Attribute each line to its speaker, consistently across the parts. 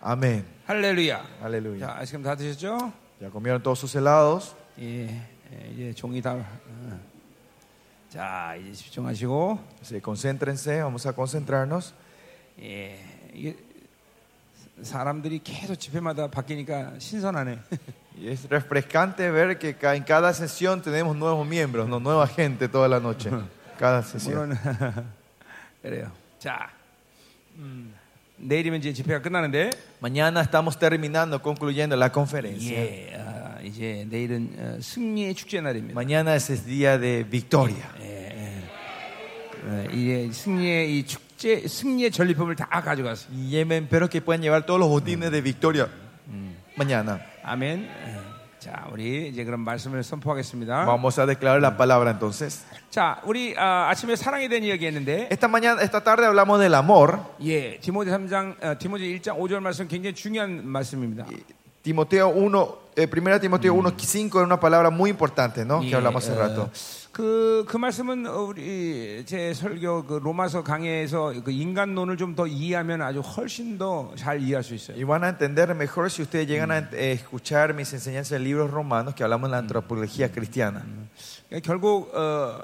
Speaker 1: Amén.
Speaker 2: 할렐루야. 자,
Speaker 1: Aleluya.
Speaker 2: 아이스크림 다 드셨죠?
Speaker 1: Ya comieron todos sus helados.
Speaker 2: 예, 예, 이제 종이 다. 어. 자, 이제 집중하시고.
Speaker 1: Así que concéntrense, vamos a concentrarnos.
Speaker 2: 예, 이게 사람들이 계속 집회마다 바뀌니까 신선하네.
Speaker 1: Y es refrescante ver que ca- en cada sesión tenemos nuevos miembros, no nueva gente toda la noche. Cada sesión.
Speaker 2: 물론 그래요. 자, 음, 내일이면 이제 집회가 끝나는데.
Speaker 1: Mañana estamos terminando, concluyendo la conferencia.
Speaker 2: 예, 아, 이제 내일은 어, 승리의 축제 날입니다. 예,
Speaker 1: Mañana es el día de victoria.
Speaker 2: 어, 이게 승리의 이 축제, 승리의 전리품을 다 가져갔어요.
Speaker 1: Y Yemen, espero que puedan llevar todos los botines de victoria mañana.
Speaker 2: 아멘. 예. 자, 우리 이제 그럼 말씀을 선포하겠습니다.
Speaker 1: Vamos a declarar la palabra entonces.
Speaker 2: 자, 우리 아, 아침에 사랑에 대한 이야기했는데,
Speaker 1: Esta mañana, esta tarde hablamos del amor.
Speaker 2: 예, 디모데 3장, 어, 디모데 1장 5절 말씀 굉장히 중요한 말씀입니다.
Speaker 1: 예, Timoteo 1, eh, primera Timoteo 1, 5 es una palabra muy importante, ¿no?
Speaker 2: 예,
Speaker 1: Que hablamos hace
Speaker 2: 어,
Speaker 1: rato.
Speaker 2: 그, 그 말씀은 어, 우리 제 설교 그 로마서 강해에서 그 인간론을 좀 더 이해하면 아주 훨씬 더 잘 이해할 수 있어요.
Speaker 1: Y van a entender mejor si ustedes llegan a eh, escuchar mis enseñanzas de libros romanos que hablamos de la antropología cristiana.
Speaker 2: 그러니까 결국 어,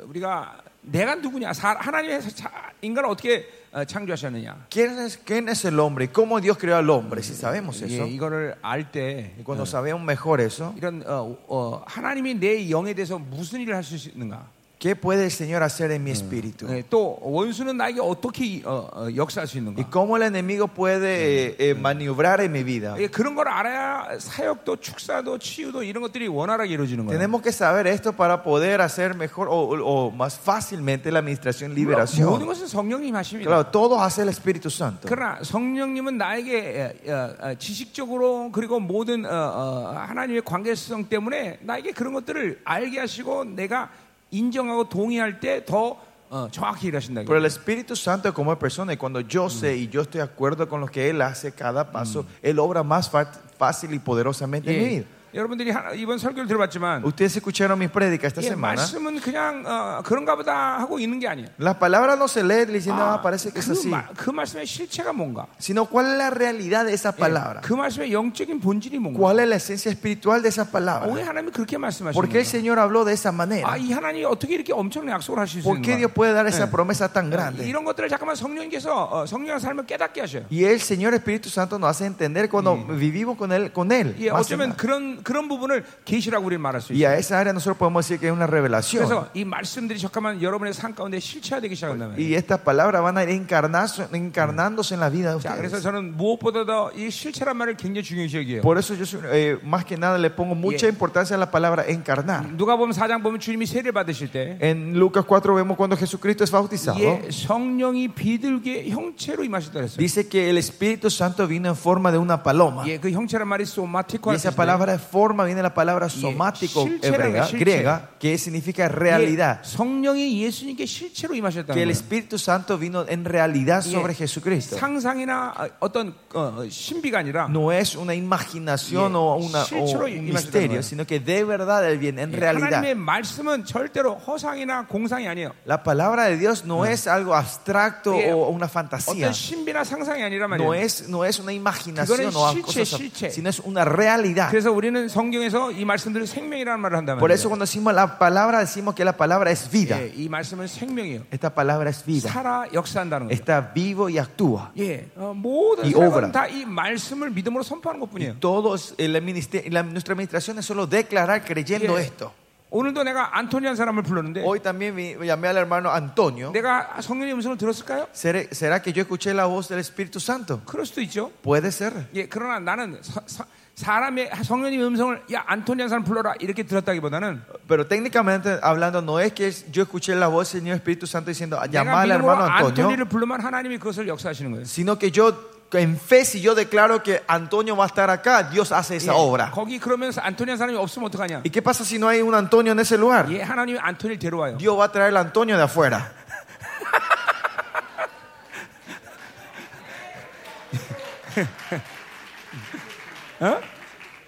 Speaker 2: 우리가 내가 누구냐, 사- 하나님이 사- 인간을 어떻게 어, 창조하셨느냐,
Speaker 1: ¿Quién es, quién es el hombre? ¿Cómo Dios creó al hombre? Si sabemos eso.
Speaker 2: 예, 이거를 알 때
Speaker 1: Y cuando sabemos mejor eso,
Speaker 2: 이런 어, 어, 하나님이 내 영에 대해서 무슨 일을 할 수 있는가.
Speaker 1: ¿qué puede el Señor hacer en mi espíritu?
Speaker 2: 예, 또 원수는 나에게 어떻게 이- 어, 어, 역사할 수 있는가?
Speaker 1: ¿Y cómo el enemigo puede eh, eh, maniobrar en mi vida?
Speaker 2: 예, 그런 걸 알아야 사역도 축사도 치유도 이런 것들이 원활하게 이루어지는 거예요.
Speaker 1: Tenemos que saber esto para poder hacer mejor o, o- o más fácilmente la administración y
Speaker 2: 모든
Speaker 1: liberación.
Speaker 2: 것은 성령님 하십니다.
Speaker 1: Claro, todo hace el Espíritu Santo.
Speaker 2: 그러나 성령님은 나에게 예, 어, 어, 지식적으로 그리고 모든 어, 어, 하나님의 관계성 때문에 나에게 그런 것들을 알게 하시고 내가 인정하고 동의할 때 더 어, 정확히 일하신다.
Speaker 1: Pero el Espíritu Santo es como persona y cuando yo sé y yo estoy de acuerdo con lo que Él hace cada paso, Él obra más fa- fácil y poderosamente en mi
Speaker 2: 예,
Speaker 1: vida.
Speaker 2: 여러분들이 하나- 이번 설교를 들어봤지만
Speaker 1: Ustedes escucharon mis prédicas esta
Speaker 2: 예,
Speaker 1: semana.
Speaker 2: 말씀은 그냥 어, 그런가 보다 하고 있는 게 아니에요.
Speaker 1: Las palabras no se leen diciendo, ah, parece que es
Speaker 2: 그,
Speaker 1: así.
Speaker 2: 마- 그 말씀의 실체가 뭔가?
Speaker 1: Sino, ¿cuál es la realidad de esa palabra?
Speaker 2: 그 말씀의 영적인 본질이 뭔가?
Speaker 1: ¿Cuál es la esencia espiritual de esa
Speaker 2: 왜
Speaker 1: palabra?
Speaker 2: 하나님이 그렇게
Speaker 1: ¿Por qué el
Speaker 2: 말씀하시는가?
Speaker 1: Señor habló de esa manera?
Speaker 2: 아, 이 하나님이 어떻게 이렇게 엄청난 약속을 하실 수
Speaker 1: ¿Por qué Dios
Speaker 2: 있는가?
Speaker 1: puede dar esa promesa tan grande?
Speaker 2: 이런 것들을 잠깐만 성령께서 어, 성령의 삶을 깨닫게 하셔요.
Speaker 1: Y el Señor Espíritu Santo nos hace entender cuando vivimos con Él. Con él
Speaker 2: 예,
Speaker 1: más que
Speaker 2: 어쩌면
Speaker 1: nada.
Speaker 2: 그런 그런 부분을 계시라고 우리는 말할 수
Speaker 1: y
Speaker 2: 있어요.
Speaker 1: a esa área nosotros podemos decir que es una revelación.
Speaker 2: 그래서 이 말씀들이 잠깐만 여러분의 삶 가운데 실체화되기 시작한다면.
Speaker 1: Y estas palabras van a ir encarnazo- encarnándose en la vida de
Speaker 2: 자, 그래서
Speaker 1: ustedes.
Speaker 2: 저는 무엇보다도 이 실체란 말을 굉장히 중요시 여기요.
Speaker 1: Por eso yo soy- eh, más que nada le pongo mucha
Speaker 2: Yeah.
Speaker 1: importancia a la palabra encarnar.
Speaker 2: 누가 보면 사장 보면 주님이 세례 받으실 때
Speaker 1: En Lucas 4 vemos cuando Jesucristo es bautizado.
Speaker 2: 예, 성령이 비둘기의 형체로 임하셨다 그랬어요.
Speaker 1: Dice que el Espíritu Santo vino en forma de una paloma.
Speaker 2: 예, 그 형체란 말이 소마티코
Speaker 1: Y esa palabra de forma viene de la palabra somático
Speaker 2: Shilchera,
Speaker 1: hebrea,
Speaker 2: shilchera.
Speaker 1: griega, que significa realidad.
Speaker 2: 예, 성령이 예수님께 실체로 임하셨다는
Speaker 1: Que el
Speaker 2: 거예요.
Speaker 1: Espíritu Santo vino en realidad
Speaker 2: 예,
Speaker 1: sobre Jesucristo.
Speaker 2: 상상이나 어떤 어, 신비가 아니라
Speaker 1: No es una imaginación
Speaker 2: 예,
Speaker 1: o, una- o
Speaker 2: 실제로
Speaker 1: un
Speaker 2: 임하셨다는 거예요.
Speaker 1: misterio, sino que de verdad Él viene en
Speaker 2: 예,
Speaker 1: realidad.
Speaker 2: 하나님의 말씀은 절대로 허상이나 공상이 아니에요.
Speaker 1: La palabra de Dios no es algo abstracto
Speaker 2: 예,
Speaker 1: o una
Speaker 2: 어떤
Speaker 1: fantasía.
Speaker 2: 신비나 상상이 아니라
Speaker 1: No
Speaker 2: 말이에요.
Speaker 1: es, no es una imaginación
Speaker 2: 그거는
Speaker 1: o
Speaker 2: 실체,
Speaker 1: cosas,
Speaker 2: 실체.
Speaker 1: sino es una realidad.
Speaker 2: 그래서 우리는 성경에서 이 말씀들을 생명이라는 말을 한다면
Speaker 1: Por eso cuando decimos la palabra, decimos que la palabra es vida.
Speaker 2: 예, 이 말씀은 생명이에요.
Speaker 1: Esta palabra es vida.
Speaker 2: 살아 역사한다는 거예요.
Speaker 1: Está vivo y actúa.
Speaker 2: 예, 어,
Speaker 1: 이
Speaker 2: 모든 사람은
Speaker 1: obra.
Speaker 2: 다이 말씀을 믿음으로 선포하는 것뿐이에요.
Speaker 1: Todos, el minister- la- nuestra administración es solo declarar creyendo
Speaker 2: 예.
Speaker 1: esto.
Speaker 2: 오늘도 내가 안토니한 사람을 불렀는데
Speaker 1: Hoy también vi- llamé al hermano Antonio.
Speaker 2: 내가 성령의 음성을 들었을까요?
Speaker 1: ¿Seré- ¿Será que yo escuché la voz del Espíritu Santo?
Speaker 2: 그럴 수도 있죠.
Speaker 1: Puede ser.
Speaker 2: 예, 그러나 나는 서- 서- 사람의 성령님의 음성을 야 안토니안 사람 불러라 이렇게 들었다기보다는
Speaker 1: Pero técnicamente hablando, no es que yo escuché la voz del Señor Espíritu Santo diciendo,
Speaker 2: 내가
Speaker 1: llamá al
Speaker 2: 믿음으로
Speaker 1: hermano Antonio,
Speaker 2: 안토니를 부르면 하나님이 그것을 역사하시는 거예요.
Speaker 1: sino que yo, en fe, si yo declaro que Antonio va a estar acá, Dios hace
Speaker 2: 예,
Speaker 1: esa obra.
Speaker 2: 거기 그러면 안토니안 사람이 없으면 어떡하냐?
Speaker 1: ¿Y qué pasa si no hay un Antonio en ese lugar?
Speaker 2: 예, 하나님이 안토니를 데려와요.
Speaker 1: Dios va a traer al Antonio de afuera.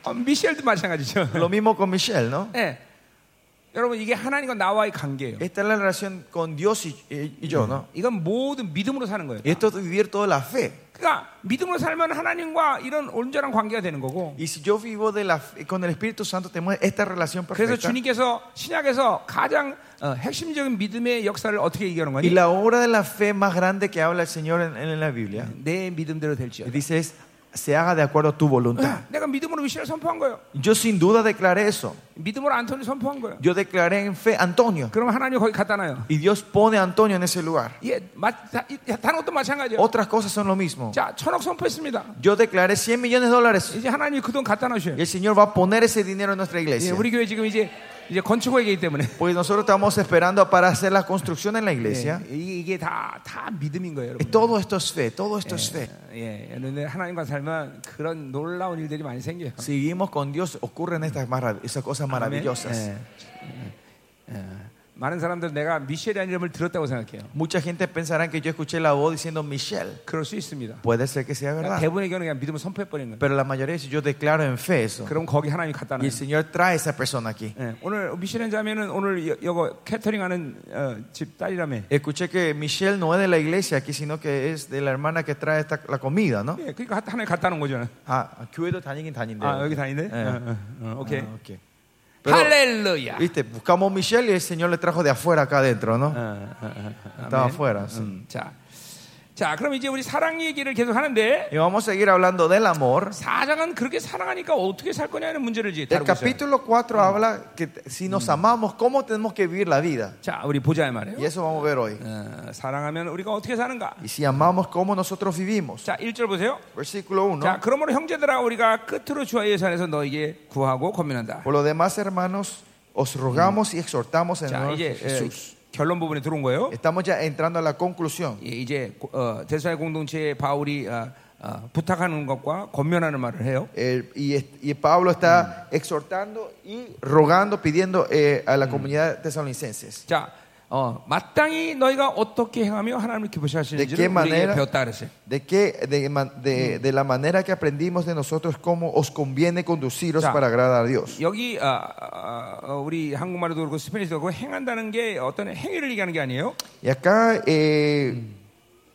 Speaker 2: 어, 미셸도 마찬가지죠.
Speaker 1: Lo mismo con Michelle, ¿no?
Speaker 2: 예. 여러분 이게 하나님과 나와의 관계예요.
Speaker 1: Esta es la relación con Dios y, y- y yo, ¿no?
Speaker 2: 이건 모든 믿음으로 사는 거예요.
Speaker 1: Y esto es vivir toda la fe.
Speaker 2: 그러니까 그러니까 믿음으로 살면 하나님과 이런 온전한 관계가 되는 거고.
Speaker 1: Y si yo vivo de la, fe- con el Espíritu Santo, tenemos esta relación
Speaker 2: 그래서
Speaker 1: perfecta.
Speaker 2: 주님께서 신약에서 가장 어, 핵심적인 믿음의 역사를 어떻게 얘기하는
Speaker 1: Y
Speaker 2: 거니?
Speaker 1: la obra de la fe más grande que habla el Señor en, en la Biblia,
Speaker 2: 내 믿음대로
Speaker 1: y
Speaker 2: 될지어다.
Speaker 1: dice es, se haga de acuerdo a tu voluntad.
Speaker 2: 내가 믿음으로 미신을 선포한 거예요.
Speaker 1: Yo sin duda declaré eso.
Speaker 2: 믿음으로 안토니 선포한 거예요.
Speaker 1: Yo declaré en fe Antonio.
Speaker 2: 그럼 하나님 거기 갖다 놔요.
Speaker 1: Y Dios pone a Antonio en ese lugar.
Speaker 2: 예, 마, 다, 이- 다른 것도 마찬가지예요.
Speaker 1: Otras cosas son lo mismo.
Speaker 2: 자, 천억 선포했습니다.
Speaker 1: Yo declaré 100 millones de dólares.
Speaker 2: 이제 하나님이 그 돈 갖다
Speaker 1: Y
Speaker 2: 놓으셔요.
Speaker 1: el Señor va a poner ese dinero en nuestra
Speaker 2: 예,
Speaker 1: iglesia.
Speaker 2: 우리 교회 지금 이제 이제 건축회이기 때문에
Speaker 1: Pues nosotros estamos esperando para hacer la construcción en la
Speaker 2: 예,
Speaker 1: iglesia.
Speaker 2: 이- 이게 다 다 믿음인 거예요,
Speaker 1: Y
Speaker 2: 여러분.
Speaker 1: todo esto es fe, todo esto es fe.
Speaker 2: 예, 그런데 하나님과 살면 그런 놀라운 일들이 많이 생겨요.
Speaker 1: Seguimos con Dios, ocurren estas marav- esas cosas maravillosas.
Speaker 2: 예, 예. 많은 사람들 내가 미셸이라는 이름을 들었다고 생각해요.
Speaker 1: Mucha gente pensará que yo escuché la voz diciendo Michelle.
Speaker 2: 그럴 수 있습니다.
Speaker 1: Puede ser que sea
Speaker 2: 그러니까
Speaker 1: verdad.
Speaker 2: 대부분의 경우는 그냥 믿음을 선포해버리는 거예요.
Speaker 1: Pero la mayoría dice yo declaro en fe eso.
Speaker 2: 그럼 거기 하나님 갖다
Speaker 1: Y
Speaker 2: 놔요.
Speaker 1: el Señor trae a esa persona aquí.
Speaker 2: 예, 오늘 미셸 자매는 오늘 여, 여거 캐터링하는 어, 집 딸이라며.
Speaker 1: Escuché que Michelle no es de la iglesia aquí, sino que es de la hermana que trae esta- la comida, ¿no?
Speaker 2: 예, 그러니까 하- 하나님 갖다 놓은 거잖아.
Speaker 1: Ah, 교회도 다니긴 다닌데.
Speaker 2: 아 여기 다니네.
Speaker 1: 예.
Speaker 2: 어, 어, 어, 오케이.
Speaker 1: Ah, ok. Pero,
Speaker 2: 할렐루야.
Speaker 1: Viste, buscamos Michelle y el Señor le trajo de afuera acá adentro,
Speaker 2: 어,
Speaker 1: ¿no? Estaba afuera. sí.
Speaker 2: 음, 자, 자, 그럼 이제 우리 사랑 얘기를 계속 하는데
Speaker 1: Y vamos a seguir hablando del amor.
Speaker 2: 사장은 그렇게 사랑하니까 어떻게 살 거냐는 문제를 이제
Speaker 1: El
Speaker 2: 다루고 있어요.
Speaker 1: capítulo 4 habla que t- si nos amamos, ¿cómo tenemos que vivir la vida?
Speaker 2: 자, 우리 보자 이 말이에요.
Speaker 1: Y eso vamos a ver hoy.
Speaker 2: 어, 사랑하면 우리가 어떻게 사는가?
Speaker 1: Y si amamos, ¿cómo nosotros vivimos?
Speaker 2: 자, 1절 보세요.
Speaker 1: Versículo 1.
Speaker 2: 자, 그러므로 형제들아 우리가 끝으로 주하의 산에서 너에게 구하고 고민한다.
Speaker 1: Por lo demás, hermanos, os rogamos y exhortamos en el
Speaker 2: 자,
Speaker 1: nombre de
Speaker 2: 이제 에,
Speaker 1: Jesús.
Speaker 2: 결론 부분에 들어온 거예요.
Speaker 1: Estamos ya entrando a la conclusión.
Speaker 2: 예, 이제 어, 대사의 공동체에 바울이 어, 어, 부탁하는 것과 권면하는 말을 해요.
Speaker 1: Eh, y, es- y Pablo está exhortando y rogando, pidiendo eh, a la comunidad tesalonicenses.
Speaker 2: 자, 어, 마땅히 너희가 어떻게 행하며 하나님을
Speaker 1: De
Speaker 2: 기쁘시하시는지를
Speaker 1: qué
Speaker 2: 우리에게
Speaker 1: manera?
Speaker 2: 배웠다 그랬어요.
Speaker 1: De, que, de, ma- de, de la manera que aprendimos de nosotros, cómo os conviene conduciros
Speaker 2: Ya.
Speaker 1: para agradar a Dios.
Speaker 2: 여기 아, 아, 아, 우리 한국말로도 그렇고 스페인어도 그렇고 행한다는 게 어떤 행위를 얘기하는 게 아니에요.
Speaker 1: Y acá, eh,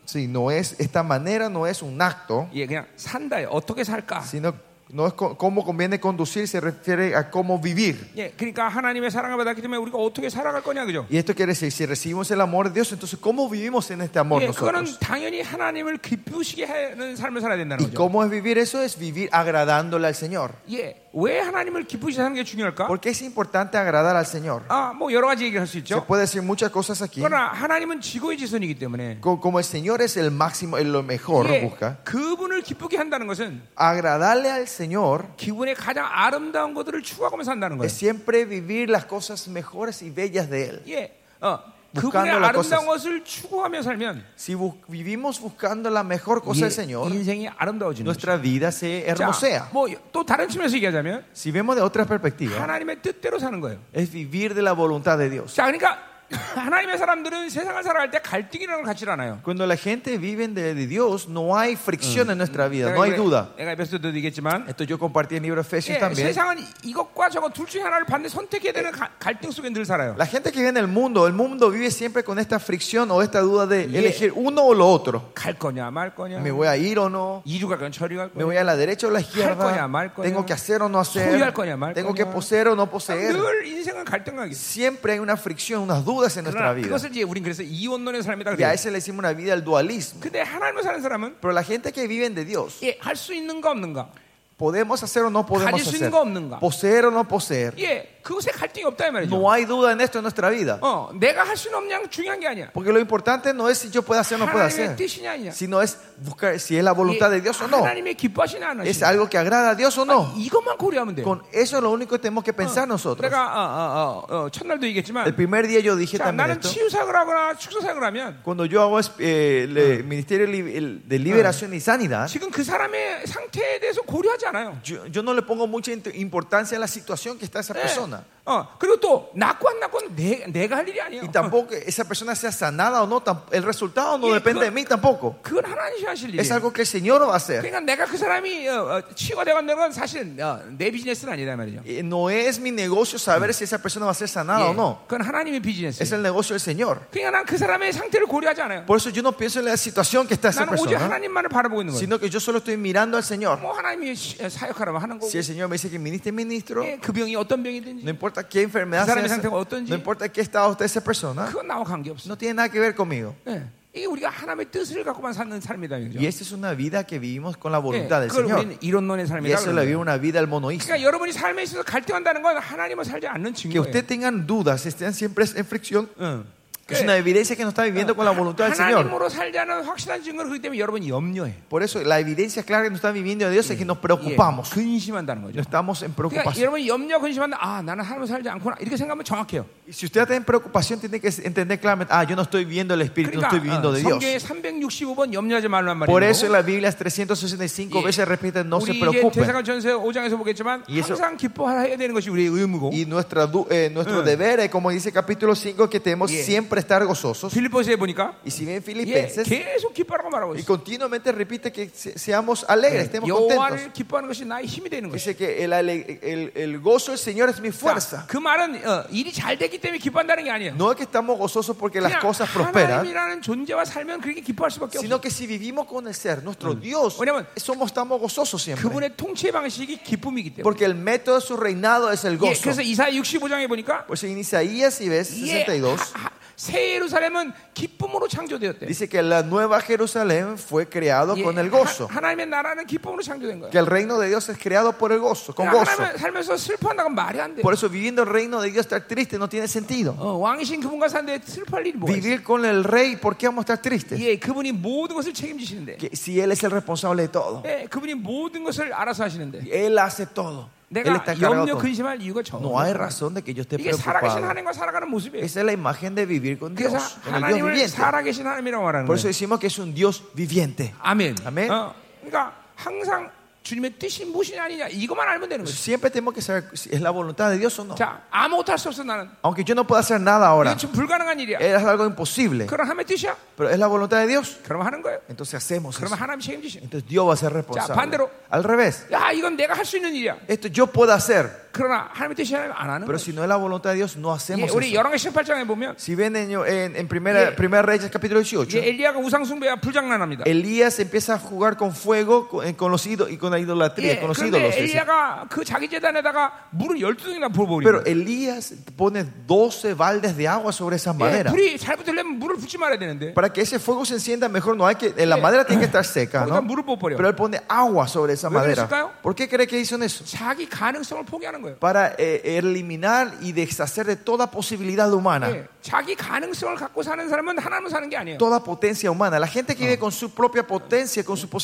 Speaker 1: sí, no es, esta manera no es un acto,
Speaker 2: 예, 그냥 산다. 어떻게 살까?
Speaker 1: sino no es co- cómo conviene conducir, se refiere a cómo vivir.
Speaker 2: 예, 그러니까 하나님의 사랑을 받았기 때문에 우리가 어떻게 살아갈 거냐, 그죠?
Speaker 1: Y esto quiere decir, si recibimos el amor de Dios, entonces, ¿cómo vivimos en este amor
Speaker 2: 예, 그거는
Speaker 1: nosotros?
Speaker 2: 당연히 하나님을 기쁘시게 하는 삶을 살아야 된다는
Speaker 1: ¿Y
Speaker 2: 거죠.
Speaker 1: cómo es vivir eso? Es vivir agradándole al Señor.
Speaker 2: 예, 왜 하나님을 기쁘시게 하는 게 중요할까?
Speaker 1: Porque es importante agradar al Señor.
Speaker 2: 아, 뭐 여러 가지 얘기를 할 수
Speaker 1: Se
Speaker 2: 있죠.
Speaker 1: puede decir muchas cosas aquí.
Speaker 2: 그러나 하나님은 지구의 지선이기 때문에
Speaker 1: Co- Como el Señor es el máximo, el lo mejor,
Speaker 2: 예,
Speaker 1: busca.
Speaker 2: 그분을 기쁘게 한다는 것은
Speaker 1: Agradarle al Señor
Speaker 2: 기분의 가장 아름다운 것들을 추구하면서 산다는 거예요.
Speaker 1: es siempre vivir las cosas mejores y bellas de Él.
Speaker 2: 예, 어, 그분의
Speaker 1: Buscando las
Speaker 2: 아름다운 것을 추구하며 살면
Speaker 1: Si bu- vivimos buscando la mejor cosa del Señor,
Speaker 2: 예, 인생이 아름다워지는 거죠.
Speaker 1: nuestra vida se hermosea.
Speaker 2: 뭐또 다른 측면에서 얘기하자면
Speaker 1: Si vemos de otra
Speaker 2: 예.
Speaker 1: perspectiva,
Speaker 2: 하나님의 뜻대로 사는 거예요.
Speaker 1: es vivir de la voluntad de Dios.
Speaker 2: 자, 그러니까 하나님의 사람들은 세상을 살아갈 때 갈등이라는 걸 갖질 않아요.
Speaker 1: Cuando la gente vive de, de Dios, no hay fricción en nuestra
Speaker 2: 예,
Speaker 1: vida, no hay duda.
Speaker 2: 네, 내가 에베소도 얘기했지만
Speaker 1: Esto yo compartí en el libro de Efesios
Speaker 2: 예,
Speaker 1: también.
Speaker 2: 세상은 이것과 저것 둘 중에 하나를 받는 선택해야 되는 가- 갈등 속에 늘 살아요.
Speaker 1: La gente que vive en el mundo, el mundo vive siempre con esta fricción o esta duda de
Speaker 2: Yeah.
Speaker 1: elegir uno o lo otro.
Speaker 2: 갈 거냐 말 거냐,
Speaker 1: ¿Me voy a ir o no?
Speaker 2: 이주 갈 거냐 처리 갈
Speaker 1: ¿Me
Speaker 2: 거냐.
Speaker 1: voy a la derecha o la
Speaker 2: 거냐, 말
Speaker 1: izquierda?
Speaker 2: 거냐?
Speaker 1: ¿Tengo que hacer o no
Speaker 2: 소유할
Speaker 1: hacer?
Speaker 2: 거냐, 말
Speaker 1: ¿Tengo que
Speaker 2: 거냐?
Speaker 1: poseer o no poseer?
Speaker 2: 늘 인생은 갈등하기.
Speaker 1: Siempre hay una fricción, unas dudas en nuestra
Speaker 2: 그러나
Speaker 1: vida.
Speaker 2: 그것을 이제 우린 그래서 이원론의 삶이다
Speaker 1: Y a
Speaker 2: 그래요.
Speaker 1: ese le decimos una vida al dualismo.
Speaker 2: 근데 하나님을 사는 사람은
Speaker 1: Pero la gente que vive de Dios,
Speaker 2: 예, 할 수 있는가 없는가.
Speaker 1: podemos hacer o no podemos
Speaker 2: 가질 수
Speaker 1: hacer,
Speaker 2: 있는가 없는가.
Speaker 1: poseer o no poseer.
Speaker 2: 예, 그것에 갈등이 없다 이 말이죠.
Speaker 1: No hay duda en esto en nuestra vida.
Speaker 2: 어, 내가 할 수는 없냐 중요한 게 아니야.
Speaker 1: Porque lo importante no es si yo puedo hacer o no puedo
Speaker 2: 하나님의
Speaker 1: hacer,
Speaker 2: 뜻이냐 아니냐.
Speaker 1: sino es buscar si es la voluntad de Dios o no.
Speaker 2: 하나님의 기뻐하시나 안
Speaker 1: ¿Es
Speaker 2: 하시나. 아,
Speaker 1: algo que agrada a Dios o no?
Speaker 2: 이것만 고려하면 돼.
Speaker 1: Con eso es lo único que tenemos que pensar nosotros.
Speaker 2: 내가 어, 어, 어, 어, 첫날도
Speaker 1: El
Speaker 2: 얘기했지만
Speaker 1: primer día yo dije
Speaker 2: 자,
Speaker 1: también
Speaker 2: 나는
Speaker 1: esto.
Speaker 2: 치유 사역을 하거나 축소 사역을 하면
Speaker 1: Cuando yo hago eh, el Ministerio li- el- de Liberación y Sanidad,
Speaker 2: 지금 그 사람의 상태에 대해서 고려하지 않아요.
Speaker 1: yo, yo no le pongo mucha int- importancia a la situación que está esa
Speaker 2: 네.
Speaker 1: persona.
Speaker 2: 어, 그리고 또 낫고 안 낫고는 내, 내가 할 일이 아니에요.
Speaker 1: Y tampoco, esa persona sea sanada o no, tam- el resultado no
Speaker 2: Y-
Speaker 1: depende de mí tampoco.
Speaker 2: 어, 그건 하나님이 하실
Speaker 1: Es
Speaker 2: 일이에요.
Speaker 1: algo que el Señor va a hacer.
Speaker 2: 그러니까 내가 그 사람이 어, 어, 치유가 되간다는 건 사실 어, 내 비즈니스는 아니다 말이죠.
Speaker 1: Eh, No es mi negocio saber si esa persona va a ser sanada
Speaker 2: 예,
Speaker 1: o no.
Speaker 2: 그건 하나님의
Speaker 1: Es
Speaker 2: 비즈니스.
Speaker 1: el negocio del Señor.
Speaker 2: 그러니까 난 그 사람의 상태를 고려하지 않아요.
Speaker 1: Por eso yo no pienso en la situación que está esa
Speaker 2: 나는 오직
Speaker 1: persona,
Speaker 2: 하나님만을 바라보고 있는 거예요.
Speaker 1: sino que yo solo estoy mirando al Señor.
Speaker 2: 뭐 하나님이 시- 사역하라고 하는 거고
Speaker 1: Si el Señor me dice que ministre, ministro.
Speaker 2: 예, 그 병이 어떤
Speaker 1: No
Speaker 2: 병이든지
Speaker 1: importa qué enfermedad
Speaker 2: 그
Speaker 1: sea,
Speaker 2: 사람의
Speaker 1: esa-
Speaker 2: 상태가 어떤지.
Speaker 1: no importa qué estado esté esa persona,
Speaker 2: 그건 나와 관계없어.
Speaker 1: no tiene nada que ver conmigo.
Speaker 2: 예, 이게 우리가 하나님의 뜻을 갖고만 사는 삶이다. 그죠?
Speaker 1: Y esa es una vida que vivimos con la
Speaker 2: 예,
Speaker 1: voluntad del
Speaker 2: 그걸
Speaker 1: Señor.
Speaker 2: 우리는 이론론의
Speaker 1: Y
Speaker 2: 삶이다.
Speaker 1: eso la
Speaker 2: 그러는
Speaker 1: vive
Speaker 2: 거예요.
Speaker 1: una vida al monoísmo.
Speaker 2: 그러니까 여러분이 삶에 있어서 갈등한다는 건 하나님을 살지 않는
Speaker 1: Que
Speaker 2: 증거예요.
Speaker 1: usted tengan dudas, estén siempre en fricción,
Speaker 2: 응.
Speaker 1: es una evidencia que no está viviendo con la voluntad del Señor.
Speaker 2: 하나님으로 살자는 확실한 증거를 그렇기 때문에 여러분이 염려해.
Speaker 1: Por eso la evidencia clara que no está viviendo de Dios es que nos preocupamos.
Speaker 2: 예, 근심한다는 거죠.
Speaker 1: No estamos en
Speaker 2: 그러니까
Speaker 1: preocupación.
Speaker 2: 여러분이 염려 근심한다. 아, 나는 하나님을 살지 않구나. 이렇게 생각하면 정확해요.
Speaker 1: Y si usted está en preocupación, tiene que entender claramente, ah, yo no estoy viviendo el Espíritu, no
Speaker 2: 그러니까
Speaker 1: estoy viviendo
Speaker 2: 어,
Speaker 1: de Dios.
Speaker 2: 성경에 365번 염려하지 말란 말이에요. 예.
Speaker 1: Por eso en la Biblia 365 veces repite, no se
Speaker 2: 우리 이제
Speaker 1: preocupen.
Speaker 2: 대사관전서 5장에서 보겠지만
Speaker 1: 이 예수-
Speaker 2: 항상 기뻐해야 되는 것이 우리의 의무고
Speaker 1: Y nuestra, du- eh, nuestro deber es, como dice capítulo 5, que tenemos
Speaker 2: Yeah.
Speaker 1: siempre estar gozosos.
Speaker 2: 빌리포스에 보니까
Speaker 1: Y si bien
Speaker 2: 예,
Speaker 1: Filipenses,
Speaker 2: 계속 기뻐하라고 말하고
Speaker 1: y
Speaker 2: 있어.
Speaker 1: continuamente repite que se- seamos alegres, estemos contentos.
Speaker 2: 여호와를 기뻐하는 것이 나의 힘이 되는 것이.
Speaker 1: Dice que el, ale- el- el gozo del Señor es mi fuerza.
Speaker 2: 그 말은 어, 일이 잘 됐기 때문에 기뻐한다는 게 아니에요.
Speaker 1: No es que estamos gozosos porque las
Speaker 2: 그냥
Speaker 1: cosas prosperan,
Speaker 2: 하나님이라는 존재와 살면 그렇게 기뻐할 수밖에 없어.
Speaker 1: sino que si vivimos con el ser, nuestro Dios,
Speaker 2: 왜냐면
Speaker 1: somos, estamos gozosos siempre.
Speaker 2: 그분의 통치 방식이 기쁨이기 때문에.
Speaker 1: Porque el método de su reinado es el
Speaker 2: 예,
Speaker 1: gozo.
Speaker 2: 그래서 이사야 65장에 보니까
Speaker 1: Por eso en Isaías, y ves,
Speaker 2: 예,
Speaker 1: 62,
Speaker 2: 하- 하- 새 예루살렘은 기쁨으로 창조되었대.
Speaker 1: dice que la nueva Jerusalén fue creado
Speaker 2: 예,
Speaker 1: con el gozo.
Speaker 2: 하, 하나님의 나라는 기쁨으로 창조된 거야.
Speaker 1: que el reino de Dios es creado por el gozo, con gozo.
Speaker 2: 하나님 살면서 슬퍼한다고 말이 안 돼.
Speaker 1: Por eso viviendo el reino de Dios estar triste no tiene sentido.
Speaker 2: 어, 왕이신 그분과 사는데 슬퍼할 일이 뭐가 있어?
Speaker 1: Vivir con el rey, ¿por qué vamos a estar tristes?
Speaker 2: 예, 그분이 모든 것을 책임지시는데.
Speaker 1: Que si él es el responsable de todo,
Speaker 2: 예, 그분이 모든 것을 알아서 하시는데.
Speaker 1: él hace todo. Él está
Speaker 2: 내가
Speaker 1: encargado de
Speaker 2: 염려
Speaker 1: todo.
Speaker 2: 근심할 이유가 저.
Speaker 1: No hay razón de que yo esté
Speaker 2: 이게
Speaker 1: preocupado.
Speaker 2: 살아계신 하나님과 살아가는 모습이에요.
Speaker 1: Esa es la imagen de vivir con Dios,
Speaker 2: 그래서
Speaker 1: con el Dios
Speaker 2: 하나님을
Speaker 1: viviente.
Speaker 2: 살아계신 하나님이라고 말하는
Speaker 1: Por eso
Speaker 2: 거예요.
Speaker 1: decimos que es un Dios viviente.
Speaker 2: 아멘.
Speaker 1: 아멘.
Speaker 2: 어, 그러니까 항상 주님의 뜻이 무엇이 아니냐 이것만 알면 되는 거예요.
Speaker 1: Siempre tenemos que saber si es la voluntad de Dios o no.
Speaker 2: 자, 아무것도 할 수 없어 나는.
Speaker 1: Aunque yo no pueda hacer nada ahora,
Speaker 2: 이건 지금 불가능한 일이야.
Speaker 1: es algo imposible.
Speaker 2: 그럼 하면 뜻이야?
Speaker 1: Pero es la voluntad de Dios,
Speaker 2: 그럼 하는 거예요.
Speaker 1: entonces hacemos eso.
Speaker 2: 그러면 하나님 책임지셔.
Speaker 1: Entonces Dios va a ser
Speaker 2: 자,
Speaker 1: responsable.
Speaker 2: 반대로.
Speaker 1: Al revés.
Speaker 2: 야, 이건 내가 할 수 있는 일이야.
Speaker 1: Esto yo puedo hacer,
Speaker 2: 그러나 하나님의 뜻이 아니면 안 하는
Speaker 1: pero
Speaker 2: 거예요.
Speaker 1: si no es la voluntad de Dios, no
Speaker 2: 예,
Speaker 1: hacemos
Speaker 2: 우리
Speaker 1: eso.
Speaker 2: 열왕기 18장에 보면
Speaker 1: Si ven en, en- en primera,
Speaker 2: Yeah.
Speaker 1: primera Reyes capítulo
Speaker 2: 이제
Speaker 1: 18,
Speaker 2: 엘리야가 우상 숭배와 불장난합니다.
Speaker 1: Elías empieza a jugar con fuego con, eh, con los ídolos y con la idolatría,
Speaker 2: 예,
Speaker 1: con los
Speaker 2: 그런데
Speaker 1: ídolos. dice.
Speaker 2: 엘리야가 그 자기 재단에다가 물을 열두 등이나 부어버리고
Speaker 1: Pero Elías pone 12 baldes de agua sobre esa
Speaker 2: 예,
Speaker 1: madera.
Speaker 2: 불이 잘 붙으려면 물을 붓지 말아야 되는데
Speaker 1: Para que ese fuego se encienda mejor, no hay que, eh, la
Speaker 2: Yeah.
Speaker 1: madera tiene que estar seca,
Speaker 2: 거기다
Speaker 1: ¿no?
Speaker 2: 물을 부어버려.
Speaker 1: Pero él pone agua sobre esa
Speaker 2: ¿왜
Speaker 1: madera.
Speaker 2: 그랬을까요?
Speaker 1: ¿Por qué cree que hizo eso?
Speaker 2: 자기 가능성을 포기하는 거예요.
Speaker 1: Para eh, eliminar y deshacer de toda posibilidad humana.
Speaker 2: 예, 자기 가능성을 갖고 사는 사람은 하나님을 사는 게 아니에요.
Speaker 1: toda potencia humana. La gente que vive con su propia potencia, con su
Speaker 2: Nega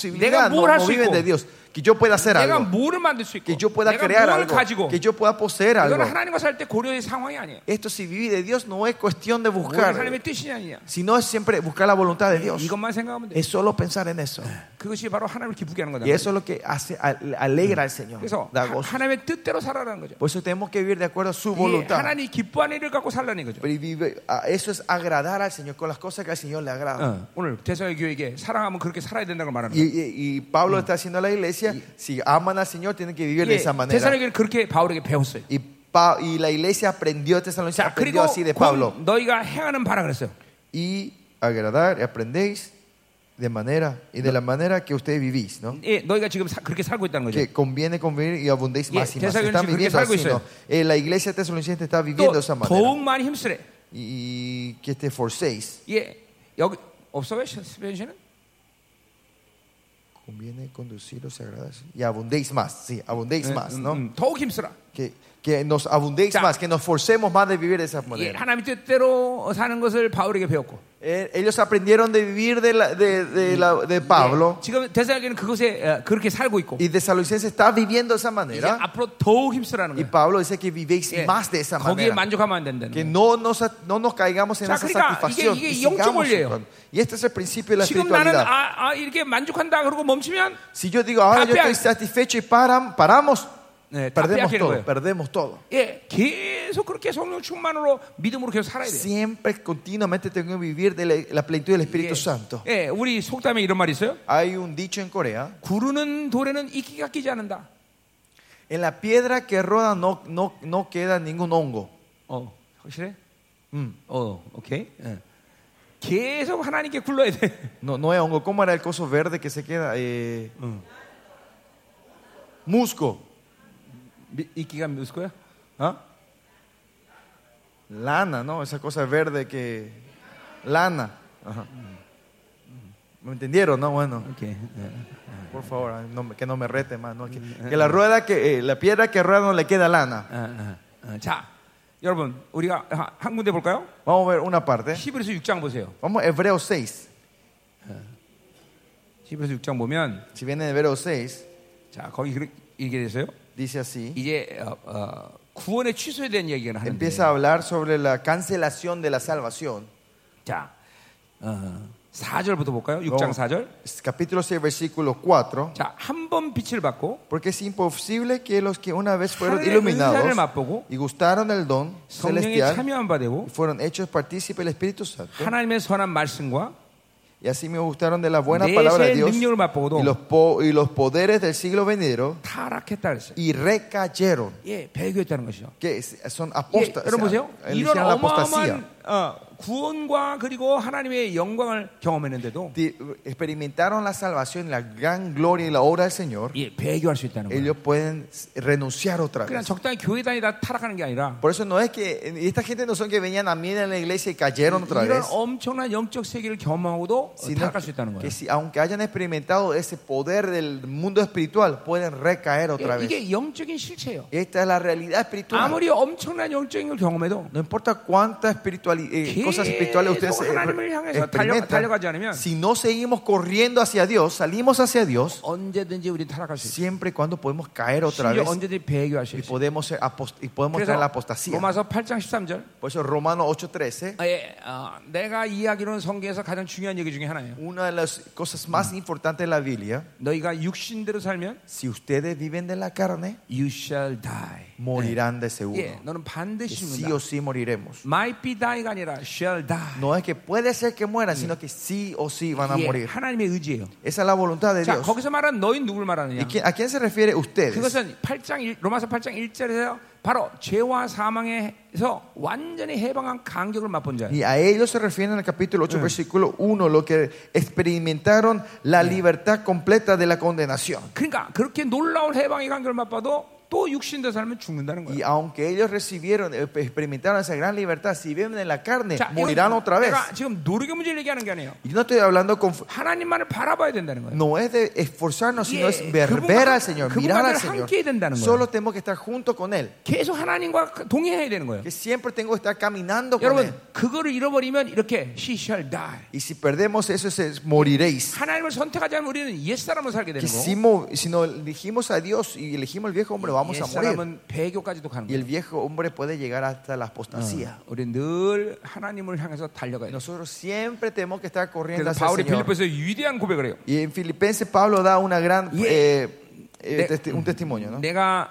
Speaker 1: posibilidad, no,
Speaker 2: 뭘
Speaker 1: no
Speaker 2: 할수
Speaker 1: viven
Speaker 2: 있고.
Speaker 1: de Dios. Que yo pueda hacer
Speaker 2: 내가
Speaker 1: algo,
Speaker 2: 뭐를 만들 수 있고,
Speaker 1: que yo pueda
Speaker 2: 내가
Speaker 1: crear
Speaker 2: 뭘
Speaker 1: algo,
Speaker 2: 가지고,
Speaker 1: que yo pueda poseer
Speaker 2: 이건
Speaker 1: algo.
Speaker 2: 하나님과 살 때 고려의 상황이 아니에요.
Speaker 1: Esto si vive de Dios no es cuestión de
Speaker 2: 뭘
Speaker 1: buscar,
Speaker 2: 하나님의 뜻이냐 아니냐.
Speaker 1: sino es siempre buscar la voluntad de Dios.
Speaker 2: 이것만 생각하면 돼.
Speaker 1: Es solo pensar en eso.
Speaker 2: 그것이 바로 하나님을 기쁘게 하는 거다.
Speaker 1: Y eso es lo que hace, al- alegra al Señor.
Speaker 2: 그래서
Speaker 1: Da
Speaker 2: 하,
Speaker 1: gozo.
Speaker 2: 하나님의 뜻대로 살아라는 거죠.
Speaker 1: Por eso tenemos que vivir de acuerdo a su
Speaker 2: 예,
Speaker 1: voluntad.
Speaker 2: 하나님이 기뻐하는 일을 갖고 살라는 거죠.
Speaker 1: Pero y vive- a- eso es agradar al Señor con las cosas que al Señor le agrada.
Speaker 2: 어, 오늘 대사의 교회에게 사랑하면 그렇게 살아야 된다고 말하는
Speaker 1: Y,
Speaker 2: 거예요.
Speaker 1: y- y Pablo está haciendo a la iglesia, si aman al Señor tienen que vivir de esa
Speaker 2: 예,
Speaker 1: manera.
Speaker 2: 대사의 교회는 그렇게 바울에게 배웠어요.
Speaker 1: Y, Pa- y la iglesia aprendió, Tesalonicenses
Speaker 2: 자,
Speaker 1: aprendió
Speaker 2: 그리고
Speaker 1: así de
Speaker 2: 곧
Speaker 1: Pablo.
Speaker 2: 너희가 행하는 바라 그랬어요.
Speaker 1: Y agradar, aprendéis de manera y de la manera que ustedes vivís, ¿no?
Speaker 2: 예, 너희가 지금 사- 그렇게 살고 있다는 거죠.
Speaker 1: Que conviene convivir y abundéis
Speaker 2: Yeah,
Speaker 1: más y más.
Speaker 2: Tesalonicenses
Speaker 1: Están viviendo
Speaker 2: creo
Speaker 1: así,
Speaker 2: que es algo
Speaker 1: ¿no? Eh, la iglesia tesalonicense está viviendo de
Speaker 2: 또
Speaker 1: esa manera.
Speaker 2: 더욱 많이 힘쓰래.
Speaker 1: Y, y que te forcéis.
Speaker 2: 예, 여기 없어 왜 스페인시는?
Speaker 1: Conviene conduciros y agradar. Y abundéis más, sí, abundéis más,
Speaker 2: 음,
Speaker 1: ¿no?
Speaker 2: 음, 더욱 힘쓰라.
Speaker 1: Que, que nos abundéis
Speaker 2: Ya.
Speaker 1: más, que nos forcemos más de vivir de esa
Speaker 2: 예,
Speaker 1: manera.
Speaker 2: 하나님 뜻대로 사는 것을 바울에게 배웠고.
Speaker 1: Eh, ellos aprendieron de vivir de, la- de, de la- de Pablo.
Speaker 2: 예, 지금 대사에게는 그것에 어, 그렇게 살고 있고.
Speaker 1: Y Tesalonicenses está viviendo de esa
Speaker 2: 이제
Speaker 1: manera.
Speaker 2: 앞으로 더욱 힘쓰라는
Speaker 1: Y
Speaker 2: 거예요.
Speaker 1: Pablo dice que vivéis
Speaker 2: 예,
Speaker 1: más de esa
Speaker 2: 거기에
Speaker 1: manera.
Speaker 2: 만족하면 안 된다는
Speaker 1: Que
Speaker 2: 거예요.
Speaker 1: no nos, no nos caigamos en
Speaker 2: 자,
Speaker 1: esa
Speaker 2: 그러니까
Speaker 1: satisfacción.
Speaker 2: 이게- 이게
Speaker 1: y, sigamos
Speaker 2: 영적 원리예요.
Speaker 1: buscando. Y este es el principio de la
Speaker 2: 지금 나는
Speaker 1: espiritualidad.
Speaker 2: 아, 아, 이렇게 만족한다 그러고 멈추면
Speaker 1: Si yo digo, ahora yo
Speaker 2: 답변-
Speaker 1: estoy satisfecho y param- paramos,
Speaker 2: 네,
Speaker 1: perdemos
Speaker 2: 답변하기는
Speaker 1: todo.
Speaker 2: 거예요.
Speaker 1: Perdemos todo.
Speaker 2: 예, 계속 그렇게 성령 충만으로 믿음으로 계속 살아야 돼.
Speaker 1: Siempre continuamente tengo que vivir de la, la plenitud del Espíritu Santo.
Speaker 2: 예, 우리 속담에 이런 말이 있어요.
Speaker 1: Hay un dicho en Corea,
Speaker 2: 구르는 돌에는 이끼가 끼지 않는다.
Speaker 1: en la piedra que roda no, no, no queda ningún hongo.
Speaker 2: 어, 확실해?
Speaker 1: Mm,
Speaker 2: 어, 오케이. 예. 계속 하나님께 굴러야 돼.
Speaker 1: No, no es hongo, ¿cómo era el coso verde que se queda? Eh, Musco,
Speaker 2: 미- 이끼가 무슨 거야? 어?
Speaker 1: lana, ¿no? Esa cosa verde que... Lana. Ajá. ¿Me entendieron? No, bueno.
Speaker 2: 오케이. 예.
Speaker 1: Por favor, ay, no me- que no me rete más. ¿no? Que, que la rueda que eh, la piedra que rueda no le queda lana.
Speaker 2: 아, 아, 아. 자, 여러분, 우리가 하- 한 군데 볼까요?
Speaker 1: Vamos a ver una parte.
Speaker 2: 히브리서 6장 보세요.
Speaker 1: Vamos a Hebreos 6.
Speaker 2: 히브리서 6장 보면
Speaker 1: Si viene Hebreos 6,
Speaker 2: 자, 거기 그렇게 얘기되세요.
Speaker 1: dice así.
Speaker 2: 이제 어, 어, 구원의 취소에 대한 이야기를 하는데
Speaker 1: Empieza a hablar sobre la cancelación de la salvación.
Speaker 2: 자, 어, 4절부터 볼까요? 6장
Speaker 1: Vamos.
Speaker 2: 4절.
Speaker 1: Es Capítulo 6, versículo 4.
Speaker 2: 자, 한 번 빛을 받고
Speaker 1: Porque es imposible que los que una vez fueron
Speaker 2: 하늘의
Speaker 1: iluminados
Speaker 2: 은사를 맛보고
Speaker 1: y gustaron el don
Speaker 2: 성령에
Speaker 1: celestial
Speaker 2: 참여한 바 되고
Speaker 1: y fueron hechos partícipes del Espíritu Santo
Speaker 2: 하나님의 선한 말씀과
Speaker 1: y así me gustaron de la buena palabra de
Speaker 2: 내세의
Speaker 1: Dios
Speaker 2: 능력을
Speaker 1: y los,
Speaker 2: 맛보고도
Speaker 1: po- y los poderes del siglo venidero
Speaker 2: 타락했다 그랬어요.
Speaker 1: y recayeron.
Speaker 2: 예, 배교했다는 것이죠.
Speaker 1: que es- son
Speaker 2: 예,
Speaker 1: apostas.
Speaker 2: 여러분 보세요.
Speaker 1: 아,
Speaker 2: 이런
Speaker 1: la apostasía.
Speaker 2: 어마어마한 어, 구원과 그리고 하나님의 영광을 경험했는데도
Speaker 1: Di- Experimentaron la salvación, la gran gloria y la obra del Señor.
Speaker 2: 예, 배교할 수 있다는 거예요.
Speaker 1: Ellos pueden s- renunciar otra
Speaker 2: 그냥
Speaker 1: vez.
Speaker 2: 적당히 교회 다니다 타락하는 게 아니라
Speaker 1: Por eso no es que y esta gente no son que venían a mí en la iglesia y cayeron otra
Speaker 2: 이런
Speaker 1: vez,
Speaker 2: 엄청난 영적 세계를 경험하고도 어,
Speaker 1: sino
Speaker 2: 타락할 수 있다는 거예요.
Speaker 1: que si, aunque hayan experimentado ese poder del mundo espiritual, pueden recaer otra
Speaker 2: 예,
Speaker 1: vez.
Speaker 2: 이게 영적인 실체예요.
Speaker 1: Esta es la realidad espiritual.
Speaker 2: 아무리 엄청난 영적인 걸 경험해도
Speaker 1: No importa cuántas espirituali- eh, cosas espirituales ustedes
Speaker 2: 계속 하나님을 향해서
Speaker 1: experimentan,
Speaker 2: 달려- 달려가지 않으면
Speaker 1: si no seguimos corriendo hacia Dios, salimos hacia Dios,
Speaker 2: 언제든지 우리 타락할 수 있어요.
Speaker 1: siempre y cuando podemos caer otra
Speaker 2: 심지어
Speaker 1: vez
Speaker 2: 언제든지 배교할 수
Speaker 1: y
Speaker 2: 있어요.
Speaker 1: podemos, ser apost- y podemos
Speaker 2: 그래서
Speaker 1: traer la apostasía.
Speaker 2: 로마서 8장 13절.
Speaker 1: Por eso Romanos 8:13,
Speaker 2: 예, 어, 내가 이야기로는 성경에서 가장 중요한 얘기 중에 하나예요.
Speaker 1: una de las cosas más importantes de la Biblia,
Speaker 2: 너희가 육신대로 살면
Speaker 1: si ustedes viven de la carne,
Speaker 2: you shall die.
Speaker 1: morirán de seguro.
Speaker 2: 예, 너는 반드시
Speaker 1: Sí o
Speaker 2: 죽는다.
Speaker 1: sí moriremos.
Speaker 2: Might be die가 아니라 shall die.
Speaker 1: No es que puede ser que mueran, sino que sí o sí van a
Speaker 2: 예,
Speaker 1: morir.
Speaker 2: 하나님의 의지예요.
Speaker 1: Esa es la voluntad de
Speaker 2: 자,
Speaker 1: Dios.
Speaker 2: 거기서 말한 너희 누굴
Speaker 1: ¿Y
Speaker 2: 말하느냐?
Speaker 1: quién- ¿A quién se refiere ustedes?
Speaker 2: 그것은 8장 일- 로마서 8장 1절에서 바로 죄와 사망에서 완전히 해방한 간격을 맛본 자예요.
Speaker 1: Y a ellos se refiere en el capítulo 8, versículo 1, lo que experimentaron la libertad completa de la condenación.
Speaker 2: 그러니까 그렇게 놀라운 해방의 간격을 맛봐도 또 육신대 살면 죽는다는
Speaker 1: Y
Speaker 2: 거예요.
Speaker 1: aunque ellos recibieron, eh, experimentaron esa gran libertad, si viven en la
Speaker 2: 예.
Speaker 1: carne, morirán
Speaker 2: 이건
Speaker 1: otra vez.
Speaker 2: 내가 지금 노력의 문제를 얘기하는 게 아니에요.
Speaker 1: Y no estoy hablando con...
Speaker 2: 하나님만을 바라봐야 된다는 거예요.
Speaker 1: No es de esforzarnos, sino
Speaker 2: 예,
Speaker 1: es ver,
Speaker 2: 그분과-
Speaker 1: ver al Señor, mirar al
Speaker 2: 그분과를
Speaker 1: Señor.
Speaker 2: 함께 된다는 거예요.
Speaker 1: Solo tenemos que estar junto con Él.
Speaker 2: 계속 하나님과 동행해야 되는 거예요.
Speaker 1: Que siempre tengo que estar caminando con
Speaker 2: 어, 여러분
Speaker 1: Él.
Speaker 2: 그거를 잃어버리면 이렇게 she shall die.
Speaker 1: Y si perdemos eso, es- moriréis.
Speaker 2: 하나님을 선택하지 않으면 우리는 옛 사람을 살게
Speaker 1: Que
Speaker 2: 되는
Speaker 1: si,
Speaker 2: 거고
Speaker 1: mo- si no elegimos a Dios y elegimos al viejo hombre, vamos
Speaker 2: 옛
Speaker 1: a morir.
Speaker 2: 사람은 배교까지도 가는
Speaker 1: Y
Speaker 2: 거예요.
Speaker 1: el viejo hombre puede llegar hasta la apostasía.
Speaker 2: 우리 늘 하나님을 향해서 달려가야 돼.
Speaker 1: Nosotros siempre tenemos que estar corriendo
Speaker 2: 그래서
Speaker 1: hacia el
Speaker 2: 바울이
Speaker 1: Señor.
Speaker 2: 빌립보에서 위대한 고백을 해요.
Speaker 1: Y en Filipenses Pablo da una gran
Speaker 2: Yeah.
Speaker 1: eh, eh,
Speaker 2: De-
Speaker 1: testi- un testimonio, ¿no?
Speaker 2: 내가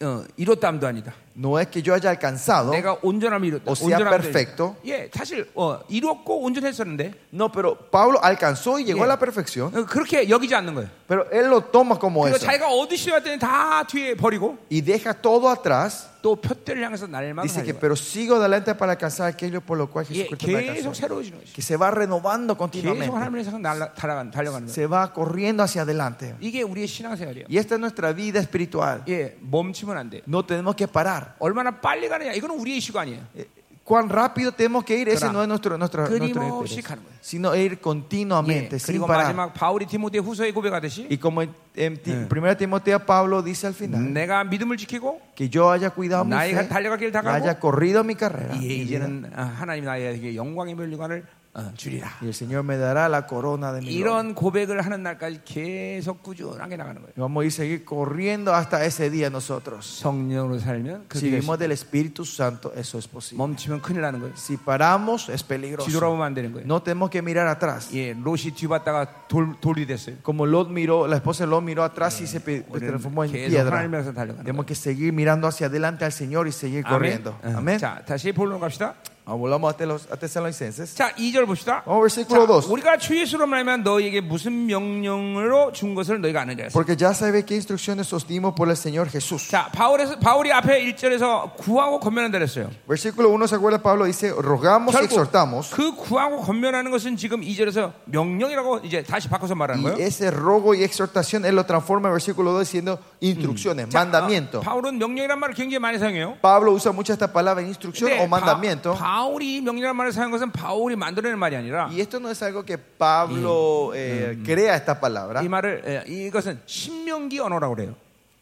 Speaker 2: 어, 이뤘담도 아니다.
Speaker 1: No es que yo haya alcanzado,
Speaker 2: 내가 온전함을 이뤘다.
Speaker 1: O sea,
Speaker 2: 온전함을
Speaker 1: perfecto.
Speaker 2: 이뤘다. 예, 사실 어, 이뤘고 온전했었는데
Speaker 1: no, pero Pablo alcanzó y llegó
Speaker 2: Yeah.
Speaker 1: a la perfección,
Speaker 2: 어, 그렇게 여기지 않는 거예요.
Speaker 1: pero él lo toma como
Speaker 2: 그리고
Speaker 1: eso
Speaker 2: 자기가 얻으시려 할 때는 다 뒤에 버리고
Speaker 1: y deja todo atrás.
Speaker 2: 또 표대를 향해서 날만
Speaker 1: Dice que,
Speaker 2: 하는
Speaker 1: pero sigo adelante para alcanzar aquello por lo cual
Speaker 2: 예,
Speaker 1: Jesucristo me alcanzó.
Speaker 2: 계속 새로워지는 거죠.
Speaker 1: Que se va renovando continuamente,
Speaker 2: 계속 하나님을 향해 날라, 달아간, 달려가는 거예요.
Speaker 1: se va corriendo hacia adelante.
Speaker 2: 이게 우리의 신앙생활이에요.
Speaker 1: Y esta es nuestra vida espiritual.
Speaker 2: 예, 멈추면 안 돼.
Speaker 1: No tenemos que parar.
Speaker 2: 얼마나 빨리 가느냐 이거는 우리의 이슈가 아니에요.
Speaker 1: Eh, cuán rápido tenemos que ir, ese
Speaker 2: Claro.
Speaker 1: no es nuestro, nuestro, nuestro
Speaker 2: 끊임없이
Speaker 1: interés.
Speaker 2: 가는 거예요.
Speaker 1: sino ir
Speaker 2: 예,
Speaker 1: continuamente, sin
Speaker 2: 그리고
Speaker 1: parar.
Speaker 2: 마지막 바울이 디모데 후서에 고백하듯이
Speaker 1: Y como en, en Ti- primera Timoteo Pablo dice al final,
Speaker 2: 내가 믿음을 지키고
Speaker 1: que yo haya cuidado mi
Speaker 2: 나의
Speaker 1: fe,
Speaker 2: 달려갈 길을 다
Speaker 1: haya
Speaker 2: 가고
Speaker 1: corri도 mi carrera,
Speaker 2: 예,
Speaker 1: mi vida,
Speaker 2: 이제는 아, 하나님 나에게 영광의 면류관을 어, 주리라.
Speaker 1: Y el Señor me dará la corona
Speaker 2: 예.
Speaker 1: de mi gloria.
Speaker 2: 이런 고백을 하는 날까지 계속 꾸준하게 나가는 거예요.
Speaker 1: Y Vamos a ir seguir corriendo hasta ese día nosotros.
Speaker 2: 성령으로 살면
Speaker 1: Si
Speaker 2: 그게
Speaker 1: vivimos del Espíritu Santo, eso es posible.
Speaker 2: 멈추면 큰일 나는 거예요.
Speaker 1: Si paramos, es peligroso.
Speaker 2: 뒤돌아보면 안 되는 거예요.
Speaker 1: No tenemos que mirar atrás.
Speaker 2: 예, 롯이 뒤봤다가 돌, 돌이 됐어요.
Speaker 1: Como Lot miró, la esposa de Lot miró atrás y se pe- transformó en
Speaker 2: 계속
Speaker 1: piedra.
Speaker 2: 하나님에서 달려가는 거예요.
Speaker 1: Tenemos que seguir mirando hacia adelante al Señor y seguir corriendo.
Speaker 2: 응.
Speaker 1: Amén.
Speaker 2: 자, 다시 본론 갑시다.
Speaker 1: Ahora volvamos a Telos- a Tesalonicenses.
Speaker 2: 자, 2절 봅시다.
Speaker 1: Vamos al versículo 2.
Speaker 2: 우리가 주 예수로 말하면 너에게 무슨 명령으로 준 것을 너희가 아느냐. 했어요.
Speaker 1: Porque ya sabe qué instrucciones os dimos por el Señor Jesús.
Speaker 2: 자, 바울에서, 바울이 앞에 1절에서 구하고 건면한다 그랬어요.
Speaker 1: Versículo 1, ¿se acuerda? Pablo dice, rogamos y 뭐
Speaker 2: 결국
Speaker 1: exhortamos.
Speaker 2: 그 구하고 건면하는 것은 지금 2절에서 명령이라고 이제 다시 바꿔서 말하는
Speaker 1: Y
Speaker 2: 거예요.
Speaker 1: ese rogo y exhortación, él lo transforma en versículo 2 diciendo instrucciones,
Speaker 2: 자,
Speaker 1: mandamiento.
Speaker 2: 아, 바울은 명령이란 말을 굉장히 많이 사용해요.
Speaker 1: Pablo usa mucho esta palabra instrucción
Speaker 2: 근데
Speaker 1: o 어, mandamiento.
Speaker 2: 바, 울이 명령이란 말을 사용한 것은 바울이 만들어낸 말이 아니라
Speaker 1: Y esto no es algo que Pablo eh, crea esta palabra.
Speaker 2: 이 말을 예, 이것은 신명기 언어라고 그래요.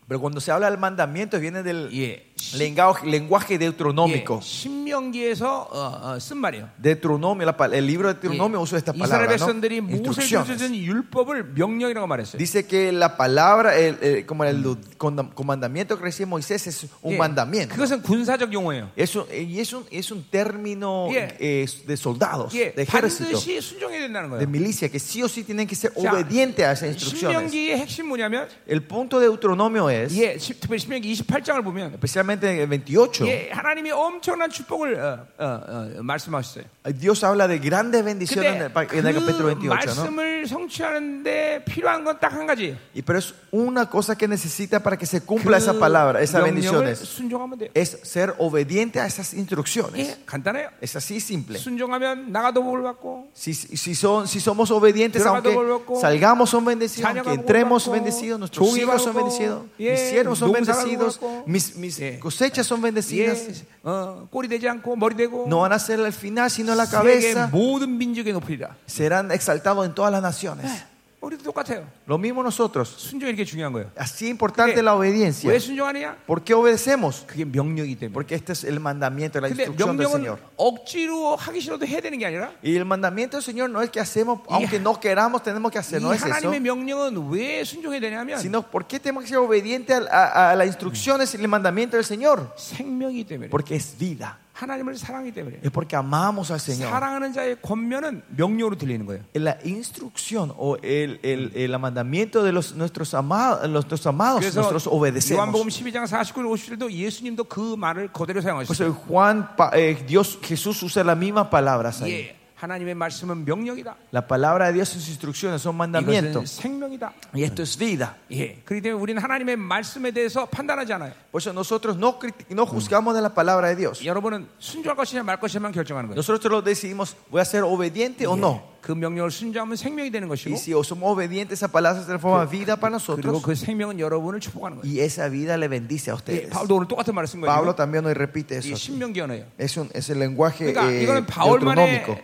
Speaker 1: Pero cuando se habla del mandamiento viene del
Speaker 2: 예.
Speaker 1: lenguaje, lenguaje deuteronómico.
Speaker 2: 예, 신명기에서 어, 어, 쓴 말이에요.
Speaker 1: Deuteronomio, la pal- el libro de
Speaker 2: 예,
Speaker 1: Deuteronomio usa esta
Speaker 2: 이스라엘
Speaker 1: palabra. ¿no?
Speaker 2: 백성들이 모세에게
Speaker 1: Instrucciones.
Speaker 2: 주신 율법을 명령이라고 말했어요.
Speaker 1: Dice que la palabra, el- el- como el condam- comandamiento que recibe Moisés es un
Speaker 2: 예,
Speaker 1: mandamiento.
Speaker 2: 그것은 군사적 용어예요.
Speaker 1: Es un, y es un, es un término
Speaker 2: Yeah.
Speaker 1: eh, de soldados,
Speaker 2: 예,
Speaker 1: de ejército,
Speaker 2: 반드시 순종해야 된다는
Speaker 1: de
Speaker 2: 거예요.
Speaker 1: milicia, que sí o sí tienen que ser
Speaker 2: 자,
Speaker 1: obedientes a esas instrucciones.
Speaker 2: 신명기의 핵심 뭐냐면
Speaker 1: El punto de Deuteronomio es,
Speaker 2: 예, 시- 특별히 신명기 28장을 보면
Speaker 1: especialmente en el 28,
Speaker 2: 예, 하나님이 엄청난 축복을 어, 어, 어, 말씀하셨어요.
Speaker 1: Dios habla de grandes bendiciones en
Speaker 2: 근데
Speaker 1: el, pa- en el capítulo
Speaker 2: 그
Speaker 1: 28. ¿no?
Speaker 2: 말씀을 성취하는데 필요한 건 딱 한 가지.
Speaker 1: Y, pero es una cosa que necesita para que se
Speaker 2: 그
Speaker 1: cumpla esa palabra, esas
Speaker 2: 명령을
Speaker 1: bendiciones,
Speaker 2: 순종하면 돼요.
Speaker 1: es ser obediente a esas instrucciones.
Speaker 2: 예, 간단해요.
Speaker 1: Es así
Speaker 2: 네.
Speaker 1: simple.
Speaker 2: 순종하면 나가도 복을 받고
Speaker 1: Si, si, son, si somos obedientes,
Speaker 2: Drogado
Speaker 1: aunque
Speaker 2: volvemos.
Speaker 1: salgamos son bendecidos,
Speaker 2: Chaña
Speaker 1: aunque
Speaker 2: volvemos.
Speaker 1: entremos son bendecidos, nuestros
Speaker 2: Chugi
Speaker 1: hijos son
Speaker 2: volvemos.
Speaker 1: bendecidos,
Speaker 2: Yeah.
Speaker 1: mis siervos son
Speaker 2: Dunza
Speaker 1: bendecidos,
Speaker 2: volvemos.
Speaker 1: mis, mis
Speaker 2: Yeah.
Speaker 1: cosechas son
Speaker 2: 예,
Speaker 1: bendecidas.
Speaker 2: 어, 꼬리 되지 않고 머리 되고
Speaker 1: No van a ser al final, sino la
Speaker 2: 세계
Speaker 1: cabeza.
Speaker 2: 모든 민족의 높이라.
Speaker 1: Serán exaltados en todas las
Speaker 2: 예. Eh.
Speaker 1: naciones.
Speaker 2: 우리도 똑같아요.
Speaker 1: Lo mismo nosotros.
Speaker 2: 순종이 이렇게 중요한 거예요.
Speaker 1: Así importante
Speaker 2: Yeah.
Speaker 1: la obediencia.
Speaker 2: 왜 순종하느냐?
Speaker 1: ¿Por qué obedecemos?
Speaker 2: 예. 그게 명령이기 때문에.
Speaker 1: Porque este es el mandamiento, la
Speaker 2: 근데
Speaker 1: instrucción del
Speaker 2: 명령은
Speaker 1: Señor.
Speaker 2: 억지로 하기 싫어도 해야 되는 게 아니라
Speaker 1: Y el mandamiento del Señor no es que hacemos, aunque no queramos, tenemos que
Speaker 2: 이
Speaker 1: hacer. No es eso.
Speaker 2: 하나님의 명령은 왜 순종해야 되냐면
Speaker 1: sino por qué tenemos que ser obedientes a, a- a las instrucciones y el mandamiento del Señor.
Speaker 2: 생명이 때문에
Speaker 1: Porque es vida,
Speaker 2: 하나님을 사랑하기 때문에
Speaker 1: es porque amamos al Señor.
Speaker 2: 사랑하는 자의 권면은 명령으로 들리는 거예요.
Speaker 1: La instrucción o el, el, el mandamiento de los, nuestros, amados, nuestros amados,
Speaker 2: 그래서
Speaker 1: nosotros obedecemos.
Speaker 2: 요한복음 12장 49절 50절도 예수님도 그 말을 그대로
Speaker 1: Pues
Speaker 2: 사용하셨어요.
Speaker 1: en Juan, pa- eh, Dios, Jesús usa las mismas palabras ahí.
Speaker 2: 예, 하나님의 말씀은 명령이다.
Speaker 1: La palabra de Dios, sus instrucciones son
Speaker 2: 이것은
Speaker 1: mandamientos.
Speaker 2: 생명이다.
Speaker 1: Y esto es vida.
Speaker 2: 예, 그렇기 때문에 우리는 하나님의 말씀에 대해서 판단하지 않아요.
Speaker 1: Por eso nosotros no, criti- no juzgamos de la palabra de Dios.
Speaker 2: 여러분은 순종할 것이냐 말 것이냐만 결정하는 거예요.
Speaker 1: Nosotros lo decidimos, voy a ser obediente o no.
Speaker 2: 그 명령을 순종하면 생명이 되는 것이고
Speaker 1: Y si somos obedientes, esa palabra se transforma en vida para
Speaker 2: 그리고
Speaker 1: nosotros.
Speaker 2: 그 생명은 여러분을 축복하는 거예요.
Speaker 1: Y esa vida le bendice a
Speaker 2: 예,
Speaker 1: ustedes.
Speaker 2: 바울도 오늘 똑같은 말을 쓴
Speaker 1: Pablo
Speaker 2: 거예요.
Speaker 1: también hoy repite
Speaker 2: 이
Speaker 1: eso.
Speaker 2: 신명기 언어예요.
Speaker 1: Es, un, es el lenguaje
Speaker 2: 그러니까
Speaker 1: eh, deuteronómico.
Speaker 2: 이거는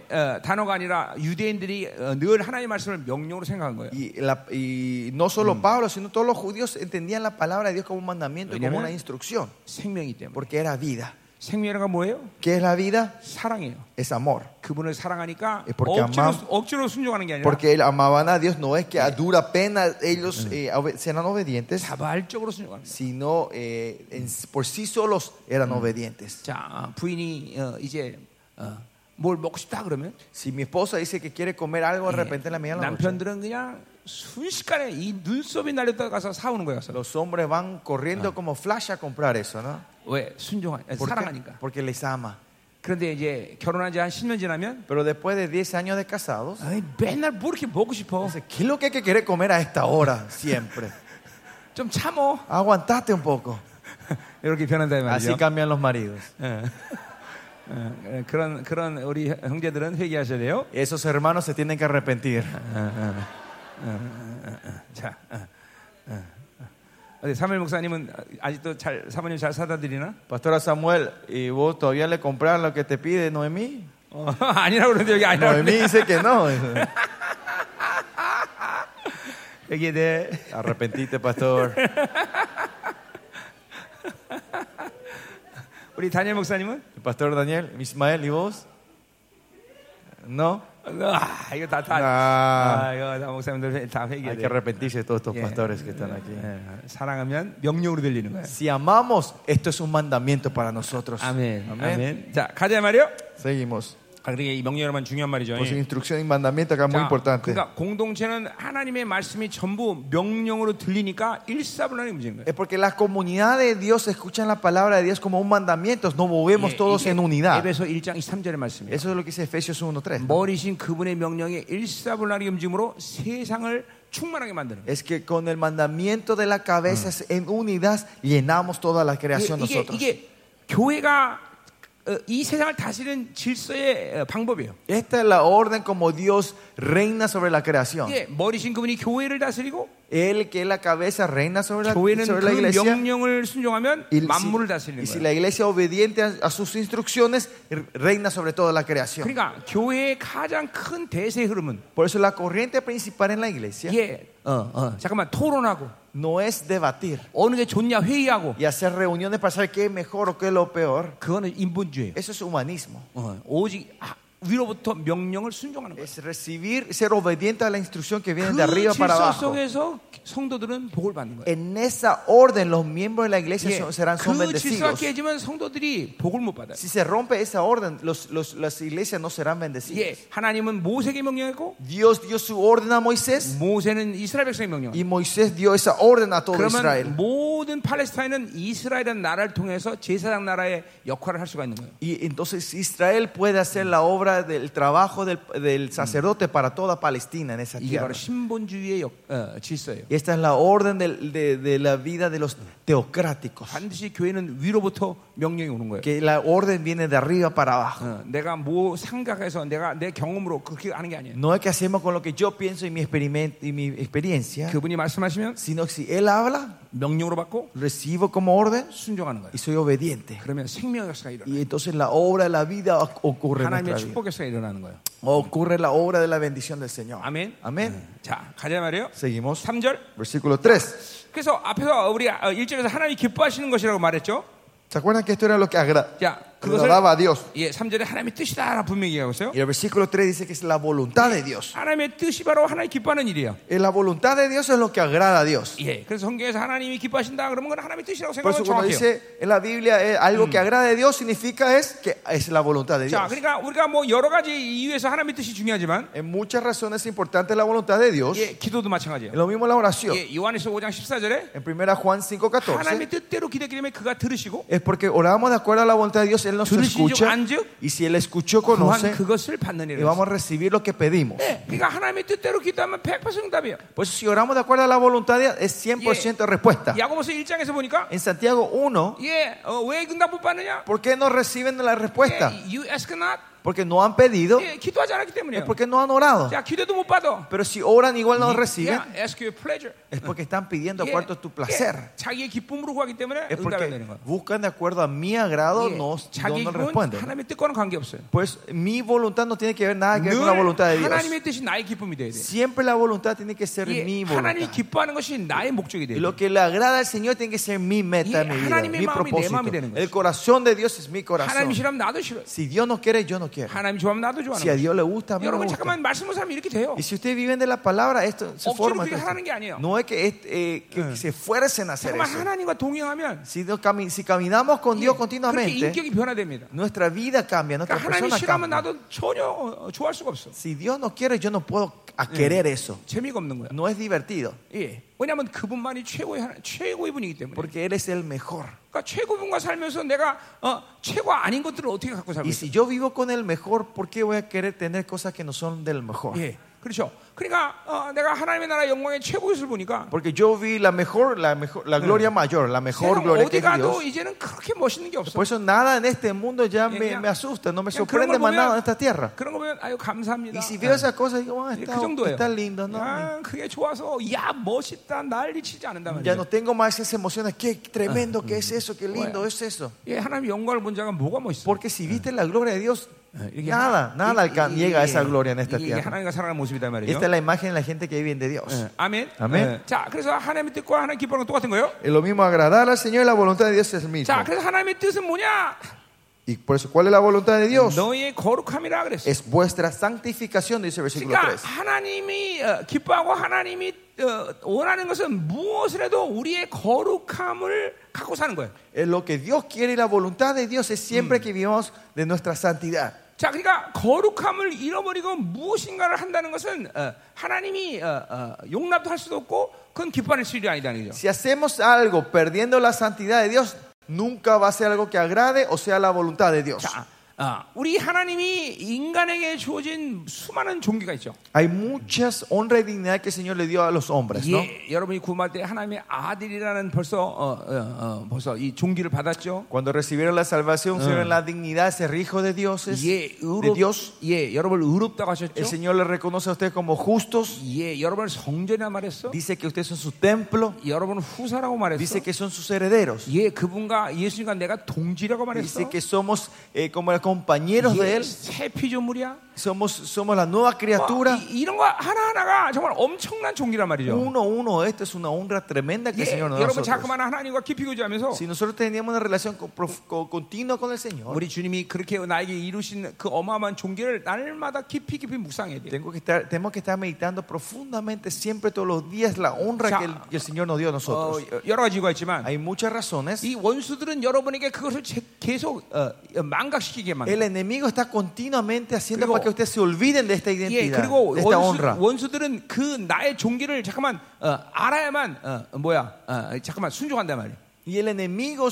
Speaker 2: 바울만의 어, 단어가 아니라 유대인들이 어, 늘 하나님의 말씀을 명령으로 생각한 거예요.
Speaker 1: Y, la- y no solo Pablo, sino todos los judíos entendían la palabra de Dios como un mandamiento, y como
Speaker 2: 왜냐면-
Speaker 1: una instrucción,
Speaker 2: 생명이 때문에.
Speaker 1: porque era vida.
Speaker 2: 생명이란 건 뭐예요?
Speaker 1: ¿Qué es la vida?
Speaker 2: 사랑이에요.
Speaker 1: Es amor.
Speaker 2: 그분을 사랑하니까
Speaker 1: 예, porque
Speaker 2: 억지로,
Speaker 1: amam-
Speaker 2: 억지로 순종하는 게 아니라
Speaker 1: Porque el- amaban a Dios, no es que a dura pena ellos eh, obe- serán obedientes,
Speaker 2: 자발적으로 순종하는 거예요.
Speaker 1: sino eh, en- por sí solos eran obedientes.
Speaker 2: 자, 부인이 어, 이제 어, 뭘 먹고 싶다 그러면 예,
Speaker 1: Si mi esposa dice que quiere comer algo de 뭐 repente en la mañana, de la noche,
Speaker 2: 남편들은 그냥 순식간에 이 눈썹이 날렸다 가서 사오는 거야. 가서.
Speaker 1: los hombres van corriendo como flash a comprar eso, ¿no?
Speaker 2: 왜? 순종하,
Speaker 1: ¿Por qué?
Speaker 2: 사랑하니까.
Speaker 1: Porque les ama.
Speaker 2: 그런데 이제 결혼한 지 한 10년 지나면
Speaker 1: Pero después de 10 años de casados,
Speaker 2: 아이, 맨날 뭐 이렇게 먹고 싶어.
Speaker 1: dice, ¿qué es lo que hay que querer comer a esta hora siempre?
Speaker 2: 좀 참어.
Speaker 1: Aguantate un poco.
Speaker 2: 이렇게 변한다 이
Speaker 1: Así
Speaker 2: 말이죠.
Speaker 1: cambian los maridos.
Speaker 2: 예. 예, 그런 그런 우리 형제들은 회개하셔야 돼요.
Speaker 1: Esos hermanos se tienen que arrepentir.
Speaker 2: 예, 자, 어, 어, 어. 어디 사무엘 목사님은 아직도 잘 사모님 잘 사다 드리나?
Speaker 1: Pastora Samuel, ¿y vos todavía le compras lo que te pide Noemí?
Speaker 2: 어, 아니라고 그러는데 여기 아니라고
Speaker 1: Noemí
Speaker 2: 그러는데
Speaker 1: dice que no.
Speaker 2: 여기에 대해
Speaker 1: Arrepentite, pastor.
Speaker 2: 우리 다니엘 목사님은
Speaker 1: El pastor Daniel, Ismael, ¿y vos? No.
Speaker 2: 아, 이거 다, 다,
Speaker 1: 아.
Speaker 2: 아, 이거 다 목사님들 다 회개돼.
Speaker 1: Hay que arrepentirse de todos estos
Speaker 2: 예.
Speaker 1: pastores que están aquí.
Speaker 2: 예, 사랑하면 명령으로 들리는 거예요.
Speaker 1: Si amamos, esto es un mandamiento para nosotros.
Speaker 2: 아멘. 아멘.
Speaker 1: Amén.
Speaker 2: 자, 가자 말이요.
Speaker 1: Seguimos.
Speaker 2: 아, 그러니까 이 명령이란 중요한 말이죠.
Speaker 1: Por su
Speaker 2: 예.
Speaker 1: instrucción y mandamiento acá es muy
Speaker 2: 자,
Speaker 1: importante.
Speaker 2: 그러니까 공동체는 하나님의 말씀이 전부 명령으로 들리니까 일사불란의 문제인 거예요.
Speaker 1: Es porque las comunidades de Dios escuchan la palabra de Dios como un mandamiento, nos movemos todos
Speaker 2: 예, 이게
Speaker 1: en unidad.
Speaker 2: 에베소 1장 23절의 말씀이에요.
Speaker 1: Eso es lo que dice Efesios 1.3.
Speaker 2: 머리신 그분의 명령에 일사불란의 움직임으로 세상을 충만하게 만드는 거예요.
Speaker 1: Es que con el mandamiento de la cabeza en unidad llenamos toda la creación
Speaker 2: 이게, 이게,
Speaker 1: nosotros.
Speaker 2: 이게 교회가 어, 이 세상을 다스리는 질서의 어, 방법이에요.
Speaker 1: Esta es la orden como Dios reina sobre la creación.
Speaker 2: 이게 머리신 그분이 교회를 다스리고
Speaker 1: Él que es la cabeza reina sobre la,
Speaker 2: 교회는
Speaker 1: sobre la
Speaker 2: 그
Speaker 1: iglesia.
Speaker 2: 명령을 순종하면
Speaker 1: Y si-
Speaker 2: 만물을
Speaker 1: y
Speaker 2: 다스리는
Speaker 1: si
Speaker 2: 거예요.
Speaker 1: la iglesia obediente a, a sus instrucciones re- reina sobre toda la creación.
Speaker 2: 그러니까 교회의 가장 큰 대세 흐름은
Speaker 1: Por eso la corriente principal en la iglesia
Speaker 2: 예, 어, 어, 잠깐만 토론하고
Speaker 1: no es debatir
Speaker 2: 어느 게 좋냐 회의하고
Speaker 1: y hacer reuniones para saber qué es mejor o qué es lo peor.
Speaker 2: 그거는 인본주의예요.
Speaker 1: Eso es humanismo.
Speaker 2: 어, 오직 하- 위로부터 명령을 순종하는 거예요.
Speaker 1: Es recibir, ser obediente a la instrucción que viene de
Speaker 2: 그
Speaker 1: arriba para
Speaker 2: 질서
Speaker 1: abajo.
Speaker 2: 속에서 성도들은 복을 받는 거예요.
Speaker 1: En esa orden los miembros de la iglesia
Speaker 2: 예,
Speaker 1: son- serán son
Speaker 2: 그 질서가
Speaker 1: bendecidos.
Speaker 2: 깨지면 성도들이 복을 못 받아요.
Speaker 1: Si se rompe esa orden, los- los- las iglesias no serán
Speaker 2: 예,
Speaker 1: bendecidas.
Speaker 2: 하나님은 모세에게 명령했고
Speaker 1: Dios dio su orden a Moisés
Speaker 2: 모세는 이스라엘 백성에게 명령했고
Speaker 1: y Moisés dio esa orden a todo
Speaker 2: 그러면
Speaker 1: Israel.
Speaker 2: 모든 팔레스타인은 이스라엘이라는 나라를 통해서 제사장 나라의 역할을 할 수가 있는 거예요.
Speaker 1: Y entonces Israel puede hacer la obra del trabajo del, del sacerdote para toda Palestina en esa
Speaker 2: 이게
Speaker 1: tierra.
Speaker 2: 바로 신본주의의 역- 어, 질서예요.
Speaker 1: Y esta es la orden del- de, de la vida de los teocráticos.
Speaker 2: 반드시 교회는 위로부터 명령이 오는 거예요.
Speaker 1: Que la orden viene de arriba para abajo.
Speaker 2: 어, 내가 뭐 생각해서 내가 내 경험으로 그렇게 하는 게 아니에요.
Speaker 1: No es que hacemos con lo que yo pienso y mi, experimento, y mi experiencia,
Speaker 2: 그분이 말씀하시면
Speaker 1: sino que si Él habla,
Speaker 2: 명령으로 받고
Speaker 1: recibo como orden
Speaker 2: 순종하는 거예요.
Speaker 1: y soy obediente.
Speaker 2: 그러면 생명의 역사가 일어나.
Speaker 1: Y entonces la obra de la vida ocurre en nuestra
Speaker 2: 하나님의
Speaker 1: vida.
Speaker 2: 축복 역사가 일어나는 거예요.
Speaker 1: Ocurre la obra de la bendición del Señor.
Speaker 2: 아멘.
Speaker 1: Amén.
Speaker 2: 자, 가자 말이에요.
Speaker 1: Seguimos.
Speaker 2: 3절.
Speaker 1: Versículo 3.
Speaker 2: 그래서 앞에서 우리 어, 1절에서 하나님이 기뻐하시는 것이라고 말했죠.
Speaker 1: ¿Se acuerdan que esto era lo que agra-
Speaker 2: 자, 그것을
Speaker 1: agradaba a Dios?
Speaker 2: 예, 3절에 하나님의 뜻이다 분명히 얘기하고 있어요.
Speaker 1: Y el versículo 3 dice que es la voluntad de Dios.
Speaker 2: 하나님의 뜻이 바로 하나님 기뻐하는 일이에요.
Speaker 1: Eh, La voluntad de Dios es lo que agrada a Dios.
Speaker 2: 예, 그래서 성경에서 하나님이 기뻐하신다 그러면 그건 하나님의 뜻이라고
Speaker 1: Por
Speaker 2: 생각하면
Speaker 1: eso cuando
Speaker 2: 정확해요.
Speaker 1: dice en la Biblia eh, algo que agrada a Dios significa es que es la voluntad de Dios.
Speaker 2: 자, 그러니까 우리가 뭐 여러 가지 이유에서 하나님의 뜻이 중요하지만
Speaker 1: En muchas razones es importante la voluntad de Dios.
Speaker 2: 예, 기도도 마찬가지예요.
Speaker 1: En lo mismo la oración.
Speaker 2: 예, 요한에서 5장 14절에
Speaker 1: En 1 Juan 5:14
Speaker 2: 하나님의 뜻대로 기도하기 때문에 그가 들으시고
Speaker 1: es porque oramos de acuerdo a la voluntad de Dios, él nos
Speaker 2: 들으신 즉
Speaker 1: escucha
Speaker 2: 안즉
Speaker 1: y si él escuchó
Speaker 2: 또한
Speaker 1: conoce
Speaker 2: 그것을 받느니라.
Speaker 1: y vamos a recibir lo que pedimos.
Speaker 2: 예, 그러니까 하나님의 뜻대로 기도하면 100% 응답이에요.
Speaker 1: Por eso si oramos de acuerdo a la voluntad de Dios es 100% respuesta.
Speaker 2: 야고보서 1장에서 보니까
Speaker 1: En Santiago 1,
Speaker 2: 예, 어, 왜 응답 못 받느냐?
Speaker 1: ¿por qué no reciben la respuesta?
Speaker 2: 예, you ask not.
Speaker 1: Porque no han pedido,
Speaker 2: 예, 기도하지 않았기 때문이에요.
Speaker 1: porque no han orado.
Speaker 2: 자, 기도도 못 받아.
Speaker 1: Pero si oran igual no reciben,
Speaker 2: Yeah, ask your pleasure.
Speaker 1: es porque están pidiendo de
Speaker 2: 예,
Speaker 1: acuerdo a tu
Speaker 2: 예,
Speaker 1: placer.
Speaker 2: 자기의 기쁨으로 구하기 때문에
Speaker 1: Es
Speaker 2: 응답이 되는
Speaker 1: porque
Speaker 2: 거야.
Speaker 1: buscan de acuerdo a mi agrado,
Speaker 2: 예,
Speaker 1: no, no,
Speaker 2: 자기
Speaker 1: no
Speaker 2: 기쁨은
Speaker 1: responden.
Speaker 2: 하나님의 뜻과는 관계 없어요.
Speaker 1: Pues mi voluntad no tiene que ver nada que ver
Speaker 2: 늘
Speaker 1: con la voluntad de Dios.
Speaker 2: 하나님의 뜻이 나의 기쁨이 돼야 돼.
Speaker 1: Siempre la voluntad tiene que ser mi
Speaker 2: 예, 하나님이
Speaker 1: voluntad.
Speaker 2: 기뻐하는 것이 나의 목적이
Speaker 1: Y
Speaker 2: 돼야
Speaker 1: lo
Speaker 2: 돼.
Speaker 1: que le agrada al Señor tiene que ser mi meta,
Speaker 2: Y
Speaker 1: mi vida,
Speaker 2: 하나님의
Speaker 1: mi
Speaker 2: 마음이 내
Speaker 1: propósito.
Speaker 2: 마음이 되는 거지.
Speaker 1: El corazón de Dios es mi corazón.
Speaker 2: 하나님 싫으면 나도 싫어.
Speaker 1: Si Dios no quiere, yo no quiero.
Speaker 2: 하나님 좋아하면 나도 좋아하는
Speaker 1: Si a
Speaker 2: 거야.
Speaker 1: Dios le gusta, a mí me
Speaker 2: 여러분
Speaker 1: gusta.
Speaker 2: 잠깐만 말씀을 사면 이렇게 돼요.
Speaker 1: Y si ustedes viven de la palabra, esto se
Speaker 2: 억지로
Speaker 1: forma.
Speaker 2: 그렇게
Speaker 1: esto.
Speaker 2: 하라는 게 아니에요.
Speaker 1: No es que, es- eh, que se fuercen a hacer
Speaker 2: 잠깐만
Speaker 1: eso.
Speaker 2: 하나님과 동행하면
Speaker 1: Si, no cami- si caminamos con Dios
Speaker 2: 그렇게
Speaker 1: continuamente,
Speaker 2: 인격이 변화됩니다.
Speaker 1: nuestra vida cambia, nuestra
Speaker 2: 그러니까 하나님이
Speaker 1: persona
Speaker 2: 싫어하면
Speaker 1: cambia.
Speaker 2: 나도 전혀 어, 좋아할 수가 없어.
Speaker 1: Si Dios no quiere, yo no puedo a querer eso.
Speaker 2: 재미가 없는 거야.
Speaker 1: No es divertido,
Speaker 2: 예. 왜냐하면 그분만이 최고의 하나- 최고의 분이기 때문에.
Speaker 1: porque Él es el mejor.
Speaker 2: 그러니까 최고 분과 살면서 내가 어, 최고 아닌 것들을 어떻게 갖고 살고
Speaker 1: Y
Speaker 2: 있어?
Speaker 1: si yo vivo con el mejor, ¿por qué voy a querer tener cosas que no son del mejor?
Speaker 2: 예, 그렇죠. 그러니까 어, 내가 하나님의 나라 영광의 최고 것을 보니까
Speaker 1: Porque yo vi la mejor, la mejor, la gloria mayor, la mejor
Speaker 2: 세상
Speaker 1: gloria que
Speaker 2: 어디
Speaker 1: es
Speaker 2: 가도
Speaker 1: Dios.
Speaker 2: 이제는 그렇게 멋있는 게 없어.
Speaker 1: Por eso nada en este mundo ya
Speaker 2: 예,
Speaker 1: me,
Speaker 2: 그냥-
Speaker 1: me asusta, no me
Speaker 2: 그냥
Speaker 1: sorprende
Speaker 2: 그런 걸
Speaker 1: más nada
Speaker 2: 보면-
Speaker 1: en esta tierra.
Speaker 2: 그런 거 보면 아유 감사합니다.
Speaker 1: Y si veo esas cosas, digo, ah,
Speaker 2: 예,
Speaker 1: está,
Speaker 2: 그 정도예요.
Speaker 1: está lindo, ¿no?
Speaker 2: 아, 그게 좋아서 야 멋있다 난리치지 않는다
Speaker 1: Ya
Speaker 2: 말이야.
Speaker 1: no tengo más esas emociones. Qué tremendo que es eso, qué lindo es eso.
Speaker 2: 예, 하나님 영광을 본 자가 뭐가 멋있어?
Speaker 1: Porque si viste la gloria de Dios,
Speaker 2: 이게
Speaker 1: nada,
Speaker 2: 하나-
Speaker 1: nada
Speaker 2: 이-
Speaker 1: alca-
Speaker 2: 이-
Speaker 1: llega a
Speaker 2: 이-
Speaker 1: esa gloria en esta
Speaker 2: 이게
Speaker 1: tierra.
Speaker 2: 하나님과 살아가는 모습이다 말이죠.
Speaker 1: Esta es la imagen de la gente que vive de Dios.
Speaker 2: 예, 아멘.
Speaker 1: 아멘.
Speaker 2: 예, 자, 그래서 하나님의 뜻과 하나님 기뻐하는 건 똑같은 거예요. 예, 뭐.
Speaker 1: Es lo mismo agradar al Señor y la voluntad de Dios es el mismo.
Speaker 2: 자, 그래서 하나님의 뜻은 뭐냐?
Speaker 1: Y por eso, ¿cuál es la voluntad de Dios? 예,
Speaker 2: 너희의 거룩함이라 그랬어.
Speaker 1: Es vuestra santificación, dice el versículo
Speaker 2: 그러니까
Speaker 1: 3.
Speaker 2: 하나님이 어, 기뻐하고 하나님이 어, 원하는 것은 무엇을 해도 우리의 거룩함을 갖고 사는 거예요.
Speaker 1: Eh, Lo que Dios quiere y la voluntad de Dios es siempre que vivamos de nuestra santidad.
Speaker 2: 자, 그러니까 거룩함을 잃어버리고 무엇인가를 한다는 것은 어, 하나님이 어, 어, 용납도 할 수도 없고 그건 기뻐하는 일이 아니다는 거죠.
Speaker 1: Si hacemos algo perdiendo la santidad de Dios, nunca va a ser algo que agrade o sea la voluntad de Dios.
Speaker 2: 자, 어, 우리 하나님이 인간에게 주어진 수많은 종기가 있죠.
Speaker 1: Hay muchas honra y dignidad que el Señor le dio a los hombres, ¿no?
Speaker 2: 예, 여러분이 구할 때 하나님의 아들이라는 벌써 어, 어, 어, 벌써 이 종기를 받았죠.
Speaker 1: Cuando recibieron la salvación, recibieron la dignidad, ser hijo de dioses,
Speaker 2: 예,
Speaker 1: de
Speaker 2: 의롭,
Speaker 1: Dios.
Speaker 2: 예, 여러분을 의롭다고 하셨죠.
Speaker 1: El Señor les reconoce a ustedes como justos,
Speaker 2: 예, 여러분을 성전이라 말했어.
Speaker 1: dice que ustedes son su templo,
Speaker 2: 여러분은 후사라고 말했어.
Speaker 1: dice que son sus herederos,
Speaker 2: 예, 그분과 예수님과 내가 동지라고 말했어.
Speaker 1: dice que somos eh, como compañeros de
Speaker 2: 예,
Speaker 1: Él,
Speaker 2: 새 피조물이야.
Speaker 1: somos, somos la nueva
Speaker 2: 와,
Speaker 1: criatura.
Speaker 2: 이, 이런 거 하나하나가 정말 엄청난 종기란 말이죠.
Speaker 1: Uno, uno, esto es una honra tremenda que
Speaker 2: 예,
Speaker 1: el Señor nos da. a
Speaker 2: 여러분
Speaker 1: nosotros.
Speaker 2: 자꾸만 하나님과 깊이 교제하면서
Speaker 1: Si nosotros teníamos una relación con- prof- con- continua con el Señor,
Speaker 2: 우리 주님이 그렇게 나에게 이루신 그 어마어마한 종기를 날마다 깊이 깊이 묵상해야 돼.
Speaker 1: tengo que estar, tenemos que estar meditando profundamente siempre todos los días la honra
Speaker 2: Ya.
Speaker 1: que el, que el Señor nos dio a
Speaker 2: 어,
Speaker 1: nosotros.
Speaker 2: 여러 가지 이유가 있지만
Speaker 1: Hay muchas razones.
Speaker 2: 이 원수들은 여러분에게 그것을 제- 계속 어, 어, 망각시키게만.
Speaker 1: El enemigo está continuamente haciendo
Speaker 2: Luego-
Speaker 1: para que ustedes se olviden de esta
Speaker 2: 예,
Speaker 1: identidad,
Speaker 2: 그리고
Speaker 1: de esta
Speaker 2: 원수,
Speaker 1: honra.
Speaker 2: 원수들은 그 나의 종기를 잠깐만 어, 알아야만 어, 뭐야, 어, 잠깐만 순종한단 말이에요.
Speaker 1: Y el enemigo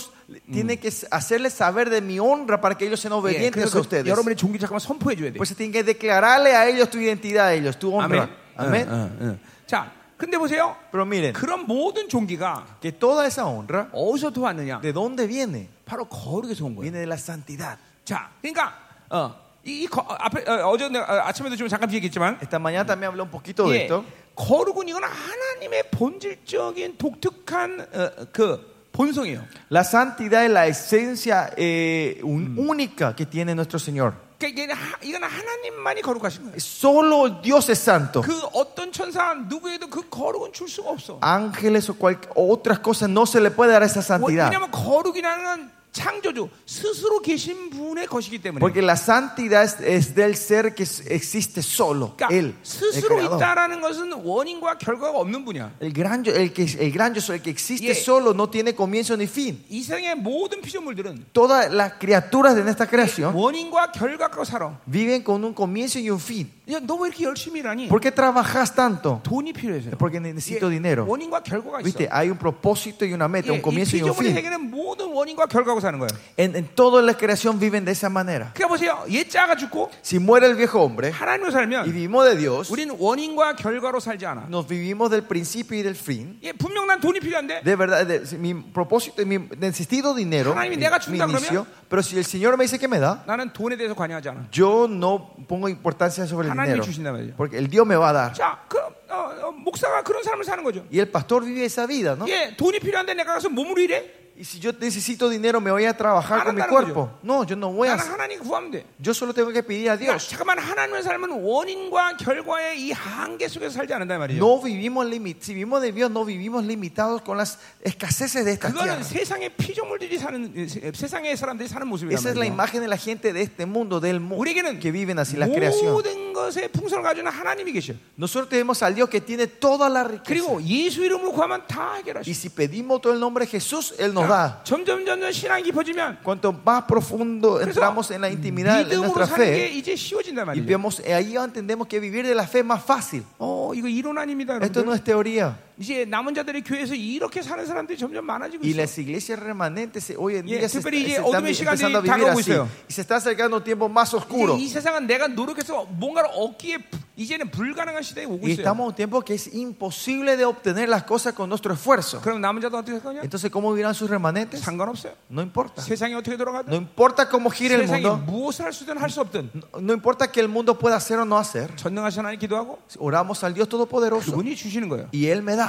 Speaker 1: tiene que hacerles saber de mi honra para que ellos sean
Speaker 2: 예,
Speaker 1: obedientes
Speaker 2: 그래서
Speaker 1: a
Speaker 2: 그
Speaker 1: ustedes.
Speaker 2: 여러분의 종기 잠깐만 선포해 줘야 돼.
Speaker 1: Por eso tienen que declararle a ellos tu identidad, a ellos, tu honra.
Speaker 2: 어.
Speaker 1: Amén. Ah,
Speaker 2: 응, 응, 응. 어. 자, 근데 보세요.
Speaker 1: Pero miren,
Speaker 2: 그런 모든 종기가
Speaker 1: que toda esa honra,
Speaker 2: 어디서 왔느냐?
Speaker 1: ¿de dónde viene?
Speaker 2: 바로 거룩에서 온 거예요.
Speaker 1: Viene de la santidad.
Speaker 2: 자, 그러니까 어, 이, 이 거, 어, 앞에 어, 어제 내가, 어, 아침에도 좀 잠깐 얘기했지만
Speaker 1: Esta mañana también hablé un poquito de
Speaker 2: 예,
Speaker 1: esto.
Speaker 2: 거룩은 이건 하나님의 본질적인 독특한 어, 그 본성이에요.
Speaker 1: La santidad es la esencia eh, un- única que tiene nuestro Señor.
Speaker 2: 그러니까 이게 하- 이건 하나님만이 거룩하신 거예요.
Speaker 1: Solo Dios es santo.
Speaker 2: 그 어떤 천사 누구에도 그 거룩은 줄 수가 없어.
Speaker 1: Ángeles o, cual- o otras cosas no se le puede dar esa
Speaker 2: 아,
Speaker 1: santidad.
Speaker 2: 뭐 왜냐하면 거룩이라는 창조주 스스로 계신 분의 것이기 때문에.
Speaker 1: Porque la santidad es, es del ser que es- existe solo. Él.
Speaker 2: 그러니까
Speaker 1: El,
Speaker 2: 스스로
Speaker 1: creador.
Speaker 2: 있다라는 것은 원인과 결과가 없는 분이야.
Speaker 1: El gran, yo, el, que, el gran yo soy, el que existe
Speaker 2: Yeah.
Speaker 1: solo, no tiene comienzo ni fin.
Speaker 2: 이 세상의 모든 피조물들은
Speaker 1: Todas las criaturas de esta creación
Speaker 2: 원인과 결과가 살아.
Speaker 1: viven con un comienzo y un fin.
Speaker 2: 야, 너 왜 이렇게 열심히 일하니?
Speaker 1: ¿Por qué trabajas tanto?
Speaker 2: 돈이 필요해서.
Speaker 1: Porque
Speaker 2: 예,
Speaker 1: necesito dinero.
Speaker 2: 원인과 결과가 있어.
Speaker 1: Viste, hay un propósito y una meta,
Speaker 2: 예,
Speaker 1: un
Speaker 2: 이
Speaker 1: comienzo y un
Speaker 2: 피조물의
Speaker 1: fin.
Speaker 2: 세계는 모든 원인과 결과가 사는 거예요.
Speaker 1: En, en toda la creación viven de esa manera.
Speaker 2: 그러니까 보세요. 옛자가 죽고
Speaker 1: Si muere el viejo hombre
Speaker 2: 하나님으로
Speaker 1: y
Speaker 2: 살면
Speaker 1: vivimos de Dios,
Speaker 2: 우리는 원인과 결과로 살지 않아.
Speaker 1: nos vivimos del principio y del fin.
Speaker 2: 예, 분명 난 돈이 필요한데
Speaker 1: De verdad, de- si mi propósito, y mi necesito dinero,
Speaker 2: 하나님이
Speaker 1: mi,
Speaker 2: 내가
Speaker 1: mi
Speaker 2: 준다
Speaker 1: inicio, pero si el Señor me dice que me da,
Speaker 2: 나는 돈에 대해서 관여하지 않아.
Speaker 1: yo no pongo importancia sobre el
Speaker 2: 하나님이
Speaker 1: dinero,
Speaker 2: 주신단 말이죠.
Speaker 1: porque el Dios me va a dar.
Speaker 2: 자, 그 어, 어, 목사가 그런 삶을 사는 거죠.
Speaker 1: Y el pastor vive esa vida, ¿no?
Speaker 2: 예, 돈이 필요한데 내가 가서 몸으로 일해?
Speaker 1: Y si yo necesito dinero, me voy a trabajar con mi
Speaker 2: Arrancar
Speaker 1: cuerpo. No, yo no voy a.
Speaker 2: 나는 하나님 구하면 돼.
Speaker 1: Yo solo tengo que pedir a
Speaker 2: 그러니까
Speaker 1: Dios.
Speaker 2: 잠깐만 하나님의 삶은 원인과 결과의 이 한계 속에서 살지 않는단 말이에요.
Speaker 1: No vivimos limit, si vivimos de Dios, no vivimos limitados con las escaseces de esta tierra.
Speaker 2: 그거는 세상의 피조물들이 사는 세- 세상의 사람들이 사는 모습이란
Speaker 1: Esa es la
Speaker 2: 말이에요.
Speaker 1: imagen de la gente de este mundo, del mundo,
Speaker 2: 우리에게는
Speaker 1: que viven así, la creación.
Speaker 2: 모든 것의 풍성을 가지는 하나님이 계셔.
Speaker 1: Nosotros tenemos al Dios que tiene toda la riqueza.
Speaker 2: 그리고 예수 이름으로 구하면 다 해결하셔.
Speaker 1: Y si pedimos todo el nombre de Jesús, Él nos da.
Speaker 2: 점점 점점 신앙이 깊어지면
Speaker 1: Cuanto más profundo entramos en la intimidad de
Speaker 2: 믿음으로
Speaker 1: nuestra
Speaker 2: 사는 게
Speaker 1: fe,
Speaker 2: 이제 쉬워진단
Speaker 1: y
Speaker 2: 말이에요.
Speaker 1: vemos, ahí entendemos que vivir de la fe es más fácil.
Speaker 2: 어, 이거 이론 아닙니다,
Speaker 1: Esto no
Speaker 2: 여러분.
Speaker 1: es teoría.
Speaker 2: 이제 남은 자들이 교회에서 이렇게 사는 사람들이 점점 많아지고
Speaker 1: Y
Speaker 2: 있어.
Speaker 1: las iglesias remanentes se- hoy en
Speaker 2: Yeah,
Speaker 1: día se, se
Speaker 2: 특별히 이제
Speaker 1: están
Speaker 2: 어둠의
Speaker 1: vi-
Speaker 2: 시간들이
Speaker 1: empezando a vivir
Speaker 2: 다가오고
Speaker 1: así.
Speaker 2: 있어요.
Speaker 1: Y se está acercando un tiempo más
Speaker 2: 이제
Speaker 1: oscuro.
Speaker 2: 이 세상은 내가 노력해서 뭔가를 얻기에 부- 이제는 불가능한 시대에 오고
Speaker 1: Y
Speaker 2: 있어요.
Speaker 1: estamos en un tiempo que es imposible de obtener las cosas con nuestro esfuerzo.
Speaker 2: 그럼 남은 자들 어떻게 할 거냐?
Speaker 1: Entonces, ¿cómo vivirán sus remanentes?
Speaker 2: 상관없어요.
Speaker 1: No importa.
Speaker 2: 세상이 어떻게 돌아가든
Speaker 1: No importa cómo gire el
Speaker 2: 세상이
Speaker 1: mundo.
Speaker 2: 무엇을 할 수든 할 수 없든
Speaker 1: No- No importa que el mundo pueda hacer o no hacer.
Speaker 2: 전능하신 하나님 기도하고
Speaker 1: Oramos al Dios Todopoderoso
Speaker 2: 그분이 주시는 거예요.
Speaker 1: y Él me da.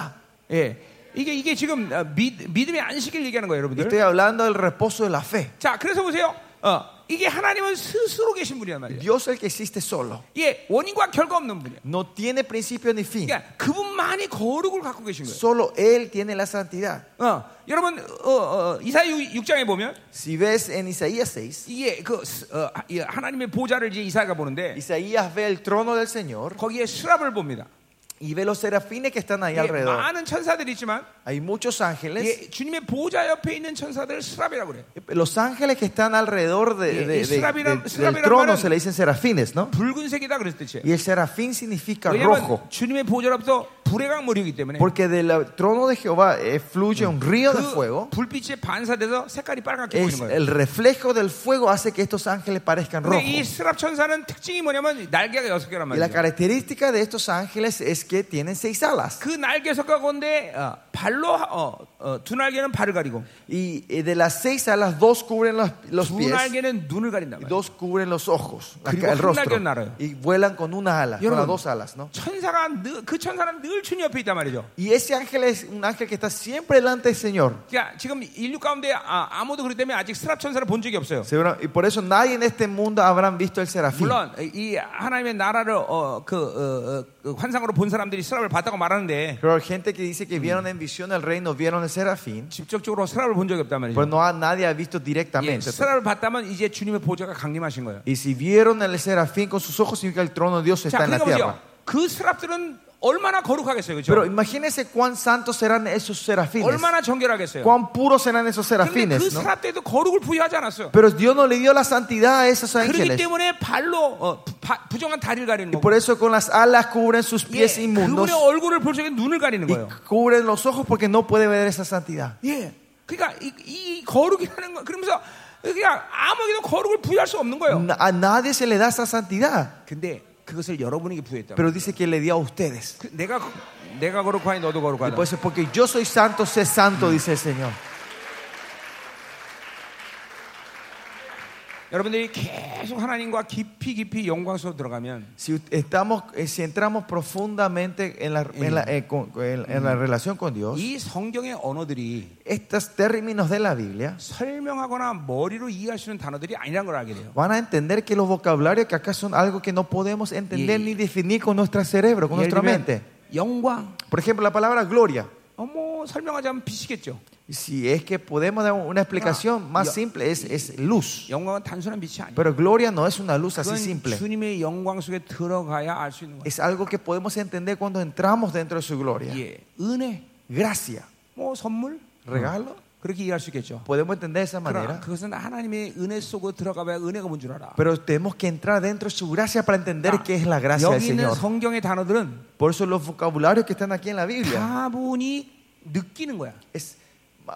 Speaker 2: 예. 이게 이게 지금 어, 믿, 믿음의 안식일 얘기하는 거예요, 여러분들.
Speaker 1: Estoy hablando del reposo de la fe.
Speaker 2: 자, 그래서 보세요. 어, 이게 하나님은 스스로 계신 분이란 말이에요.
Speaker 1: Dios es el que existe solo.
Speaker 2: 이게 원인과 결과 없는 분이에요.
Speaker 1: No tiene principio ni fin.
Speaker 2: 그러니까 그분만이 거룩을 갖고 계신 거예요.
Speaker 1: Solo Él tiene la santidad.
Speaker 2: 어, 여러분 어, 어, 이사야 6장에 보면
Speaker 1: Si ves en Isaías 6,
Speaker 2: 이게 그 스- 어, 하- 이 하나님의 보좌를 이제 이사야가 보는데
Speaker 1: Isaías ve el trono del Señor
Speaker 2: 거기에 수랍을 봅니다.
Speaker 1: y ve los serafines que están ahí
Speaker 2: 이게
Speaker 1: alrededor.
Speaker 2: 많은 천사들이 있지만
Speaker 1: Hay muchos ángeles.
Speaker 2: 이게 주님의 보좌 옆에 있는 천사들을 수랍이라고 그래요.
Speaker 1: Los ángeles que están alrededor de-
Speaker 2: Y-
Speaker 1: de-
Speaker 2: y
Speaker 1: de-
Speaker 2: Seraphim-
Speaker 1: de-
Speaker 2: Seraphim
Speaker 1: del trono
Speaker 2: hermanos-
Speaker 1: se le dicen serafines, ¿no?
Speaker 2: 붉은색이다 그랬을 때.
Speaker 1: Y el serafín significa rojo.
Speaker 2: 왜냐하면 주님의 보좌로부터 불의 강물이기 때문에
Speaker 1: Porque del eh, trono de Jehová eh, fluye un río de
Speaker 2: 그
Speaker 1: fuego.
Speaker 2: 불빛에 반사돼서 색깔이 빨갛게
Speaker 1: Es,
Speaker 2: 보이는 거예요.
Speaker 1: el reflejo del fuego hace que estos ángeles parezcan
Speaker 2: 근데
Speaker 1: rojos.
Speaker 2: 이
Speaker 1: Y
Speaker 2: 스랍 천사는 특징이 뭐냐면 날개가 여섯 개란
Speaker 1: la
Speaker 2: 말이에요.
Speaker 1: característica de estos ángeles es que tienen seis alas.
Speaker 2: 그 날개 석 가운데 어, 발로 어, 어, 두 날개는 발을 가리고
Speaker 1: Y eh, de las seis alas, dos cubren los, los
Speaker 2: 두
Speaker 1: pies
Speaker 2: 날개는 눈을 가린단
Speaker 1: y
Speaker 2: 말이에요.
Speaker 1: dos cubren los ojos, la
Speaker 2: 그리고
Speaker 1: ca- el
Speaker 2: 한
Speaker 1: rostro.
Speaker 2: 날개는 날아요.
Speaker 1: Y vuelan con una ala, con las
Speaker 2: 여러분,
Speaker 1: dos alas, ¿no?
Speaker 2: 천사가 늘, 그 천사는 늘 주님 옆에 있단 말이죠.
Speaker 1: Y ese ángel es un ángel que está siempre delante del Señor.
Speaker 2: 그러니까 지금 인류 가운데 아, 무도 그렇기 때문에 아직 스랍 천사를 본 적이 없어요.
Speaker 1: Seguro- y por eso nadie en este mundo habrán visto el serafín.
Speaker 2: 물론 이 하나님의 나라를 어, 그, 어, 어, 그 환상으로 본 사람들이 스랍을 봤다고 말하는데
Speaker 1: Pero hay gente que dice que vieron en visión el reino, vieron el serafín,
Speaker 2: 직접적으로 스랍을 본 적이 없단 말이죠.
Speaker 1: pero no ha- nadie ha visto
Speaker 2: 예,
Speaker 1: directamente.
Speaker 2: 스랍을 봤다면 이제 주님의 보좌가 강림하신 거예요.
Speaker 1: Y si vieron el serafín con sus ojos, significa que el trono de Dios
Speaker 2: 자,
Speaker 1: está en la
Speaker 2: 그러니까 보세요.
Speaker 1: tierra.
Speaker 2: 그 스랍들은 얼마나 거룩하겠어요,
Speaker 1: Pero
Speaker 2: 그렇죠?
Speaker 1: imagínense cuán santos serán esos serafines,
Speaker 2: 얼마나 정결하겠어요.
Speaker 1: cuán puros serán esos
Speaker 2: 그런데 그
Speaker 1: serafines. ¿no?
Speaker 2: 스랍 때도 거룩을 부여하지 않았어요.
Speaker 1: Pero Dios no le dio la santidad a esos
Speaker 2: 그렇기
Speaker 1: ángeles.
Speaker 2: 때문에 발로 어, 부- 바- 부정한 다리를 가리는
Speaker 1: Y
Speaker 2: 거고,
Speaker 1: por eso con las alas cubren sus
Speaker 2: 예,
Speaker 1: pies inmundos
Speaker 2: 그분의 얼굴을 볼 적에 눈을 가리는
Speaker 1: y
Speaker 2: 거예요.
Speaker 1: cubren los ojos porque no puede ver esa santidad.
Speaker 2: 예, 그러니까 이, 이 거룩이라는 거, 그러면서 그냥 아무에게도 거룩을 부여할 수 없는 거예요.
Speaker 1: Na- A nadie se le da esa santidad,
Speaker 2: 근데 그것을 여러분에게 부여했다.
Speaker 1: pero dice que le dio a ustedes.
Speaker 2: 그, 내가 거- 내가 거룩하니 너도
Speaker 1: Y
Speaker 2: 거룩하다.
Speaker 1: por eso, porque yo soy santo, sé santo, dice el Señor.
Speaker 2: 여러분들이 계속 하나님과 깊이 깊이 영광 속으로 들어가면
Speaker 1: Si ut- estamos, eh, si entramos profundamente en la, en la, eh, con- en- en la relación con Dios,
Speaker 2: 이 성경의 언어들이
Speaker 1: estos términos de la Biblia
Speaker 2: 설명하거나 머리로 이해할 수 있는 단어들이 아니란 걸 알게 돼요.
Speaker 1: van a entender que los vocabularios que acá son algo que no podemos entender
Speaker 2: Y-
Speaker 1: ni definir con nuestro cerebro, con
Speaker 2: 예를
Speaker 1: nuestra
Speaker 2: 들면
Speaker 1: mente.
Speaker 2: 영광.
Speaker 1: Por ejemplo, la palabra gloria.
Speaker 2: 어머 뭐 설명하자면 비치겠죠.
Speaker 1: Si es que podemos dar una explicación más simple, es, es luz.
Speaker 2: 영광은 단순한 빛이 아니에요.
Speaker 1: Pero gloria no es una luz así
Speaker 2: 그건
Speaker 1: simple.
Speaker 2: 주님의 영광 속에 들어가야 알 수 있는 거예요.
Speaker 1: Es algo que podemos entender cuando entramos dentro de su gloria.
Speaker 2: 예, 은혜,
Speaker 1: Gracia,
Speaker 2: 뭐 선물,
Speaker 1: regalo, 음.
Speaker 2: 그렇게 이해할 수 있겠죠.
Speaker 1: podemos entender de esa
Speaker 2: 그러나
Speaker 1: manera.
Speaker 2: 그것은 하나님의 은혜 속으로 들어가봐야 은혜가 뭔 줄 알아.
Speaker 1: Pero tenemos que entrar dentro de su gracia para entender
Speaker 2: 자,
Speaker 1: qué es la gracia del
Speaker 2: 여기 있는
Speaker 1: Señor.
Speaker 2: 성경의 단어들은
Speaker 1: Por eso los vocabularios que están aquí en la Biblia,
Speaker 2: 다분히 느끼는 거야.
Speaker 1: es,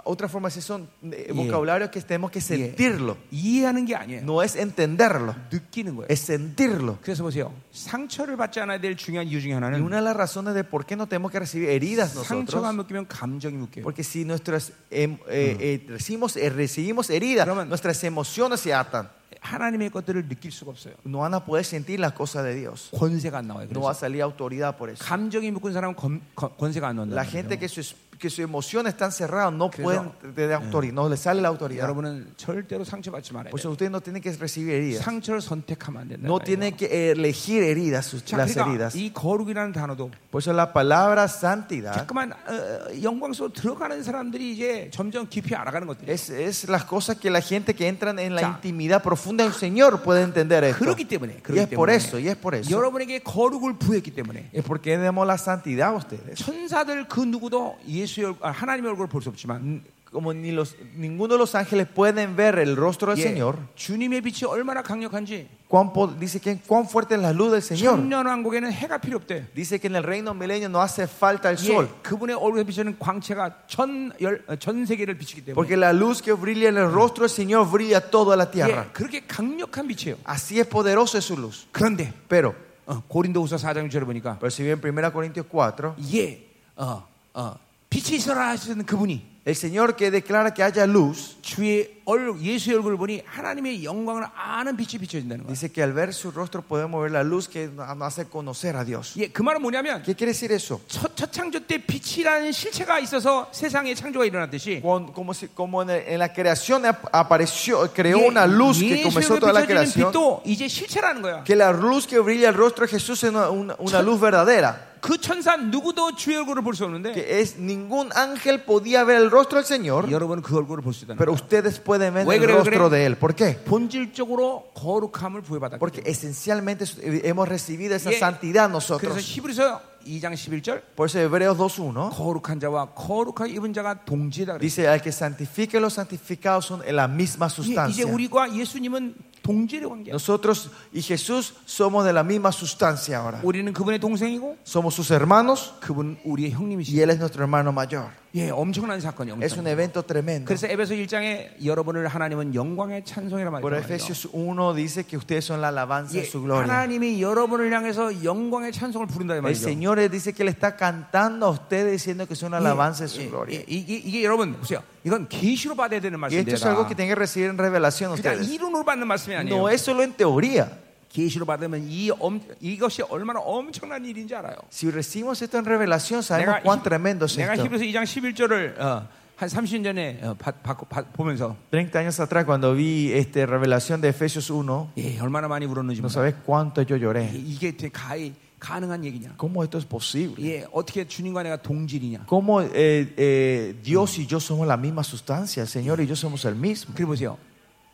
Speaker 1: otra forma es que son eh,
Speaker 2: Yeah.
Speaker 1: vocabularios que tenemos que sentirlo.
Speaker 2: 이해하는 게 아니에요.
Speaker 1: No es entenderlo,
Speaker 2: 느끼는 거예요.
Speaker 1: es sentirlo.
Speaker 2: 그래서 보세요. 상처를 받지 않아야 될 중요한 이유 중에
Speaker 1: Y
Speaker 2: 하나는
Speaker 1: una de las razones de por qué no tenemos que recibir heridas
Speaker 2: 상처가
Speaker 1: nosotros,
Speaker 2: 묶이면 감정이 묶여요.
Speaker 1: porque si nuestras em- eh, eh, recibimos, eh, recibimos heridas,
Speaker 2: 그러면-
Speaker 1: nuestras emociones se atan.
Speaker 2: 하나님의 것들을 느낄 수가 없어요.
Speaker 1: No van a poder sentir las cosas de Dios.
Speaker 2: 권세가 안 나와요.
Speaker 1: No va a
Speaker 2: 그래서
Speaker 1: salir autoridad por eso.
Speaker 2: 감정이 묶은 사람은 검- 거- 권세가 안 나온다.
Speaker 1: La gente que sus que su emoción están cerradas no pueden
Speaker 2: 그래서-
Speaker 1: tener autoridad, no le sale la autoridad.
Speaker 2: 여러분은 절대로 상처받지 말아야
Speaker 1: Por eso
Speaker 2: 돼요.
Speaker 1: ustedes no tienen que recibir heridas.
Speaker 2: 상처를 선택하면 안 된다.
Speaker 1: No tienen que elegir heridas, sus-
Speaker 2: 자,
Speaker 1: las
Speaker 2: 그러니까
Speaker 1: heridas.
Speaker 2: 이 거룩이라는 단어도
Speaker 1: Por eso la palabra santidad
Speaker 2: 자꾸만 어, 영광 속으로 들어가는 사람들이 이제 점점 깊이 알아가는 것들이
Speaker 1: es, es las cosas que la gente que entran en la
Speaker 2: Ya.
Speaker 1: intimidad profunda del Señor puede entender esto.
Speaker 2: 그렇기 때문에
Speaker 1: Y
Speaker 2: 그렇기
Speaker 1: es por
Speaker 2: 때문에
Speaker 1: eso, y es por eso.
Speaker 2: 여러분에게 거룩을 부했기 때문에
Speaker 1: Es porque damos la santidad a ustedes.
Speaker 2: 천사들 그 누구도 예수의 얼굴, 아, 하나님의 얼굴을 볼 수 없지만
Speaker 1: N- Como ni los, ninguno de los ángeles pueden ver el rostro del
Speaker 2: 예,
Speaker 1: Señor,
Speaker 2: 주님의 빛이 얼마나 강력한지
Speaker 1: cuán po- dice que cuán fuerte es la luz del Señor.
Speaker 2: 천년 왕국에는 해가 필요 없대.
Speaker 1: Dice que en el reino milenio no hace falta el
Speaker 2: 예,
Speaker 1: sol.
Speaker 2: 그분의 얼굴에 비치는 광채가 전, 열, 어, 전 세계를 비치기 때문에
Speaker 1: Porque la luz que brilla en el rostro del Señor brilla toda la
Speaker 2: 예,
Speaker 1: tierra.
Speaker 2: 그렇게 강력한 빛이에요.
Speaker 1: Así es poderosa es su luz.
Speaker 2: 그런데
Speaker 1: Pero,
Speaker 2: 어, 고린도후서 4장 6절을 보니까
Speaker 1: pero si bien 1 Corintios 4,
Speaker 2: 예, 어, 어, 빛이 있어라 하시는 그분이
Speaker 1: El Señor que declara que haya luz,
Speaker 2: 주의 얼굴, 예수의 얼굴을 보니 하나님의 영광을 아는 빛이 비춰진다는 거예요.
Speaker 1: dice que al ver su rostro podemos ver la luz que nos hace conocer a Dios.
Speaker 2: 예, 그 말은 뭐냐면
Speaker 1: ¿Qué quiere decir eso?
Speaker 2: 첫, 첫 창조 때 빛이라는 실체가 있어서 세상에 창조가 일어났듯이
Speaker 1: Cuando- como, si- como en, el- en la creación ap- apareció, creó
Speaker 2: 예,
Speaker 1: una luz que comenzó
Speaker 2: 예수의
Speaker 1: toda la
Speaker 2: 비춰지는
Speaker 1: creación.
Speaker 2: 빛도 이제 실체라는 거야.
Speaker 1: Que la luz que brilla el rostro de Jesús es una, una- una luz verdadera.
Speaker 2: 그 천사 누구도 주의 얼굴을 볼 수 없는데
Speaker 1: Que es ningún ángel podía ver el rostro del Señor,
Speaker 2: 여러분은 그 얼굴을 볼 수 있다는
Speaker 1: pero ustedes pueden ver
Speaker 2: Güey,
Speaker 1: el
Speaker 2: creo, creo.
Speaker 1: rostro de él. ¿Por qué?
Speaker 2: 거예요. 본질적으로 거룩함을 부여받았기
Speaker 1: Porque
Speaker 2: 때문에
Speaker 1: esencialmente hemos recibido esa
Speaker 2: Yeah.
Speaker 1: santidad
Speaker 2: 그래서
Speaker 1: nosotros.
Speaker 2: 히브리서 2장 11절
Speaker 1: Por eso Hebreos 2.1
Speaker 2: 거룩한 자와 거룩하게 입은 자가 동지다 그랬어요.
Speaker 1: dice, al que santifique los santificados son en la misma
Speaker 2: 예, 이제
Speaker 1: sustancia.
Speaker 2: 우리가 예수님은 동질의 관계야.
Speaker 1: Nosotros y Jesús somos de la misma sustancia ahora.
Speaker 2: 우리는 그분의 동생이고
Speaker 1: Somos sus hermanos
Speaker 2: 그분은 우리의 형님이시.
Speaker 1: y él es nuestro hermano mayor.
Speaker 2: 예, 엄청난 사건이에요.
Speaker 1: Es un
Speaker 2: 엄청난.
Speaker 1: evento tremendo.
Speaker 2: 그래서 에베소 1장에 여러분을 하나님은 영광의 찬송이라
Speaker 1: Por
Speaker 2: 말했죠.
Speaker 1: Efesios 1 dice que ustedes son la alabanza
Speaker 2: 예,
Speaker 1: de su gloria.
Speaker 2: 하나님이 여러분을 향해서 영광의 찬송을 부른다 이
Speaker 1: El
Speaker 2: 말이죠.
Speaker 1: Señor les dice que le está cantando a ustedes diciendo que son la alabanza de
Speaker 2: 예,
Speaker 1: su gloria.
Speaker 2: 예, 이게, 이게 여러분 보세요. 이건 계시로 받아야 되는
Speaker 1: Y esto
Speaker 2: 말씀입니다.
Speaker 1: es algo que tienen que recibir en revelación
Speaker 2: 그냥
Speaker 1: ustedes.
Speaker 2: 이론으로 받는 말씀이 아니에요.
Speaker 1: No es solo en teoría.
Speaker 2: 계시로 받으면 이 엄, 이것이 얼마나 엄청난 일인지 알아요.
Speaker 1: Si recibimos esto en revelación, sabemos
Speaker 2: 내가
Speaker 1: cuán
Speaker 2: 히-
Speaker 1: tremendo es
Speaker 2: 내가
Speaker 1: esto.
Speaker 2: 히브리서 2장 11절을 어, 한 30년 전에 어, 받- 받고- 받- 보면서
Speaker 1: 30 años atrás, cuando vi este, revelación de Efesios 1,
Speaker 2: 예, 얼마나 많이 울었는지
Speaker 1: no
Speaker 2: 몰라요.
Speaker 1: sabes cuánto yo
Speaker 2: 예,
Speaker 1: lloré.
Speaker 2: 이게 되게 가히 가능한 얘기냐?
Speaker 1: ¿Cómo esto es posible?
Speaker 2: 예, 어떻게 주님과 내가 동질이냐?
Speaker 1: ¿Cómo eh, eh, Dios y yo somos la misma sustancia? El Señor y yo somos el mismo.
Speaker 2: 그리고 보세요.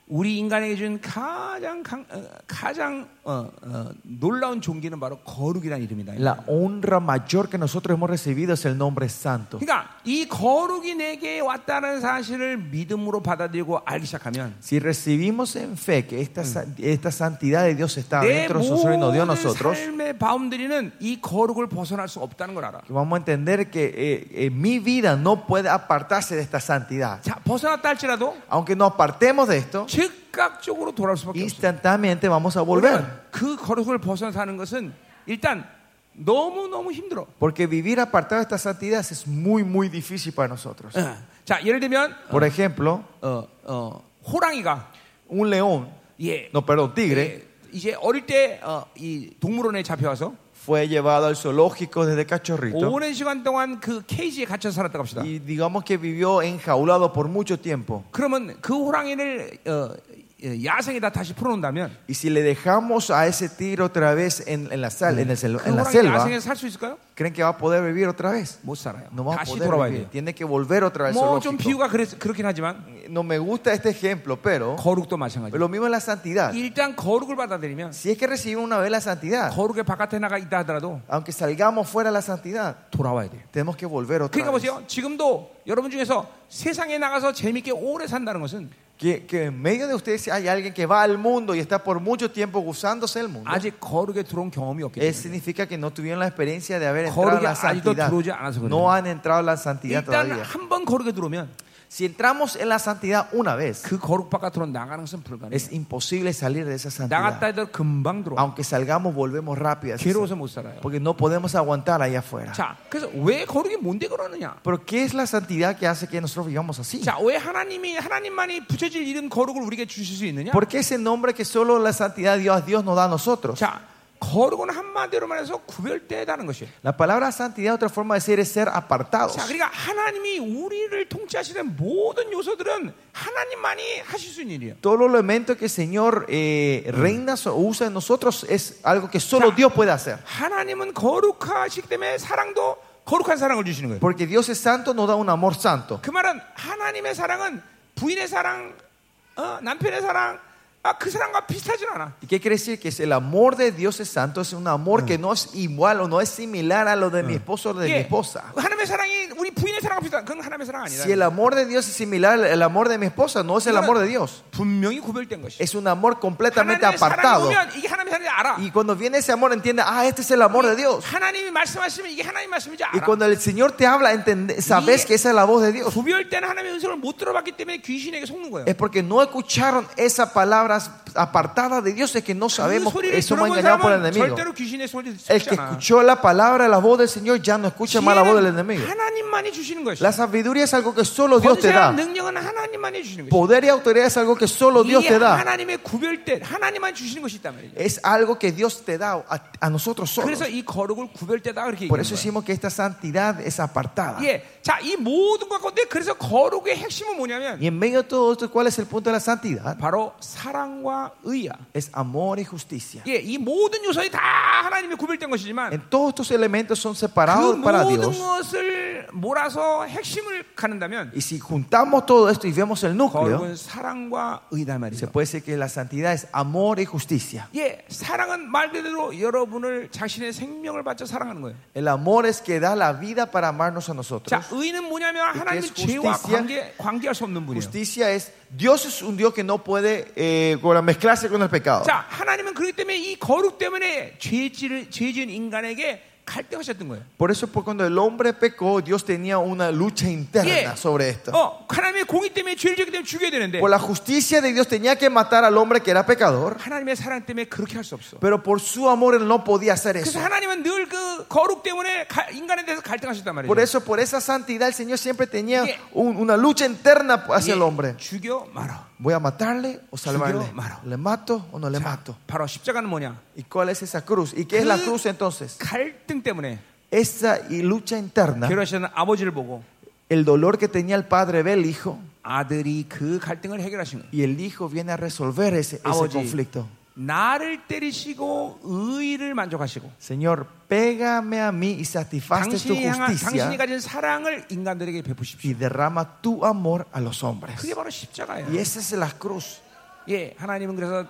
Speaker 2: 우리 인간에게 준 가장 강, 어, 가장 어, 어, 놀라운 종기는 바로 거룩이라는 이름이다.
Speaker 1: La honra mayor que nosotros hemos recibido es el nombre santo.
Speaker 2: 그러니까 이 거룩이 내게 왔다는 사실을 믿음으로 받아들이고 알기 시작하면
Speaker 1: Si recibimos en fe que esta, sa- esta santidad de Dios está
Speaker 2: 내
Speaker 1: dentro de nosotros y nos dio a
Speaker 2: 모든
Speaker 1: nosotros,
Speaker 2: 삶의 바운드리는 이 거룩을 벗어날 수 없다는 걸 알아.
Speaker 1: que vamos a entender que eh, eh, mi vida no puede apartarse de esta santidad.
Speaker 2: 자, 벗어났다 할지라도
Speaker 1: Aunque nos apartemos de esto,
Speaker 2: 즉각적으로 돌아올 수밖에 없어.
Speaker 1: instantáneamente vamos a volver.
Speaker 2: 왜냐면 그 거룩을 벗어나는 것은 일단 너무 너무 힘들어.
Speaker 1: Porque vivir apartado de esta santidad es muy, muy difícil para nosotros.
Speaker 2: 예. 자, 예를 들면
Speaker 1: Por ejemplo,
Speaker 2: 어, 어, 호랑이가
Speaker 1: un león,
Speaker 2: 예,
Speaker 1: no, perdón, tigre,
Speaker 2: 예, 이제 어릴 때 어, 이 동물원에 잡혀와서
Speaker 1: fue llevado al zoológico desde cachorrito.
Speaker 2: 오랜 시간 동안 그 그렇죠. 케이지에 갇혀 살았다고 합시다.
Speaker 1: Y digamos que vivió enjaulado por mucho tiempo.
Speaker 2: 그러면 그 호랑이를 어, 예, 야생에다 다시 풀어놓는다면
Speaker 1: Y si le dejamos a ese tigre otra vez en, en la, sal, en el celo-
Speaker 2: 그
Speaker 1: en la
Speaker 2: 호랑이
Speaker 1: selva,
Speaker 2: 야생에서 살 수 있을까요?
Speaker 1: ¿creen que va a poder vivir otra vez?
Speaker 2: 못 살아요.
Speaker 1: No va a
Speaker 2: 다시
Speaker 1: poder
Speaker 2: 돌아와야
Speaker 1: vivir.
Speaker 2: 돼요.
Speaker 1: Tiene que volver otra vez. al
Speaker 2: 뭐
Speaker 1: zoológico.
Speaker 2: 좀 비유가 그랬, 그렇긴 하지만
Speaker 1: No me gusta este ejemplo, pero
Speaker 2: 거룩도 마찬가지.
Speaker 1: lo mismo es la santidad.
Speaker 2: 일단 거룩을 받아들이면
Speaker 1: Si es que recibimos una vez la santidad,
Speaker 2: 거룩의 바깥에 나가 있다 하더라도
Speaker 1: aunque salgamos fuera de la santidad,
Speaker 2: 돌아와야 돼요.
Speaker 1: tenemos que volver otra
Speaker 2: 그러니까
Speaker 1: vez.
Speaker 2: 보세요. 지금도 여러분 중에서 세상에 나가서 재밌게 오래 산다는 것은
Speaker 1: Que, que en medio de ustedes hay alguien que va al mundo y está por mucho tiempo usándose el mundo.
Speaker 2: 아직 거룩에 들어온 경험이 없기
Speaker 1: Eh,
Speaker 2: 때문에
Speaker 1: significa que no tuvieron la experiencia de haber entrado en la
Speaker 2: Jorge, 아직도
Speaker 1: santidad.
Speaker 2: 들어오지 않아서 그래요.
Speaker 1: Ah, No han entrado en la santidad
Speaker 2: 일단
Speaker 1: todavía.
Speaker 2: 한 번 거룩에 들어오면
Speaker 1: Si entramos en la santidad una vez,
Speaker 2: 그 거룩 바깥으로 나가는 것은 불가능해요.
Speaker 1: es imposible salir de esa santidad.
Speaker 2: 나갔다 해도 금방 들어와.
Speaker 1: Aunque salgamos, volvemos rápido. a esa
Speaker 2: 괴로워서 못 살아요.
Speaker 1: santidad. Porque no podemos aguantar allá afuera.
Speaker 2: 자, 그래서 왜 거룩이 뭔데 그러느냐?
Speaker 1: Pero ¿qué es la santidad que hace que nosotros vivamos así?
Speaker 2: 자, 왜 하나님이 하나님만이 붙여질 이름 거룩을 우리에게 주실 수 있느냐?
Speaker 1: ¿Por qué ese nombre que solo la santidad de Dios, Dios nos da a nosotros?
Speaker 2: 자, 거룩은 한마디로 말해서 구별되다는 것이에요.
Speaker 1: La palabra santidad, otra forma de decir, es ser apartados.
Speaker 2: 자, 그러니까 하나님이 우리를 통치하시는 모든 요소들은 하나님만이 하실 수 있는 일이에요.
Speaker 1: Todo los elementos que el Señor eh, reina o usa en nosotros es algo que solo
Speaker 2: Ya.
Speaker 1: Dios puede hacer.
Speaker 2: 하나님은 거룩하시기 때문에 사랑도 거룩한 사랑을 주시는 거예요.
Speaker 1: Porque Dios es santo, nos da un amor santo.
Speaker 2: 그 말은 하나님의 사랑은 부인의 사랑, 어, 남편의 사랑, 아, 그 사랑과 비슷하진 않아.
Speaker 1: ¿Y qué quiere decir? Que es el amor de Dios es santo, es un amor que no es igual o no es similar a lo de mi esposo o de mi
Speaker 2: 예,
Speaker 1: esposa.
Speaker 2: 하나님의 사랑이 우리 부인의 사랑과 비슷한 그건 하나님의 사랑 아니다.
Speaker 1: Si el amor de Dios es similar al amor de mi esposa, no es el amor de Dios.
Speaker 2: 분명히 구별된 것이.
Speaker 1: Es un amor completamente
Speaker 2: 하나님의 사랑이
Speaker 1: apartado.
Speaker 2: 오면 이게 하나님의 사랑이 알아.
Speaker 1: Y cuando viene ese amor, entiende, ah, este es el amor de Dios.
Speaker 2: 하나님이 말씀하시면 이게 하나님 말씀인지
Speaker 1: Y
Speaker 2: 알아.
Speaker 1: cuando el Señor te habla, entende- sabes que esa es la voz de Dios.
Speaker 2: 구별된 하나님의 음성을 못 들어봤기 때문에 귀신에게 속는 거예요.
Speaker 1: Es porque no escucharon esa palabra palabras apartadas de Dios es que no
Speaker 2: 그
Speaker 1: sabemos, eh,
Speaker 2: 소리를
Speaker 1: somos
Speaker 2: 들어본
Speaker 1: engañados por el
Speaker 2: 사람은
Speaker 1: enemigo.
Speaker 2: 절대로 귀신의 소리를
Speaker 1: El que
Speaker 2: 듣지 않아.
Speaker 1: escuchó la palabra, la voz del Señor, ya no escucha más la voz del enemigo.
Speaker 2: 지혜는 하나님만이 주시는 것이야.
Speaker 1: La sabiduría es algo que solo Dios te da.
Speaker 2: 권세와 능력은 하나님만이 주시는 것이야.
Speaker 1: Poder y autoridad es algo que solo Dios
Speaker 2: 이게
Speaker 1: te da.
Speaker 2: 하나님의 구별된 하나님만 주시는 것이 있단 말이죠.
Speaker 1: Es algo que Dios te da a, a nosotros solos.
Speaker 2: 그래서 이 거룩을 구별되다 그렇게
Speaker 1: Por
Speaker 2: 얘기하는
Speaker 1: eso
Speaker 2: 거예요.
Speaker 1: decimos que esta santidad es apartada.
Speaker 2: 예, 자이 모든 것 건데 그래서 거룩의 핵심은 뭐냐면
Speaker 1: Y en medio de todo esto, ¿cuál es el punto de la santidad?
Speaker 2: 바로 사랑과 의야.
Speaker 1: Es amor y justicia.
Speaker 2: 예, 이 모든 요소이 다 하나님의 구별된 것이지만
Speaker 1: En todos estos elementos son
Speaker 2: 그
Speaker 1: separados para
Speaker 2: 모든
Speaker 1: 예, Dios.
Speaker 2: 것을 몰아서 핵심을 가는다면
Speaker 1: Y si juntamos todo esto y vemos el núcleo,
Speaker 2: 거룩은 사랑과 의다
Speaker 1: se
Speaker 2: 말이죠.
Speaker 1: puede decir que la santidad es amor y justicia.
Speaker 2: 예, 사랑은 말 그대로 여러분을 자신의 생명을 바쳐 사랑하는 거예요.
Speaker 1: El amor es que da la vida para amarnos a
Speaker 2: 자,
Speaker 1: nosotros.
Speaker 2: 의는 뭐냐면 하나님의
Speaker 1: 그게
Speaker 2: 죄와
Speaker 1: justicia.
Speaker 2: 관계 관계할 수 없는 분이에요.
Speaker 1: Justicia es, Dios es un Dios que no puede eh, con la- mezclarse con el pecado.
Speaker 2: 자, 하나님은 그렇기 때문에 이 거룩 때문에 죄지를 죄지은 인간에게 갈등하셨던 거예요.
Speaker 1: Por eso por cuando el hombre pecó, Dios tenía una lucha interna sobre esto.
Speaker 2: 어, 하나님의 공의 때문에 죄를 지기 때문에 죽여야 되는데
Speaker 1: Por la justicia de Dios tenía que matar al hombre que era pecador,
Speaker 2: 하나님의 사랑 때문에 그렇게 할 수 없어.
Speaker 1: pero por su amor él no podía hacer
Speaker 2: 그래서
Speaker 1: eso.
Speaker 2: 하나님은 늘 그 거룩 때문에 가- 인간에 대해서 갈등하셨단 말이에요.
Speaker 1: Por eso, por esa santidad, el Señor siempre tenía
Speaker 2: Yeah.
Speaker 1: un- una lucha interna hacia el hombre.
Speaker 2: 예, 죽여 말아.
Speaker 1: ¿Voy a matarle o salvarle?
Speaker 2: Subió, mano.
Speaker 1: ¿Le mato o no le mato?
Speaker 2: 바로 십자가는 뭐냐?
Speaker 1: ¿Y cuál es esa cruz? ¿Y qué es la
Speaker 2: Cru-
Speaker 1: cruz entonces?
Speaker 2: 갈등 때문에
Speaker 1: Esa y lucha interna,
Speaker 2: 결혼하셨는 아버지를 보고
Speaker 1: el dolor que tenía el padre ve el hijo
Speaker 2: 아들이 그 갈등을 해결하신 거예요.
Speaker 1: y el hijo viene a resolver ese, ese
Speaker 2: 아버지.
Speaker 1: conflicto.
Speaker 2: 나를 때리시고 의를 만족하시고
Speaker 1: Señor, pégame a mí y satisfaces tu
Speaker 2: 당신이 향한 당신이
Speaker 1: justicia
Speaker 2: 가진 사랑을 인간들에게 베푸십시오.
Speaker 1: y derrama tu amor a los hombres.
Speaker 2: 그게 바로 십자가예요.
Speaker 1: Y esa es la cruz.
Speaker 2: 예, 하나님은 그래서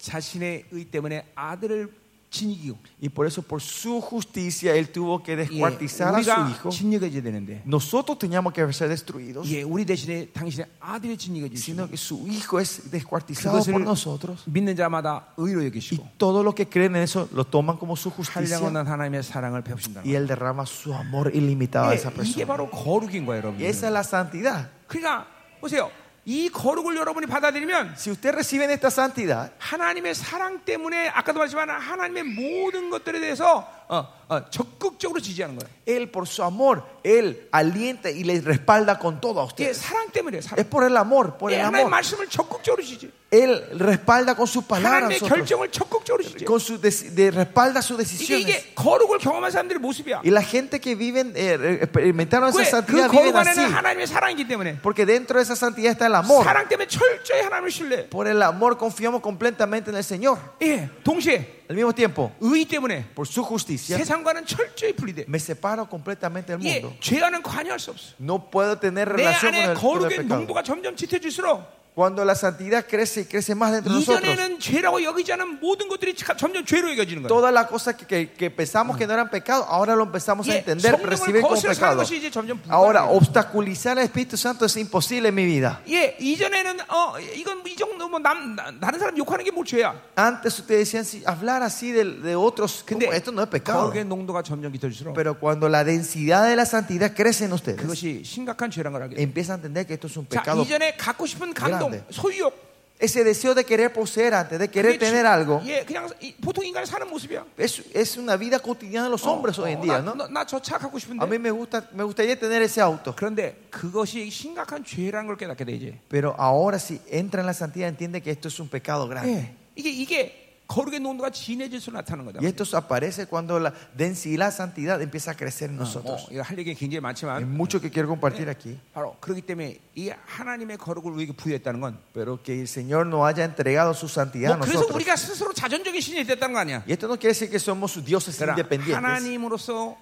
Speaker 2: 자신의 의 때문에 아들을 진이기고
Speaker 1: Y por eso, por su justicia, él tuvo que
Speaker 2: 예,
Speaker 1: descuartizar a su
Speaker 2: 우리가
Speaker 1: hijo.
Speaker 2: 진이겨져야 되는데
Speaker 1: Nosotros teníamos que ser destruidos,
Speaker 2: 예, 우리 대신에 당신의 아들이 진이겨지시고
Speaker 1: sino que su hijo es descuartizado
Speaker 2: 그것을
Speaker 1: por nosotros.
Speaker 2: 믿는 자마다 의로
Speaker 1: Y
Speaker 2: 여기시고
Speaker 1: todo lo que creen en eso lo toman como su
Speaker 2: 한량
Speaker 1: justicia.
Speaker 2: 없는 하나님의 사랑을 베푸신다는
Speaker 1: Y él derrama su amor ilimitado a
Speaker 2: 예,
Speaker 1: esa
Speaker 2: 이게
Speaker 1: persona.
Speaker 2: 바로 거룩인 거예요,
Speaker 1: Y
Speaker 2: 여러분.
Speaker 1: esa es la santidad.
Speaker 2: 그러니까 보세요. 이 거룩을 여러분이 받아들이면
Speaker 1: Si ustedes reciben esta santidad,
Speaker 2: 하나님의 사랑 때문에 아까도 말했지만 하나님의 모든 것들에 대해서 어, 어, 적극적으로 지지하는 거예요.
Speaker 1: él por su amor, él alienta y les respalda con todo a
Speaker 2: 예,
Speaker 1: ustedes.
Speaker 2: 사랑 때문에요. 사랑.
Speaker 1: Es por el amor, por
Speaker 2: 예,
Speaker 1: el
Speaker 2: 하나님
Speaker 1: amor.
Speaker 2: 말씀을 적극적으로 지지.
Speaker 1: Él respalda con sus palabras, a
Speaker 2: 하나님의
Speaker 1: nosotros.
Speaker 2: 결정을 적극적으로 지지.
Speaker 1: con su deci- de- respalda sus
Speaker 2: 이게,
Speaker 1: decisiones.
Speaker 2: 이게 거룩을 경험한 사람들의 모습이야.
Speaker 1: Y la gente que viven, eh, experimentaron esa
Speaker 2: 왜? 그
Speaker 1: santidad,
Speaker 2: 거룩
Speaker 1: viven así.
Speaker 2: 안에는 하나님의 뭐? 사랑이기 때문에
Speaker 1: Porque dentro de esa santidad está el amor.
Speaker 2: 사랑 때문에 철저히 하나님을 신뢰.
Speaker 1: Por el amor confiamos completamente en el Señor.
Speaker 2: 예, 동시에
Speaker 1: Al mismo tiempo,
Speaker 2: 의 때문에
Speaker 1: por su
Speaker 2: 예.
Speaker 1: justicia,
Speaker 2: 세상과는 철저히 분리돼.
Speaker 1: me separo completamente del mundo.
Speaker 2: 예, 죄와는 관여할 수 없어.
Speaker 1: No puedo tener
Speaker 2: 내
Speaker 1: relación con
Speaker 2: 안에
Speaker 1: el, con el
Speaker 2: 거룩의
Speaker 1: pecado.
Speaker 2: 농도가 점점 짙어질수록
Speaker 1: Cuando la santidad crece y crece más dentro de nosotros,
Speaker 2: 이전에는 죄라고 여기지 않은 모든 것들이 차- 점점 죄로 여겨지는 거예요.
Speaker 1: todas las cosas que, que- que pensamos que no eran pecado, ahora lo empezamos a
Speaker 2: 예,
Speaker 1: entender,
Speaker 2: 성령을
Speaker 1: percibir como
Speaker 2: 거스려 사는
Speaker 1: pecado.
Speaker 2: 것이 이제 점점
Speaker 1: Ahora,
Speaker 2: 불가능해요.
Speaker 1: obstaculizar al Espíritu Santo es imposible en mi vida.
Speaker 2: 예, 이전에는 어 이건 뭐 이 정도 뭐남 다른 사람 욕하는 게 뭐 죄야.
Speaker 1: Antes ustedes decían si hablar así de, de otros, como
Speaker 2: 근데
Speaker 1: esto no es pecado.
Speaker 2: 거룩의 농도가 점점 짙어질수록
Speaker 1: Pero cuando la densidad de la santidad crece en ustedes,
Speaker 2: 그것이 심각한 죄란 걸 알게. 돼.
Speaker 1: empiezan a entender que esto es un
Speaker 2: 자,
Speaker 1: pecado.
Speaker 2: 이전에 갖고 싶은 감동,
Speaker 1: 그런데.
Speaker 2: 소유욕,
Speaker 1: Ese deseo de querer poseer antes, de
Speaker 2: 그게
Speaker 1: querer
Speaker 2: 주-
Speaker 1: tener algo,
Speaker 2: 예, 그냥 이- 보통 인간이 사는 모습이야. 어,
Speaker 1: es, es una vida cotidiana de los hombres hoy en día, ¿no?
Speaker 2: 나저 차 갖고
Speaker 1: A mí
Speaker 2: 싶은데.
Speaker 1: me, gusta, me gustaría tener ese auto.
Speaker 2: 그런데 그것이 심각한 죄라는 걸 깨닫게 돼 이제.
Speaker 1: Pero ahora si entra en la santidad entiende que esto es un pecado grande.
Speaker 2: 예. 이게 이게 거룩의 농도가 진해질수록 나타나는 거다.
Speaker 1: Y esto aparece cuando la densidad, la santidad empieza a crecer en
Speaker 2: 어, 음.
Speaker 1: nosotros.
Speaker 2: 이거 할 얘기 굉장히
Speaker 1: Hay
Speaker 2: 많지만
Speaker 1: mucho que quiero compartir aquí.
Speaker 2: 바로 그렇기 때문에 이 하나님의 거룩을 우리에게 부여했다는 건 뭐
Speaker 1: Pero que el Señor no haya entregado su santidad a
Speaker 2: 그래서 예,
Speaker 1: nosotros.
Speaker 2: 우리가 스스로 자존적인 신이 됐다는 거 아니야.
Speaker 1: Y esto no quiere decir que somos sus dioses
Speaker 2: 그러나
Speaker 1: independientes,
Speaker 2: 하나님으로서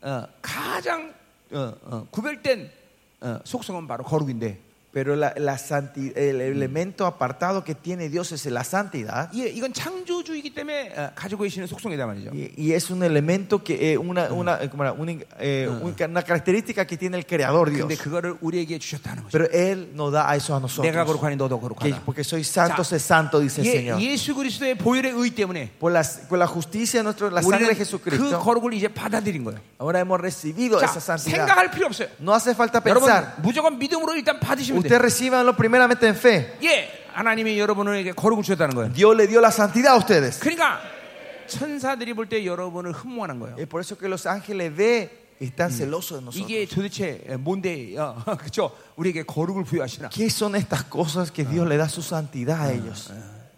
Speaker 2: 어, 가장 어, 어, 구별된 어, 속성은 바로 거룩인데
Speaker 1: pero la, la santi- el elemento apartado que tiene Dios es la santidad.
Speaker 2: 예, 이건 창조주의기 때문에 어, 가지고 계시는 속성이다 말이죠.
Speaker 1: Y, y es un elemento que eh, una, una, eh, ¿cómo era? Un, eh, un- una característica que tiene el creador Dios.
Speaker 2: 근데 그거를 우리에게 주셨다는 거죠.
Speaker 1: Pero Él nos da a eso a
Speaker 2: 내가
Speaker 1: nosotros.
Speaker 2: 거룩하니 너도
Speaker 1: Que-
Speaker 2: 거룩하다.
Speaker 1: porque soy santo, sé santo, dice el
Speaker 2: 예,
Speaker 1: Señor.
Speaker 2: 예수 그리스도의 보혈의 의 때문에
Speaker 1: Por la, por la justicia de nuestro, la sangre
Speaker 2: 우리는
Speaker 1: de
Speaker 2: 그
Speaker 1: Jesucristo,
Speaker 2: 거룩을 이제 받아들인 거예요.
Speaker 1: ahora hemos recibido
Speaker 2: 자,
Speaker 1: esa santidad.
Speaker 2: 생각할 필요 없어요.
Speaker 1: No hace falta
Speaker 2: 여러분
Speaker 1: pensar.
Speaker 2: 무조건 믿음으로 일단 받으시면 돼요.
Speaker 1: Usted recíbanlo primeramente en fe.
Speaker 2: 예, 하나님이 여러분에게 거룩을 주셨다는 거예요.
Speaker 1: Dios le dio la santidad a ustedes.
Speaker 2: 그러니까 천사들이 볼 때 여러분을 흠모하는 거예요.
Speaker 1: Es por eso que los ángeles ve y están celosos de nosotros.
Speaker 2: 이게 도대체 뭔데? 어, 그렇죠? 우리에게 거룩을 부여하시나?
Speaker 1: ¿Qué son estas cosas que Dios le da su santidad a ellos?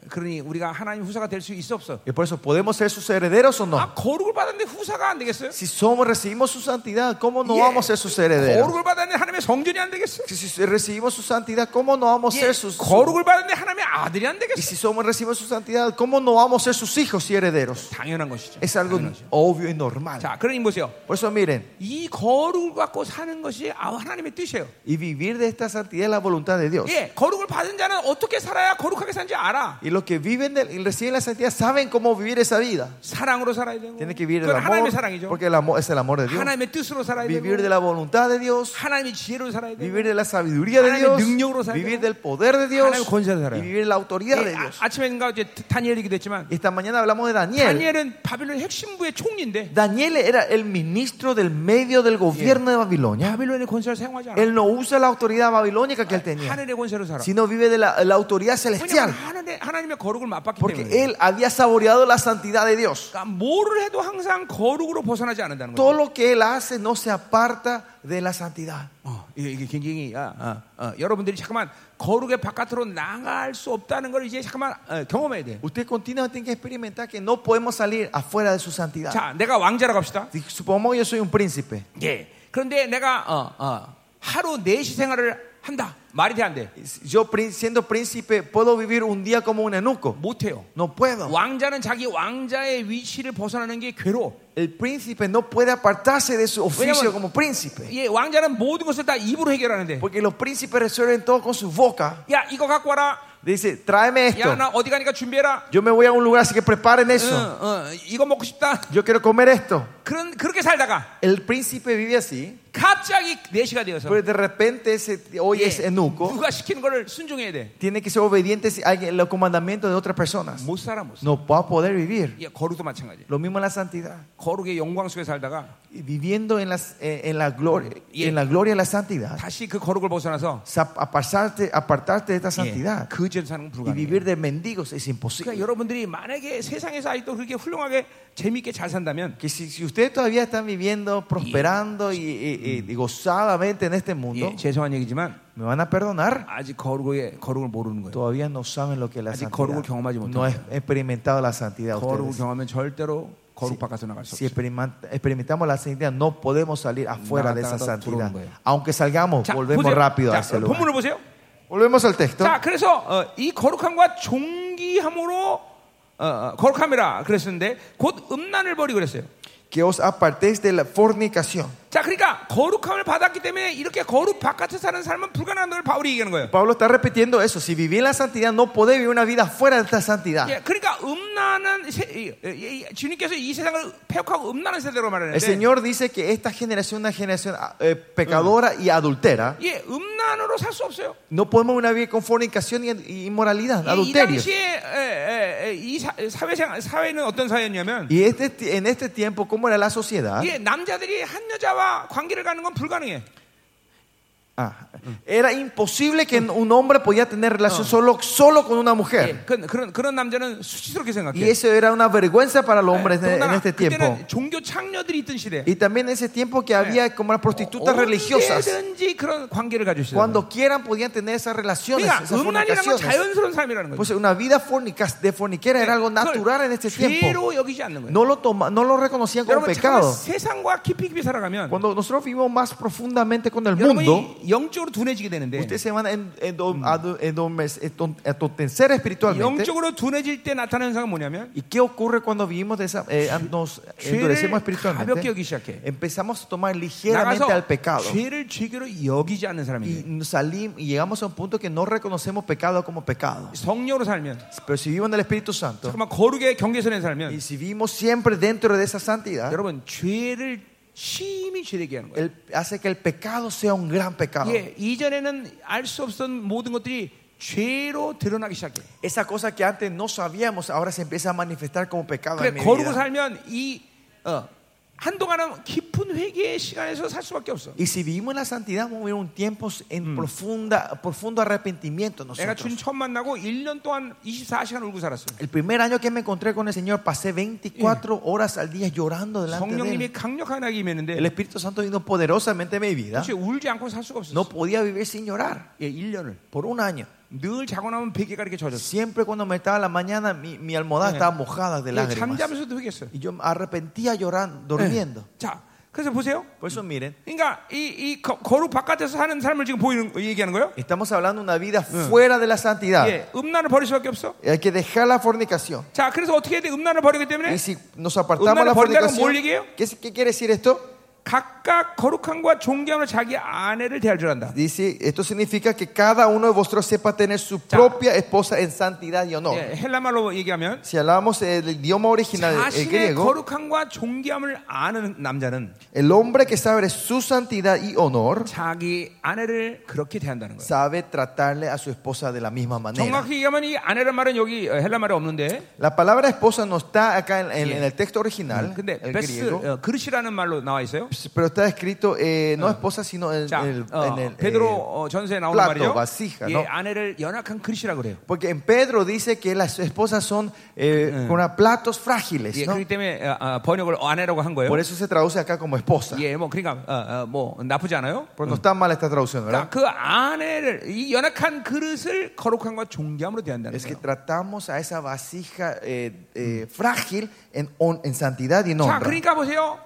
Speaker 2: 그러니 우리가 하나님 후사가 될 수 있어 없어?
Speaker 1: Y por eso, ¿podemos ser sus herederos o no?
Speaker 2: 아 거룩을 받았는데 후사가 안 되겠어요?
Speaker 1: Si somos, recibimos su santidad, ¿cómo no
Speaker 2: Yeah.
Speaker 1: vamos a ser sus herederos?
Speaker 2: 거룩을 받았는데 하나님의 성전이 안 되겠어요?
Speaker 1: Si- Si recibimos su santidad, ¿cómo no vamos a
Speaker 2: 예,
Speaker 1: ser sus
Speaker 2: 거룩을 받았는데 하나님의 아들이 안
Speaker 1: Y
Speaker 2: 되겠어요?
Speaker 1: si somos recibimos su santidad, ¿cómo no vamos a ser sus hijos y herederos?
Speaker 2: 당연한 것이죠.
Speaker 1: Es algo
Speaker 2: 당연한 것이죠.
Speaker 1: obvio y normal.
Speaker 2: 자, 그러니 보세요.
Speaker 1: Por eso miren,
Speaker 2: 이 거룩을 갖고 사는 것이 아, 하나님의 뜻이에요.
Speaker 1: y vivir de esta santidad es la voluntad de Dios.
Speaker 2: 예, 거룩을 받은 자는 어떻게 살아야 거룩하게 사는지 알아.
Speaker 1: Y los que viven del- y reciben la santidad saben cómo vivir esa vida.
Speaker 2: 사랑으로 살아야 되고.
Speaker 1: Tienen que vivir del amor,
Speaker 2: 그건 그러니까 하나님의 사랑이죠.
Speaker 1: porque el amor es el amor de Dios.
Speaker 2: 하나님의 뜻으로 살아야 되고.
Speaker 1: Vivir de la voluntad de Dios,
Speaker 2: 하나님의 지혜로 살아야 되고.
Speaker 1: vivir de la sabiduría de
Speaker 2: 하나님의
Speaker 1: Dios,
Speaker 2: 능력으로 살아야
Speaker 1: vivir
Speaker 2: 되고.
Speaker 1: del poder de Eh, ah,
Speaker 2: 하나님의
Speaker 1: Dios
Speaker 2: 권세로
Speaker 1: y
Speaker 2: 살아야 돼요.
Speaker 1: vivir la autoridad de
Speaker 2: 예, 아,
Speaker 1: Dios.
Speaker 2: 아침에인가 어제 다니엘 얘기도 했지만
Speaker 1: Y esta mañana hablamos de
Speaker 2: 예.
Speaker 1: Daniel.
Speaker 2: 다니엘은 바빌론 핵심부의 총리인데
Speaker 1: Daniel era el ministro del medio del gobierno de Babilonia.
Speaker 2: 바빌론의 권세를 사용하지 않아.
Speaker 1: Él no usa la autoridad babilónica que él tenía.
Speaker 2: 하늘의 권세로 살아.
Speaker 1: sino vive de la, la autoridad
Speaker 2: 왜냐하면
Speaker 1: celestial.
Speaker 2: 하늘의 하나님의 거룩을 맛봤기
Speaker 1: Porque
Speaker 2: 때문에.
Speaker 1: él había saboreado la santidad de Dios.
Speaker 2: 그러니까 뭐를 해도 항상 거룩으로 벗어나지 않는다는
Speaker 1: Todo
Speaker 2: 거예요.
Speaker 1: lo que él hace no se aparta de la santidad.
Speaker 2: 어, 이게 이게 굉장히 아, 아, 아, 여러분들이 잠깐만 거룩의 바깥으로 나갈 수 없다는 걸 이제 잠깐만 어, 경험해야 돼.
Speaker 1: Usted continuamente tiene que experimentar que no podemos salir afuera de su santidad.
Speaker 2: 자, 내가 왕자라고 합시다.
Speaker 1: Si Supongamos que yo soy un príncipe.
Speaker 2: 예. 그런데 내가 어, 어, 하루 4시 생활을 한다. 말이 돼 안 돼?
Speaker 1: Yo prín- siendo príncipe puedo vivir un día como un eunuco.
Speaker 2: 못 해요.
Speaker 1: No puedo.
Speaker 2: 왕자는 자기 왕자의 위치를 벗어나는 게 괴로워.
Speaker 1: El príncipe no puede apartarse de su oficio
Speaker 2: Bueno,
Speaker 1: como príncipe.
Speaker 2: 예, 왕자는 모든 것을 다 입으로 해결하는데.
Speaker 1: Porque los príncipes resuelven todo con su boca.
Speaker 2: 야, 이거 갖고 와라.
Speaker 1: Dice, tráeme
Speaker 2: 야,
Speaker 1: esto.
Speaker 2: 나 어디 가니까 준비해라.
Speaker 1: Yo me voy a un lugar, así que preparen
Speaker 2: 응,
Speaker 1: eso.
Speaker 2: 응, 이거 먹고 싶다.
Speaker 1: Yo quiero comer esto.
Speaker 2: 그런 그렇게 살다가
Speaker 1: El príncipe vive así,
Speaker 2: 갑자기 4시가 되어서
Speaker 1: pero de repente ese, hoy es
Speaker 2: 예,
Speaker 1: enuco.
Speaker 2: 누가 시키는 거를 순종해야 돼.
Speaker 1: Tiene que ser obediente si alguien- los comandamientos de otras personas.
Speaker 2: 못 살아 못 살아.
Speaker 1: No va a poder vivir.
Speaker 2: 예, 거룩도 마찬가지.
Speaker 1: Lo mismo en la santidad.
Speaker 2: 거룩의 영광 속에 살다가
Speaker 1: Y Viviendo en, las- eh, en la gloria,
Speaker 2: Yeah.
Speaker 1: en la gloria de la santidad.
Speaker 2: 다시 그 거룩을 벗어나서
Speaker 1: sa- apartarte, apartarte de esta
Speaker 2: 예,
Speaker 1: santidad
Speaker 2: 그 죄를 사는 건
Speaker 1: y
Speaker 2: 불가능해.
Speaker 1: vivir de mendigos es
Speaker 2: 그러니까
Speaker 1: imposible.
Speaker 2: 여러분들이 만약에 세상에서 아직도 그렇게 훌륭하게 재미있게 잘 산다면
Speaker 1: Que si, si ustedes todavía están viviendo, prosperando y, y- y- y gozadamente en este mundo,
Speaker 2: 예, 죄송한 얘기지만
Speaker 1: me van a perdonar.
Speaker 2: 아직 거룩의 거룩을 모르는 거예요.
Speaker 1: Todavía no saben lo que es la
Speaker 2: 아직 거룩을
Speaker 1: santidad.
Speaker 2: 경험하지
Speaker 1: No han
Speaker 2: 못해요.
Speaker 1: experimentado la santidad.
Speaker 2: 거룩을
Speaker 1: Ustedes.
Speaker 2: 경험하면 절대로 거룩 밖에서 나갈 수
Speaker 1: Si
Speaker 2: 없어요.
Speaker 1: experiment- experimentamos la santidad, no podemos salir afuera de esa
Speaker 2: Nada, nada,
Speaker 1: santidad.
Speaker 2: puro, güey.
Speaker 1: Aunque salgamos,
Speaker 2: 자,
Speaker 1: volvemos
Speaker 2: 보세요.
Speaker 1: rápido a
Speaker 2: 자,
Speaker 1: ese lugar.
Speaker 2: 본문을 보세요.
Speaker 1: Volvemos al texto.
Speaker 2: 자, 그래서 어, 이 거룩함과 종기함으로 어, 어, 거룩함이라 그랬었는데 곧 음란을 버리고 그랬어요.
Speaker 1: Que os apartéis de la fornicación.
Speaker 2: 자, 그러니까 거룩함을 받았기 때문에 이렇게 거룩 바깥에 사는 삶은 불가능한 걸 바울이 얘기하는 거예요.
Speaker 1: Pablo está repitiendo eso. Si vivís en la santidad, no podés vivir una vida fuera de esta santidad.
Speaker 2: 예, 그러니까 음란은 세- 이- 이- 이- 주님께서 이 세상을 폐역하고 음란한 세대로
Speaker 1: El
Speaker 2: 말하는데
Speaker 1: Señor dice que esta generación es una generación ah, eh, pecadora y adultera.
Speaker 2: 예, um란으로 살 수 없어요.
Speaker 1: No podemos vivir una vida con fornicación y, y
Speaker 2: 이-
Speaker 1: inmoralidad,
Speaker 2: 이
Speaker 1: adulterio.
Speaker 2: 당시에 에, 에, 에, 이 사, 사회생 사회는 어떤 사회였냐면
Speaker 1: Y este, ti- en este tiempo, ¿cómo era la sociedad?
Speaker 2: 예, 남자들이 한 여자와 관계를 갖는 건 불가능해.
Speaker 1: Ah, era imposible que un hombre podía tener relación solo, solo con una
Speaker 2: 예,
Speaker 1: mujer.
Speaker 2: 그, 그런 그런 남자는 수치스럽게 생각해.
Speaker 1: Y eso era una vergüenza para los hombres en, en
Speaker 2: 더군다나
Speaker 1: este tiempo.
Speaker 2: 그때는 종교 뭐. 창녀들이 있던 시대.
Speaker 1: Y también en ese tiempo que había como las
Speaker 2: Oh,
Speaker 1: prostitutas religiosas.
Speaker 2: 언제든지 그런 관계를 가질 수 있어요.
Speaker 1: Cuando quieran podían tener esas relaciones,
Speaker 2: 그러니까
Speaker 1: esas
Speaker 2: 음란이라는 건
Speaker 1: fornicaciones.
Speaker 2: 자연스러운 삶이라는
Speaker 1: Pues
Speaker 2: 거죠.
Speaker 1: una vida fornica- de forniquera era algo natural en este tiempo.
Speaker 2: 죄로 여기지 않는 거예요.
Speaker 1: No lo, toma- no lo reconocían como
Speaker 2: 여러분 잠깐만
Speaker 1: pecado.
Speaker 2: 세상과 깊이 깊이 살아가면
Speaker 1: Cuando nosotros vivimos más profundamente con el mundo,
Speaker 2: 여러분이 영적으로 둔해지게 되는데
Speaker 1: ustedes se van a en- endom- adu- endome- eston- atontecer espiritualmente.
Speaker 2: 영적으로 둔해질 때 나타나는 현상은 뭐냐면
Speaker 1: ¿Y qué ocurre cuando vivimos de esa, eh, nos endurecemos
Speaker 2: 죄를 가볍게
Speaker 1: espiritualmente?
Speaker 2: 여기기 시작해.
Speaker 1: Empezamos a tomar ligeramente al
Speaker 2: 나가서
Speaker 1: pecado
Speaker 2: 죄를 죄로 여기지 않는
Speaker 1: y,
Speaker 2: 사람이 돼.
Speaker 1: salim- y llegamos a un punto que no reconocemos pecado como pecado.
Speaker 2: 성령으로 살면
Speaker 1: Pero si vivimos en el Espíritu Santo
Speaker 2: 잠깐만 거룩의 경계선에
Speaker 1: y
Speaker 2: 살면
Speaker 1: si vivimos siempre dentro de esa santidad,
Speaker 2: 여러분 죄를 심히 죄되게 하는 거예요.
Speaker 1: él hace que el pecado sea un gran pecado.
Speaker 2: 예, 이전에는 알 수 없었던 모든 것들이 죄로 드러나기 시작해.
Speaker 1: Esa cosa que antes no sabíamos ahora
Speaker 2: 아,
Speaker 1: se empieza a manifestar como pecado.
Speaker 2: 그래
Speaker 1: En mi
Speaker 2: 거룩을
Speaker 1: vida.
Speaker 2: 살면 이 어, 한동안은 깊은 깊은 회개의 시간에서 살 수밖에 없어.
Speaker 1: Y si vivimos en la santidad, vamos a vivir un tiempo en profunda, profundo arrepentimiento
Speaker 2: 내가 주님
Speaker 1: nosotros.
Speaker 2: 처음 만나고 1년 동안 24시간 울고 살았어요.
Speaker 1: El primer año que me encontré con el Señor, pasé 24 horas al día llorando delante de
Speaker 2: 성령님이
Speaker 1: Él.
Speaker 2: 강력하게 나게
Speaker 1: El
Speaker 2: 임했는데
Speaker 1: Espíritu Santo vino poderosamente a mi vida.
Speaker 2: 도대체 울지 않고 살 수가
Speaker 1: No
Speaker 2: 없었어.
Speaker 1: podía vivir sin llorar
Speaker 2: 예, 1년을
Speaker 1: por un año.
Speaker 2: 늘 자고 나면 베개가 이렇게 젖었어.
Speaker 1: Siempre cuando me estaba en la mañana, mi, mi almohada
Speaker 2: Sí.
Speaker 1: estaba mojada de
Speaker 2: 예,
Speaker 1: lágrimas.
Speaker 2: 잠자면서도 회개했어요.
Speaker 1: Y yo me arrepentía llorando, durmiendo.
Speaker 2: 자, 그래서 보세요.
Speaker 1: Eh. Por eso miren,
Speaker 2: 그러니까 이, 이 거- 거룩 바깥에서 사는 삶을 지금 보이는 얘기하는 거예요.
Speaker 1: estamos hablando de una vida fuera de la santidad.
Speaker 2: 예, 음란을 버릴 수밖에 없어.
Speaker 1: Hay que dejar la fornicación.
Speaker 2: 자, 그래서 어떻게 해야 돼? 음란을 버리기 때문에
Speaker 1: Y si nos apartamos de la
Speaker 2: Umnana 버린다는 건
Speaker 1: Eh. fornicación,
Speaker 2: 뭘 얘기해요?
Speaker 1: ¿qué, qué quiere decir esto?
Speaker 2: 각각 거룩함과 존경을 자기 아내를 대할 줄 안다.
Speaker 1: Dice, esto significa que cada uno de vosotros sepa tener su propia esposa en santidad y honor.
Speaker 2: 예, 헬라말로 얘기하면
Speaker 1: Si hablamos el idioma original, el
Speaker 2: 자신의
Speaker 1: griego,
Speaker 2: 거룩함과 존경을 아는 남자는
Speaker 1: el hombre que sabe su santidad y honor
Speaker 2: 자기 아내를 그렇게 대한다는 거예요.
Speaker 1: sabe tratarle a su esposa de la misma
Speaker 2: 네.
Speaker 1: manera.
Speaker 2: 정확히 얘기하면 이 아내란 말은 여기 어, 헬라말에 없는데
Speaker 1: La palabra esposa no está acá en, en- en el texto original,
Speaker 2: 음, 근데
Speaker 1: el
Speaker 2: 베스
Speaker 1: griego,
Speaker 2: 어, 그릇이라는 말로 나와 있어요.
Speaker 1: pero está escrito eh, no esposa, sino en,
Speaker 2: 자,
Speaker 1: el-
Speaker 2: 어,
Speaker 1: en el,
Speaker 2: 베드로
Speaker 1: eh,
Speaker 2: 어, 전서에 나오는
Speaker 1: 네, 플라토,
Speaker 2: 말이죠.
Speaker 1: 바시카,
Speaker 2: 예,
Speaker 1: no?
Speaker 2: 아내를 연약한 그릇이라 그래요.
Speaker 1: porque en Pedro dice que las esposas son eh, con una- platos frágiles,
Speaker 2: 예,
Speaker 1: ¿no?
Speaker 2: 그렇기 때문에 어, 어, 번역을 아내라고 한 거예요.
Speaker 1: Por eso se traduce acá como esposa.
Speaker 2: 예, 뭐 그러니까 어, 어, 뭐 나쁘지 않아요.
Speaker 1: Pero no está mal esta traducción,
Speaker 2: 그러니까
Speaker 1: ¿verdad?
Speaker 2: 그 아내를 이 연약한 그릇을 거룩함과 존귀함으로 대한다는
Speaker 1: Es que
Speaker 2: 거예요.
Speaker 1: tratamos a esa vasija eh, eh, frágil en, hon- en santidad y en
Speaker 2: 자,
Speaker 1: honra.
Speaker 2: 그러니까 보세요.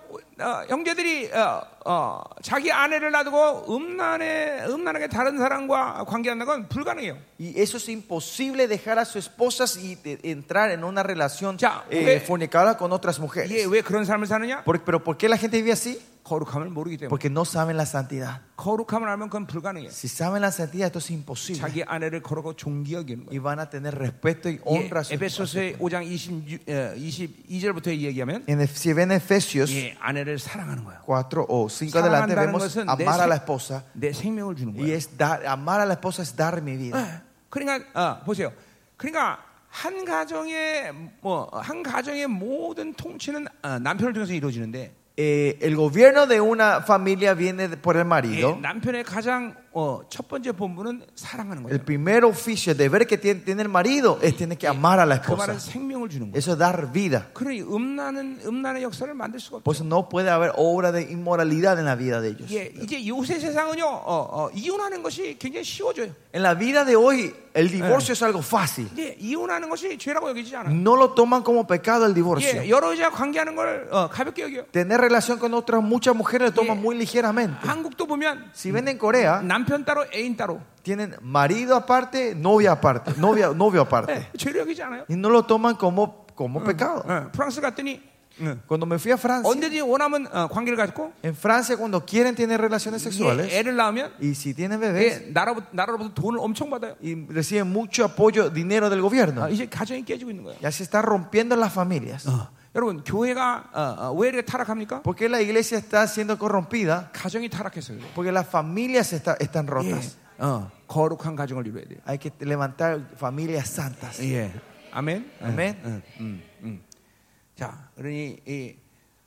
Speaker 2: 어, 형제들이 어, 어, 자기 아내를 놔두고 음란에 음란하게 다른 사람과 관계한다는 건 불가능해요.
Speaker 1: Y eso es imposible dejar a sus esposas y de- entrar en una relación
Speaker 2: Ya,
Speaker 1: eh,
Speaker 2: ok.
Speaker 1: fornicada con otras
Speaker 2: 이게
Speaker 1: mujeres.
Speaker 2: 예, 왜 그런 삶을 사느냐?
Speaker 1: Por- pero ¿por qué la gente vive así?
Speaker 2: 거룩함을 모르기 때문에.
Speaker 1: Porque no saben la santidad.
Speaker 2: 거룩함을 알면 그건 불가능해요.
Speaker 1: Si saben la santidad, esto es imposible.
Speaker 2: 자기 아내를 거룩하고 존귀 여기는 거예요.
Speaker 1: Y van a tener respeto y
Speaker 2: 예,
Speaker 1: honra a sus esposas.
Speaker 2: 에베소서의 5장 26, 어, 22절부터 얘기하면
Speaker 1: En, Ef- si ven Efesios
Speaker 2: 예, 아내를 사랑하는 거예요.
Speaker 1: 4 o
Speaker 2: 그러니까
Speaker 1: 5 adelante,
Speaker 2: Saranda는
Speaker 1: vemos
Speaker 2: 것은 내
Speaker 1: amar a
Speaker 2: 생-
Speaker 1: la esposa.
Speaker 2: 내 생명을 주는
Speaker 1: Y
Speaker 2: 아, 거예요. 예.
Speaker 1: es dar, amar a la esposa es dar mi vida.
Speaker 2: Ah. 그러니까 어, 보세요. 그러니까 한 가정의 뭐한 가정의 모든 통치는 어, 남편을 통해서 이루어지는데
Speaker 1: Eh, el gobierno de una familia viene de- por el
Speaker 2: 예,
Speaker 1: marido.
Speaker 2: 남편의 가장 어, 첫 번째 본분은 사랑하는
Speaker 1: El
Speaker 2: 거예요.
Speaker 1: primer oficio, el deber que tiene, tiene el marido es tiene que amar a la
Speaker 2: 그 말은
Speaker 1: esposa.
Speaker 2: 생명을 주는 거예요.
Speaker 1: Eso es dar vida.
Speaker 2: 그러니 음란은 음란의 역사를 만들 수가 없죠.
Speaker 1: Por eso no puede haber obra de inmoralidad en la vida de ellos.
Speaker 2: 예, 이제 요새 세상은요 어, 어, 이혼하는 것이 굉장히 쉬워져요.
Speaker 1: En la vida de hoy, el divorcio es algo fácil.
Speaker 2: 예, 이혼하는 것이 죄라고 여기지 않아요.
Speaker 1: No lo toman como pecado el divorcio.
Speaker 2: 예, 여러 여자 관계하는 걸 어, 가볍게 여겨요.
Speaker 1: Tener relación con otras muchas mujeres lo toman
Speaker 2: Yeah.
Speaker 1: muy ligeramente.
Speaker 2: 한국도 보면
Speaker 1: Si ven en Corea,
Speaker 2: 남편 따로 애인 따로
Speaker 1: tienen marido aparte, novia aparte, novia, novio aparte.
Speaker 2: 예, 죄로 여기지 않아요.
Speaker 1: Y no lo toman como, como pecado.
Speaker 2: 예, 프랑스 갔더니
Speaker 1: Cuando me fui a Francia,
Speaker 2: 언제든지 원하면 어, 관계를 갖고
Speaker 1: En Francia, cuando quieren tener relaciones
Speaker 2: 예,
Speaker 1: sexuales
Speaker 2: 애를 낳으면
Speaker 1: y si tienen
Speaker 2: 예,
Speaker 1: bebés
Speaker 2: 나라부터, 나라로부터 돈을 엄청 받아요.
Speaker 1: y reciben mucho apoyo, dinero del
Speaker 2: 아,
Speaker 1: gobierno,
Speaker 2: 이제 가정이 깨지고 있는 거예요.
Speaker 1: ya se está rompiendo las familias.
Speaker 2: Ah. 여러분 교회가 어, 어, 왜 이렇게 타락합니까?
Speaker 1: ¿Por qué la iglesia está siendo corrompida?
Speaker 2: 가정이 타락해서 그래요.
Speaker 1: Porque las familias está- están
Speaker 2: 예,
Speaker 1: rotas.
Speaker 2: 어, 거룩한 가정을 이루어야 돼요.
Speaker 1: Hay que levantar familias santas.
Speaker 2: 예, 아멘.
Speaker 1: 아멘.
Speaker 2: 응, 응, 응, 응. 자, 그러니 이,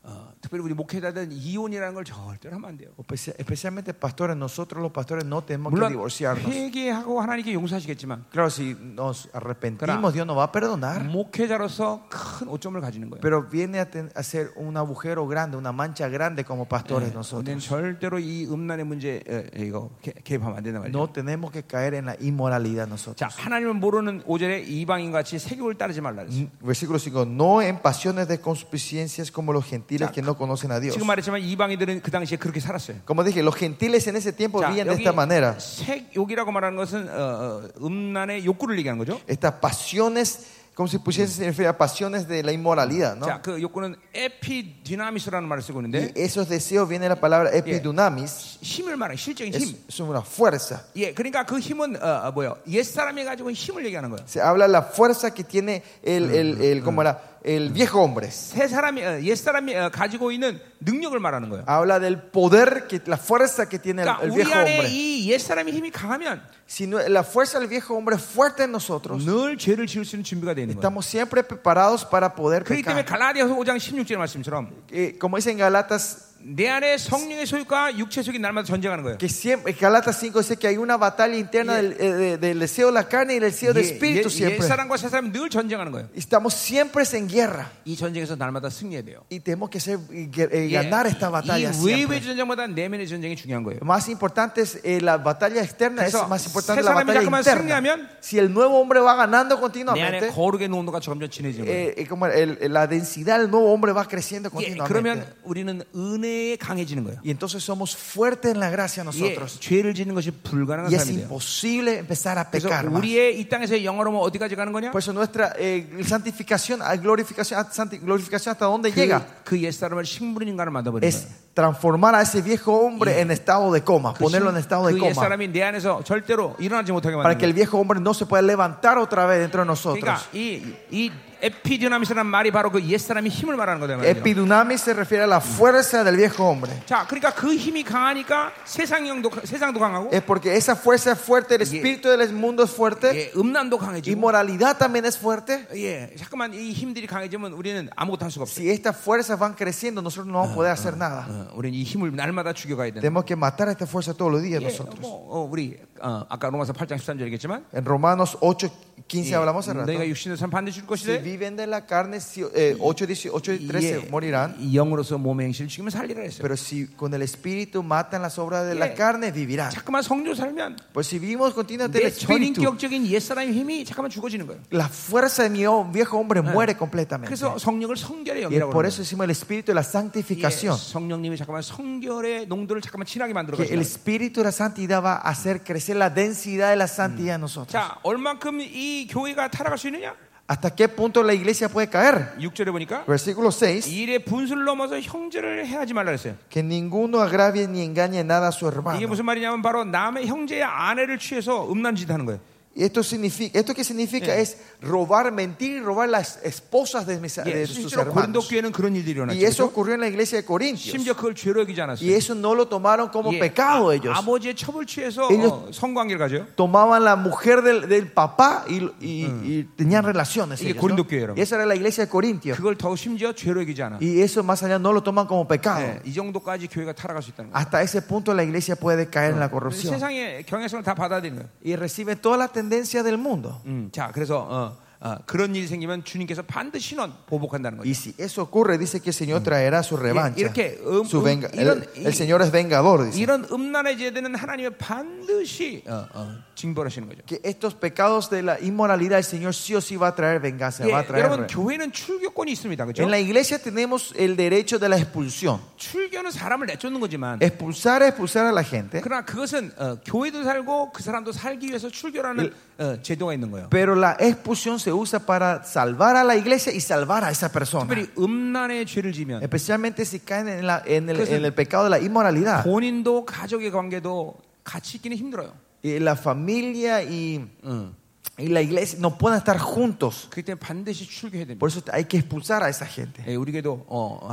Speaker 2: 어, 특별히 우리 목회자들은 이혼이라는 걸 절대로 하면 안 돼요.
Speaker 1: Especia- Especialmente pastores, nosotros los pastores no tenemos que
Speaker 2: 물론
Speaker 1: divorciarnos.
Speaker 2: 회개하고 하나님께 용서하시겠지만
Speaker 1: Claro, si nos
Speaker 2: Claro.
Speaker 1: arrepentimos, Dios nos va a
Speaker 2: 아? Mm.
Speaker 1: perdonar.
Speaker 2: 목회자로서 큰 오점을 가지는 거예요.
Speaker 1: Pero viene a, ten- a ser un agujero grande, una mancha grande como pastores
Speaker 2: 우리는
Speaker 1: nosotros.
Speaker 2: 예. 절대로 이 음란의 문제 에, 에, 이거 개- 개입하면 안 된다 말이죠.
Speaker 1: No tenemos que caer en la inmoralidad
Speaker 2: 자,
Speaker 1: nosotros.
Speaker 2: 하나님을 모르는 오절에 이방인 같이 세계를 따르지 말라 그랬어요.
Speaker 1: Mm. Versículo 5. No en pasiones de concupiscencias como los gentiles que no conocen a Dios.
Speaker 2: 지금 말했지만 이방인들은 그 당시에 그렇게 살았어요.
Speaker 1: Como dije, los gentiles en ese tiempo
Speaker 2: 자,
Speaker 1: vivían de
Speaker 2: 여기
Speaker 1: esta manera.
Speaker 2: 색욕이라고 말하는 것은 어, 어, 음란의 욕구를 얘기하는 거죠.
Speaker 1: Estas pasiones, como si pusiesen, se refiere a pasiones de la inmoralidad, ¿no?
Speaker 2: 자, 그 욕구는 에피디나미스라는 말을 쓰고 있는데
Speaker 1: Y esos deseos viene la palabra epidunamis.
Speaker 2: 힘을 말하는 실적인
Speaker 1: Es,
Speaker 2: 힘.
Speaker 1: es una fuerza.
Speaker 2: 예, 그러니까 그 힘은 어, 어, 뭐요? 옛 사람이 가지고 있는 힘을 얘기하는 거예요.
Speaker 1: Se habla de la fuerza que tiene el, el, el- ¿cómo era? el viejo hombre.
Speaker 2: 새 사람이 어, 옛 사람이 어, 가지고 있는 능력을 말하는 거예요.
Speaker 1: Habla del poder, que, la fuerza que tiene el,
Speaker 2: 그러니까
Speaker 1: el
Speaker 2: 우리
Speaker 1: viejo
Speaker 2: 안에
Speaker 1: hombre.
Speaker 2: 이 옛 사람의 힘이 강하면
Speaker 1: Si no- la fuerza del viejo hombre es fuerte en nosotros.
Speaker 2: 늘 죄를 지을 수 있는 준비가
Speaker 1: Mm.
Speaker 2: 되는 거예요.
Speaker 1: Estamos
Speaker 2: 그러니까
Speaker 1: siempre preparados para poder
Speaker 2: 그렇기 때문에
Speaker 1: pecar.
Speaker 2: 갈라디아서 5장 16절 말씀처럼
Speaker 1: Eh, como dice en Galatas
Speaker 2: 내 안에 성령의 소유가 육체 소유이 날마다 전쟁하는 거예요.
Speaker 1: Que siempre, Galatas 5 dice que hay una batalla interna del, eh, de- del deseo de la carne y del deseo del espíritu siempre.
Speaker 2: 예, 사람과 새 사람이 늘 전쟁하는 거예요.
Speaker 1: Estamos siempre en guerra
Speaker 2: 이 전쟁에서 날마다 승리해야 돼요.
Speaker 1: y tenemos que ser- eh, gue- eh,
Speaker 2: 예,
Speaker 1: ganar esta batalla.
Speaker 2: 이
Speaker 1: siempre.
Speaker 2: 외부의 전쟁보다 내면의 전쟁이 중요한 거예요.
Speaker 1: Más importante es eh, la batalla externa, es
Speaker 2: 그래서
Speaker 1: más importante la
Speaker 2: 세상을
Speaker 1: batalla
Speaker 2: 자꾸만
Speaker 1: interna.
Speaker 2: 승리하면
Speaker 1: Si el nuevo hombre va ganando
Speaker 2: 내 안에
Speaker 1: continuamente,
Speaker 2: 거룩의 농도가 점점 진해지는 거예요.
Speaker 1: eh, eh, como el- el- la densidad del nuevo hombre va creciendo
Speaker 2: 예,
Speaker 1: continuamente.
Speaker 2: 그러면 우리는 은혜에 강해지는 거예요.
Speaker 1: Y entonces somos fuertes en la gracia
Speaker 2: 예, 뭐,
Speaker 1: nosotros.
Speaker 2: 죄를 짓는 것이 불가능한
Speaker 1: Y es
Speaker 2: 사람이 돼요.
Speaker 1: imposible empezar a
Speaker 2: 그래서
Speaker 1: pecar. más.
Speaker 2: 우리의 이 땅에서 영어로면 어디까지 가는 거냐?
Speaker 1: Por eso nuestra eh, santificación, ah, glorificación, ah, santi- glorificación hasta dónde llega
Speaker 2: 그 옛사람을 식물인 인간을 만들어버리는
Speaker 1: es
Speaker 2: 거예요.
Speaker 1: transformar a ese viejo hombre en estado de coma,
Speaker 2: 그 신-
Speaker 1: ponerlo en estado de
Speaker 2: 그
Speaker 1: coma,
Speaker 2: 옛사람이 내 안에서 절대로 일어나지 못하게
Speaker 1: para que el
Speaker 2: 만드는 거예요.
Speaker 1: viejo hombre no se pueda levantar otra vez dentro de
Speaker 2: 그러니까
Speaker 1: nosotros.
Speaker 2: 이, 이 에피디나미스라는 말이 바로 그 옛사람이 힘을 말하는 거다 말이에요.
Speaker 1: Epidunamis se refiere a la fuerza del viejo hombre.
Speaker 2: 자, 그러니까 그 힘이 강하니까 세상 영도 세상도 강하고
Speaker 1: Es porque esa fuerza es fuerte, el espíritu del mundo es fuerte,
Speaker 2: 예,
Speaker 1: y
Speaker 2: 음란도 강해지고
Speaker 1: moralidad también es fuerte.
Speaker 2: 예, 잠깐만 이 힘들이 강해지면 우리는 아무것도 할 수가 없어요.
Speaker 1: Si estas fuerzas van creciendo, nosotros no vamos a poder hacer nada.
Speaker 2: 어, 우리는 이 힘을 날마다 죽여가야 되는
Speaker 1: Tenemos que matar a esta fuerza todos los días
Speaker 2: 예,
Speaker 1: nosotros.
Speaker 2: 뭐, 어, 우리 어, 아까 로마서 8장 13절 얘기했지만 음,
Speaker 1: En Romanos 8, 15 hablamos hace rato.
Speaker 2: 너희가 육신으로 산 반드시 죽을
Speaker 1: Si
Speaker 2: 것이되
Speaker 1: viven de la carne, si- eh, 8, 18, 8 y 13
Speaker 2: 예,
Speaker 1: morirán.
Speaker 2: 이 영으로서 몸의 행실을 죽이면 살리라 했어요.
Speaker 1: Pero si con el espíritu matan las obras de
Speaker 2: 예.
Speaker 1: la carne, vivirán.
Speaker 2: 잠깐만 성조 살면
Speaker 1: Pues si vivimos continuamente el
Speaker 2: 내
Speaker 1: espíritu,
Speaker 2: 전인격적인 옛사람의 힘이 잠깐만 죽어지는 거예요.
Speaker 1: la fuerza de mi viejo hombre muere completamente.
Speaker 2: 그래서 성령을
Speaker 1: Y
Speaker 2: 성결의
Speaker 1: es
Speaker 2: 영이라고
Speaker 1: por
Speaker 2: 그러는
Speaker 1: eso decimos el espíritu de la
Speaker 2: 거예요. 예,
Speaker 1: santificación.
Speaker 2: 성령님이 잠깐만 성결의 농도를 잠깐만 친하게 만들어
Speaker 1: Que el
Speaker 2: 가시는 거예요.
Speaker 1: espíritu de la santidad va a hacer crecer la densidad de la santidad en nosotros.
Speaker 2: 자, 얼만큼 이 교회가 타락할 수 있느냐?
Speaker 1: ¿Hasta qué punto la iglesia puede caer?
Speaker 2: 6절에 보니까
Speaker 1: Versículo 6.
Speaker 2: 일의 분수를 넘어서 형제를 해하지 말라 했어요.
Speaker 1: Que ninguno agravie ni engañe nada a su
Speaker 2: 이게
Speaker 1: hermano.
Speaker 2: 무슨 말이냐면 바로 남의 형제의 아내를 취해서 음란짓 하는 거예요.
Speaker 1: Y Esto, significa, esto que significa es robar, mentir y robar las esposas de, mis,
Speaker 2: 예,
Speaker 1: de sus
Speaker 2: 실제로 고린도
Speaker 1: hermanos.
Speaker 2: 교회는 그런 일들이
Speaker 1: Y eso
Speaker 2: 일어났죠.
Speaker 1: ocurrió en la iglesia de Corintios.
Speaker 2: 심지어 그걸 죄로 여기지
Speaker 1: Y
Speaker 2: 않았어요.
Speaker 1: eso no lo tomaron como
Speaker 2: 예,
Speaker 1: pecado ellos.
Speaker 2: 아, 버지의 첩을 취해서
Speaker 1: Ellos-
Speaker 2: 어, 성관계를 가져요.
Speaker 1: Tomaban la mujer del, del papá y, y- y tenían relaciones.
Speaker 2: 이게
Speaker 1: ellos, ¿no?
Speaker 2: 고린도 교회라고.
Speaker 1: Y esa era la iglesia de Corintios.
Speaker 2: 그걸 더 심지어 죄로 여기지 않아.
Speaker 1: Y eso más allá no lo toman como pecado.
Speaker 2: 예, 이 정도까지 교회가 타락할 수 있다는 거예요.
Speaker 1: Hasta ese punto la iglesia puede caer en la corrupción.
Speaker 2: 세상의 경향성을 다 받아들이는 거예요.
Speaker 1: Y recibe toda la tendencia del mundo.
Speaker 2: 음, 자, 그래서 어, 어, 그런 일이 생기면 주님께서 반드시 신원 보복한다는 거죠.
Speaker 1: Y si eso ocurre, dice que el Señor traerá su revancha.
Speaker 2: 이렇게, um,
Speaker 1: Su
Speaker 2: um,
Speaker 1: venga-
Speaker 2: 이런-
Speaker 1: el, el Señor es vengador, dice.
Speaker 2: 이런 음란의 제대는 하나님의 반드시 어, 어, 징벌하시는 거죠.
Speaker 1: que estos pecados de la inmoralidad el Señor sí o sí va a traer venganza,
Speaker 2: 예,
Speaker 1: va a traer
Speaker 2: 여러분
Speaker 1: re-
Speaker 2: 교회는 출교권이 있습니다, 그렇죠?
Speaker 1: En la iglesia tenemos el derecho de la expulsión.
Speaker 2: 출교는 사람을 내쫓는 거지만,
Speaker 1: Expulsar es expulsar a la gente,
Speaker 2: 그러나 그것은 어, 교회도 살고 그 사람도 살기 위해서 출교라는 어, 제도가 있는 거예요.
Speaker 1: pero la expulsión se usa para salvar a la iglesia y salvar a esa persona.
Speaker 2: 특별히 음란의 죄를 지면
Speaker 1: Especialmente si caen en, la- en el, en el pecado de la inmoralidad.
Speaker 2: 본인도 가족의 관계도 같이 있기는 힘들어요.
Speaker 1: Y la familia y,
Speaker 2: 음.
Speaker 1: y la iglesia no pueden estar juntos.
Speaker 2: 그렇기 때문에 반드시 출교해야 됩니다.
Speaker 1: Por eso hay que expulsar a esa gente.
Speaker 2: 예, 우리에게도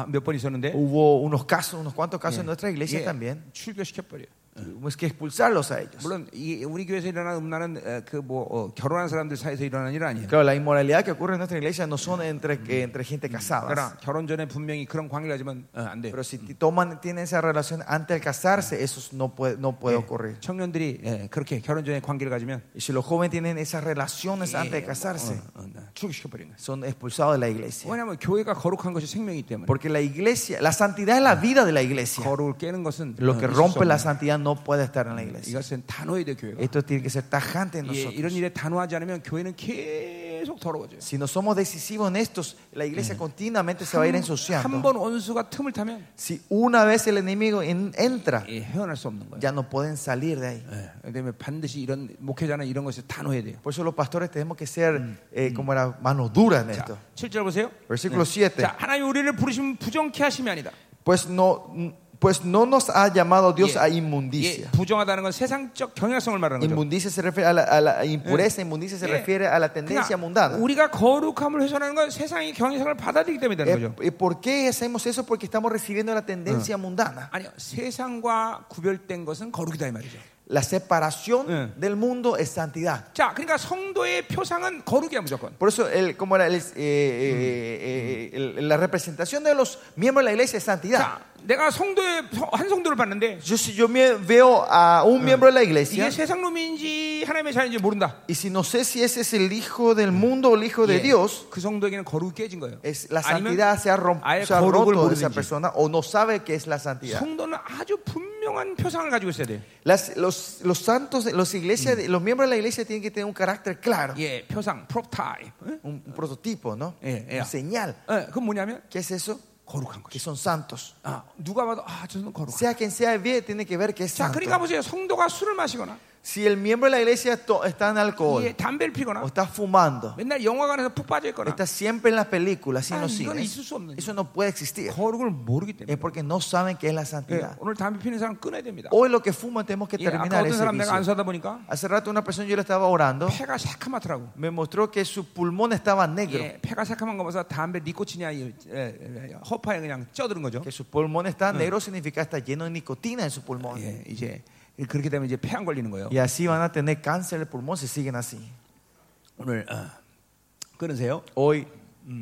Speaker 2: 몇 번 있었는데
Speaker 1: Hubo unos casos, unos cuantos casos en nuestra
Speaker 2: 예,
Speaker 1: iglesia también.
Speaker 2: 출교시켜 버려요.
Speaker 1: Tuvimos que expulsarlos a ellos.
Speaker 2: 물론 이 우리 교회에서 일어난 음란은 그뭐 어, 결혼한 사람들 사이에서 일어난 일 아니에요.
Speaker 1: Claro, la inmoralidad que ocurre en nuestra iglesia no son entre, que- entre gente
Speaker 2: 그러나
Speaker 1: casada.
Speaker 2: 결혼 전에 분명히 그런 관계를 가지면 어, 안 돼요.
Speaker 1: Pero si t- toman, tienen esa relación antes de casarse, eso no puede, no puede ocurrir.
Speaker 2: 예, 청년들이 예, 그렇게 결혼 전에 관계를 가지면
Speaker 1: Y si los jóvenes tienen esas relaciones antes de casarse,
Speaker 2: 어, 출교시켜 버리는 거예요.
Speaker 1: son expulsados de la iglesia.
Speaker 2: 왜냐하면 교회가 거룩한 것이 생명이기 때문에
Speaker 1: Porque la iglesia, la santidad es la vida de la iglesia.
Speaker 2: 거룩을 깨는 것은
Speaker 1: Lo
Speaker 2: 어,
Speaker 1: que
Speaker 2: 있을 수
Speaker 1: rompe
Speaker 2: 없는
Speaker 1: la
Speaker 2: 거예요.
Speaker 1: santidad no puede estar en la iglesia.
Speaker 2: 이것은 단호해야 돼 교회가.
Speaker 1: Esto tiene que ser tajante en
Speaker 2: 예, 이런
Speaker 1: nosotros.
Speaker 2: 일에 단호하지 않으면 교회는 계속 더러워져요.
Speaker 1: Si no somos decisivos en estos, la iglesia continuamente se va a ir
Speaker 2: 한
Speaker 1: ensuciando.
Speaker 2: 번 원수가 틈을 타면
Speaker 1: Si una vez el enemigo en- entra,
Speaker 2: 예, 헤어날 수 없는 거예요.
Speaker 1: ya no pueden salir de ah이
Speaker 2: 예, 그다음에 반드시 이런 목회자는 이런 것에 단호해야 돼요.
Speaker 1: Por eso los pastores tenemos que ser eh, como la mano dura en
Speaker 2: 자,
Speaker 1: esto.
Speaker 2: 7절 보세요. 네.
Speaker 1: Versículo 7.
Speaker 2: 자, 하나님 우리를 부르시면 부정케 하심이 아니다.
Speaker 1: Pues no, pues no nos ha llamado Dios
Speaker 2: 예.
Speaker 1: a
Speaker 2: 예,
Speaker 1: inmundicia.
Speaker 2: 부정하다는 건 세상적 경향성을 말하는 거죠.
Speaker 1: Inmundicia se refiere a la, a la impureza, inmundicia se
Speaker 2: 예.
Speaker 1: refiere a la tendencia
Speaker 2: 그러니까
Speaker 1: mundana.
Speaker 2: 우리가 거룩함을 훼손하는 건 세상의 경향성을 받아들이기 때문에 되는
Speaker 1: Eh,
Speaker 2: 거죠.
Speaker 1: eh, ¿Por qué hacemos eso? Porque estamos recibiendo la tendencia mundana.
Speaker 2: 아니요, 세상과 구별된 것은 거룩이다 이 말이죠.
Speaker 1: La separación
Speaker 2: Eh.
Speaker 1: del mundo es santidad.
Speaker 2: 자, 그러니까 성도의 표상은 거룩이야 무조건.
Speaker 1: Por eso, el, como era el- eh, eh, eh, el- la representación de los miembros de la iglesia es santidad.
Speaker 2: 자, 내가 성도의 성- 한 성도를 봤는데
Speaker 1: Yo, si yo me veo a un miembro de la iglesia
Speaker 2: 이게 세상 놈인지 하나님의 자녀인지 모른다.
Speaker 1: y si no sé si ese es el hijo del mundo o el hijo de
Speaker 2: 예,
Speaker 1: Dios,
Speaker 2: 그 성도에게는 거룩이 깨진 거예요.
Speaker 1: es, la
Speaker 2: 아니면
Speaker 1: santidad se ha, rom-
Speaker 2: 아예
Speaker 1: se ha
Speaker 2: 거룩을
Speaker 1: roto de esa
Speaker 2: 모르는지.
Speaker 1: persona o no sabe qué es la santidad.
Speaker 2: 성도는 아주 분명한 표상을 가지고 있어야 돼.
Speaker 1: Las- los, los santos, los, iglesias, los miembros de la iglesia tienen que tener un carácter claro,
Speaker 2: 예, 표상, 프롭타이.
Speaker 1: un, un prototipo, ¿no?
Speaker 2: Yeah, yeah.
Speaker 1: Un señal.
Speaker 2: 예, 그건 뭐냐면
Speaker 1: ¿Qué es eso?
Speaker 2: 거룩한
Speaker 1: Que
Speaker 2: 거죠.
Speaker 1: son santos.
Speaker 2: 아, 누가 봐도 아, 저 사람 거룩한.
Speaker 1: Sea quien sea, bien, tiene que ver que es
Speaker 2: 자,
Speaker 1: santo.
Speaker 2: 그러니까 보세요. 성도가 술을 마시거나
Speaker 1: Si el miembro de la iglesia to- está en
Speaker 2: 예,
Speaker 1: alcohol
Speaker 2: 담배를 피거나
Speaker 1: o está fumando,
Speaker 2: 맨날 영화관에서 푹 빠져
Speaker 1: 어.
Speaker 2: 있거나
Speaker 1: está siempre en las películas, y
Speaker 2: Ah,
Speaker 1: en los
Speaker 2: 이거는
Speaker 1: cines,
Speaker 2: 있을 수 없는
Speaker 1: eso no puede existir.
Speaker 2: 거룩을 모르기
Speaker 1: Es
Speaker 2: 때문에
Speaker 1: porque no saben qué es la
Speaker 2: 예,
Speaker 1: santidad.
Speaker 2: 오늘 담배 피는 사람 끊어야 됩니다.
Speaker 1: Hoy lo que fuman tenemos que
Speaker 2: 예, 아까
Speaker 1: terminar
Speaker 2: 어떤
Speaker 1: ese
Speaker 2: 사람 내가
Speaker 1: vicio.
Speaker 2: 안수하다 보니까
Speaker 1: Hace rato una persona yo le estaba orando,
Speaker 2: 폐가 새카맣더라고.
Speaker 1: me mostró que su pulmón estaba negro.
Speaker 2: 예, 폐가 새카만 거 봐서 담배 네 니코틴이야 이, 예, 예, 허파에 그냥 쪄드는 거죠.
Speaker 1: Que su pulmón está negro significa está lleno de nicotina en su pulmón.
Speaker 2: 예, 이제 그렇게 되면 이제 폐 안 걸리는 거예요.
Speaker 1: Y así van a tener cáncer de pulmón si siguen así.
Speaker 2: 오늘 어, 끊으세요.
Speaker 1: Hoy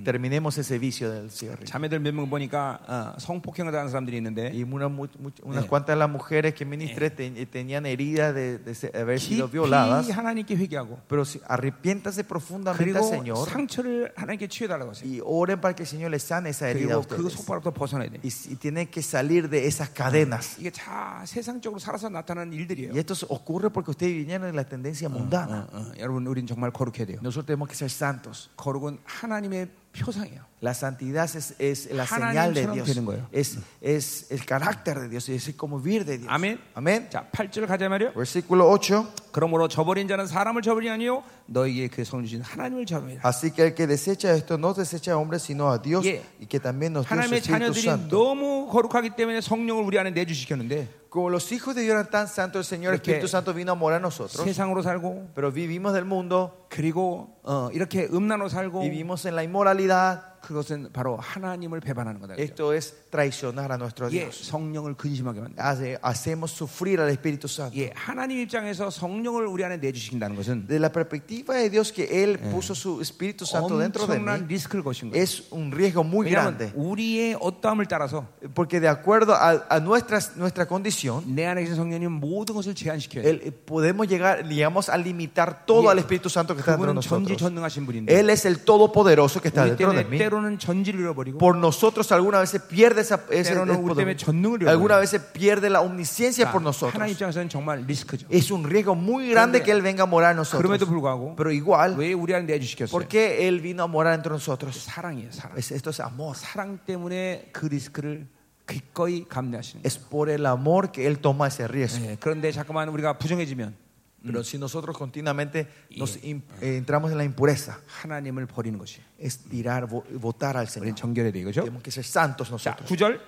Speaker 1: terminemos ese vicio del cigarrillo.
Speaker 2: 자매들 몇 명 보니까 어, 성폭행을 당한 사람들이 있는데
Speaker 1: Y una mu- mu- unas
Speaker 2: Eh.
Speaker 1: cuantas de las mujeres que ministré te- tenían heridas de, de se- haber sido
Speaker 2: 깊이
Speaker 1: violadas.
Speaker 2: 하나님께 회개하고
Speaker 1: Pero si- arrepiéntase profundamente al
Speaker 2: 그리고
Speaker 1: Señor
Speaker 2: 상처를 하나님께 치유달라고 하세요.
Speaker 1: y oren para que el Señor les sane esa herida. a
Speaker 2: 그리고 그
Speaker 1: ustedes.
Speaker 2: 속바로부터 벗어나야 돼요.
Speaker 1: Y, si- y tienen que salir de esas cadenas.
Speaker 2: 이게 다 세상적으로 살아서 나타나는 일들이에요.
Speaker 1: Y esto se- ocurre porque ustedes vinieron en la tendencia
Speaker 2: 어,
Speaker 1: mundana.
Speaker 2: 어, 여러분, 우린 정말 거룩해야 돼요.
Speaker 1: Nosotros tenemos que ser santos.
Speaker 2: 거룩은 하나님의 표상이에요.
Speaker 1: La santidad es, es la
Speaker 2: 하나님처럼
Speaker 1: señal de Dios.
Speaker 2: 되는 거예요.
Speaker 1: Es, es el carácter de Dios. Es como vivir de Dios.
Speaker 2: 아멘.
Speaker 1: Amén.
Speaker 2: 자, 8절 가자 말이요.
Speaker 1: Versículo 8.
Speaker 2: 그러므로 저버린 자는 사람을 저버리 아니요 너에게 그 성령 주신 하나님을 저버리라.
Speaker 1: Así que el que desecha esto no desecha a hombres sino a Dios
Speaker 2: Yeah.
Speaker 1: y que también nos dio su
Speaker 2: 하나님의
Speaker 1: Espíritu
Speaker 2: 자녀들이
Speaker 1: Santo.
Speaker 2: 너무 거룩하기 때문에 성령을 우리 안에 내주시켰는데
Speaker 1: Como los hijos de Dios eran tan santos, el Señor
Speaker 2: 이렇게
Speaker 1: Espíritu Santo vino a morar a nosotros.
Speaker 2: 세상으로 살고
Speaker 1: Pero vivimos del mundo,
Speaker 2: 그리고 어, 이렇게 음란으로 살고
Speaker 1: vivimos en la inmoralidad.
Speaker 2: 그것은 바로 하나님을 배반하는 거다. 그죠?
Speaker 1: Esto es traicionar a nuestro
Speaker 2: 예,
Speaker 1: Dios.
Speaker 2: 성령을 근심하게 만다.
Speaker 1: Hace- hacemos sufrir al Espíritu Santo.
Speaker 2: 예, 하나님 입장에서 성령을 우리 안에 내주시킨다는 것은
Speaker 1: De la perspectiva de Dios que Él puso su Espíritu Santo dentro de
Speaker 2: 엄청난
Speaker 1: mí,
Speaker 2: 리스크를 거신 거예요.
Speaker 1: es un riesgo muy
Speaker 2: 왜냐하면
Speaker 1: grande.
Speaker 2: 우리의 어떠함을 따라서
Speaker 1: Porque de acuerdo a, a nuestras- nuestra condición,
Speaker 2: 내 안에 계신 성령님 모든 것을 제한시켜요.
Speaker 1: el- eh, podemos llegar, digamos, a limitar todo
Speaker 2: Yeah.
Speaker 1: al Espíritu Santo que está dentro de
Speaker 2: 그분은
Speaker 1: nosotros.
Speaker 2: 전지전능하신 분인데
Speaker 1: Él es el Todopoderoso que está
Speaker 2: 우리
Speaker 1: dentro de
Speaker 2: 때문에
Speaker 1: mí.
Speaker 2: 때로는 전지를 잃어버리고
Speaker 1: Por nosotros alguna vez se pierde esa, ese-
Speaker 2: 때로는
Speaker 1: ese
Speaker 2: 우리 때문에
Speaker 1: poder.
Speaker 2: 전능을
Speaker 1: Alguna
Speaker 2: 잃어버려요.
Speaker 1: vez se pierde la omnisciencia por
Speaker 2: 그러니까 하나님
Speaker 1: nosotros.
Speaker 2: 입장에서는 정말 리스크죠.
Speaker 1: Es un riesgo muy grande
Speaker 2: 그런데
Speaker 1: que Él venga a morar a
Speaker 2: 그럼에도
Speaker 1: nosotros.
Speaker 2: 불구하고
Speaker 1: Pero igual,
Speaker 2: 왜 우리 안에 내주시켰어요?
Speaker 1: ¿por qué Él vino a morar entre nosotros?
Speaker 2: 사랑이에요, 사랑.
Speaker 1: Es- esto es amor.
Speaker 2: 사랑 때문에 그 리스크를 기꺼이 감내하시는 거예요.
Speaker 1: Es por el amor que Él toma ese riesgo.
Speaker 2: 예, 그런데 잠깐만 우리가 부정해지면
Speaker 1: Pero si nosotros continuamente nos im- eh, entramos en la impureza,
Speaker 2: 하나님을 버리는 것이
Speaker 1: es tirar, vo- votar al
Speaker 2: 우리는
Speaker 1: Señor.
Speaker 2: 정결해야 돼요. 그죠?
Speaker 1: Tenemos que ser santos
Speaker 2: 자,
Speaker 1: nosotros.
Speaker 2: 9절.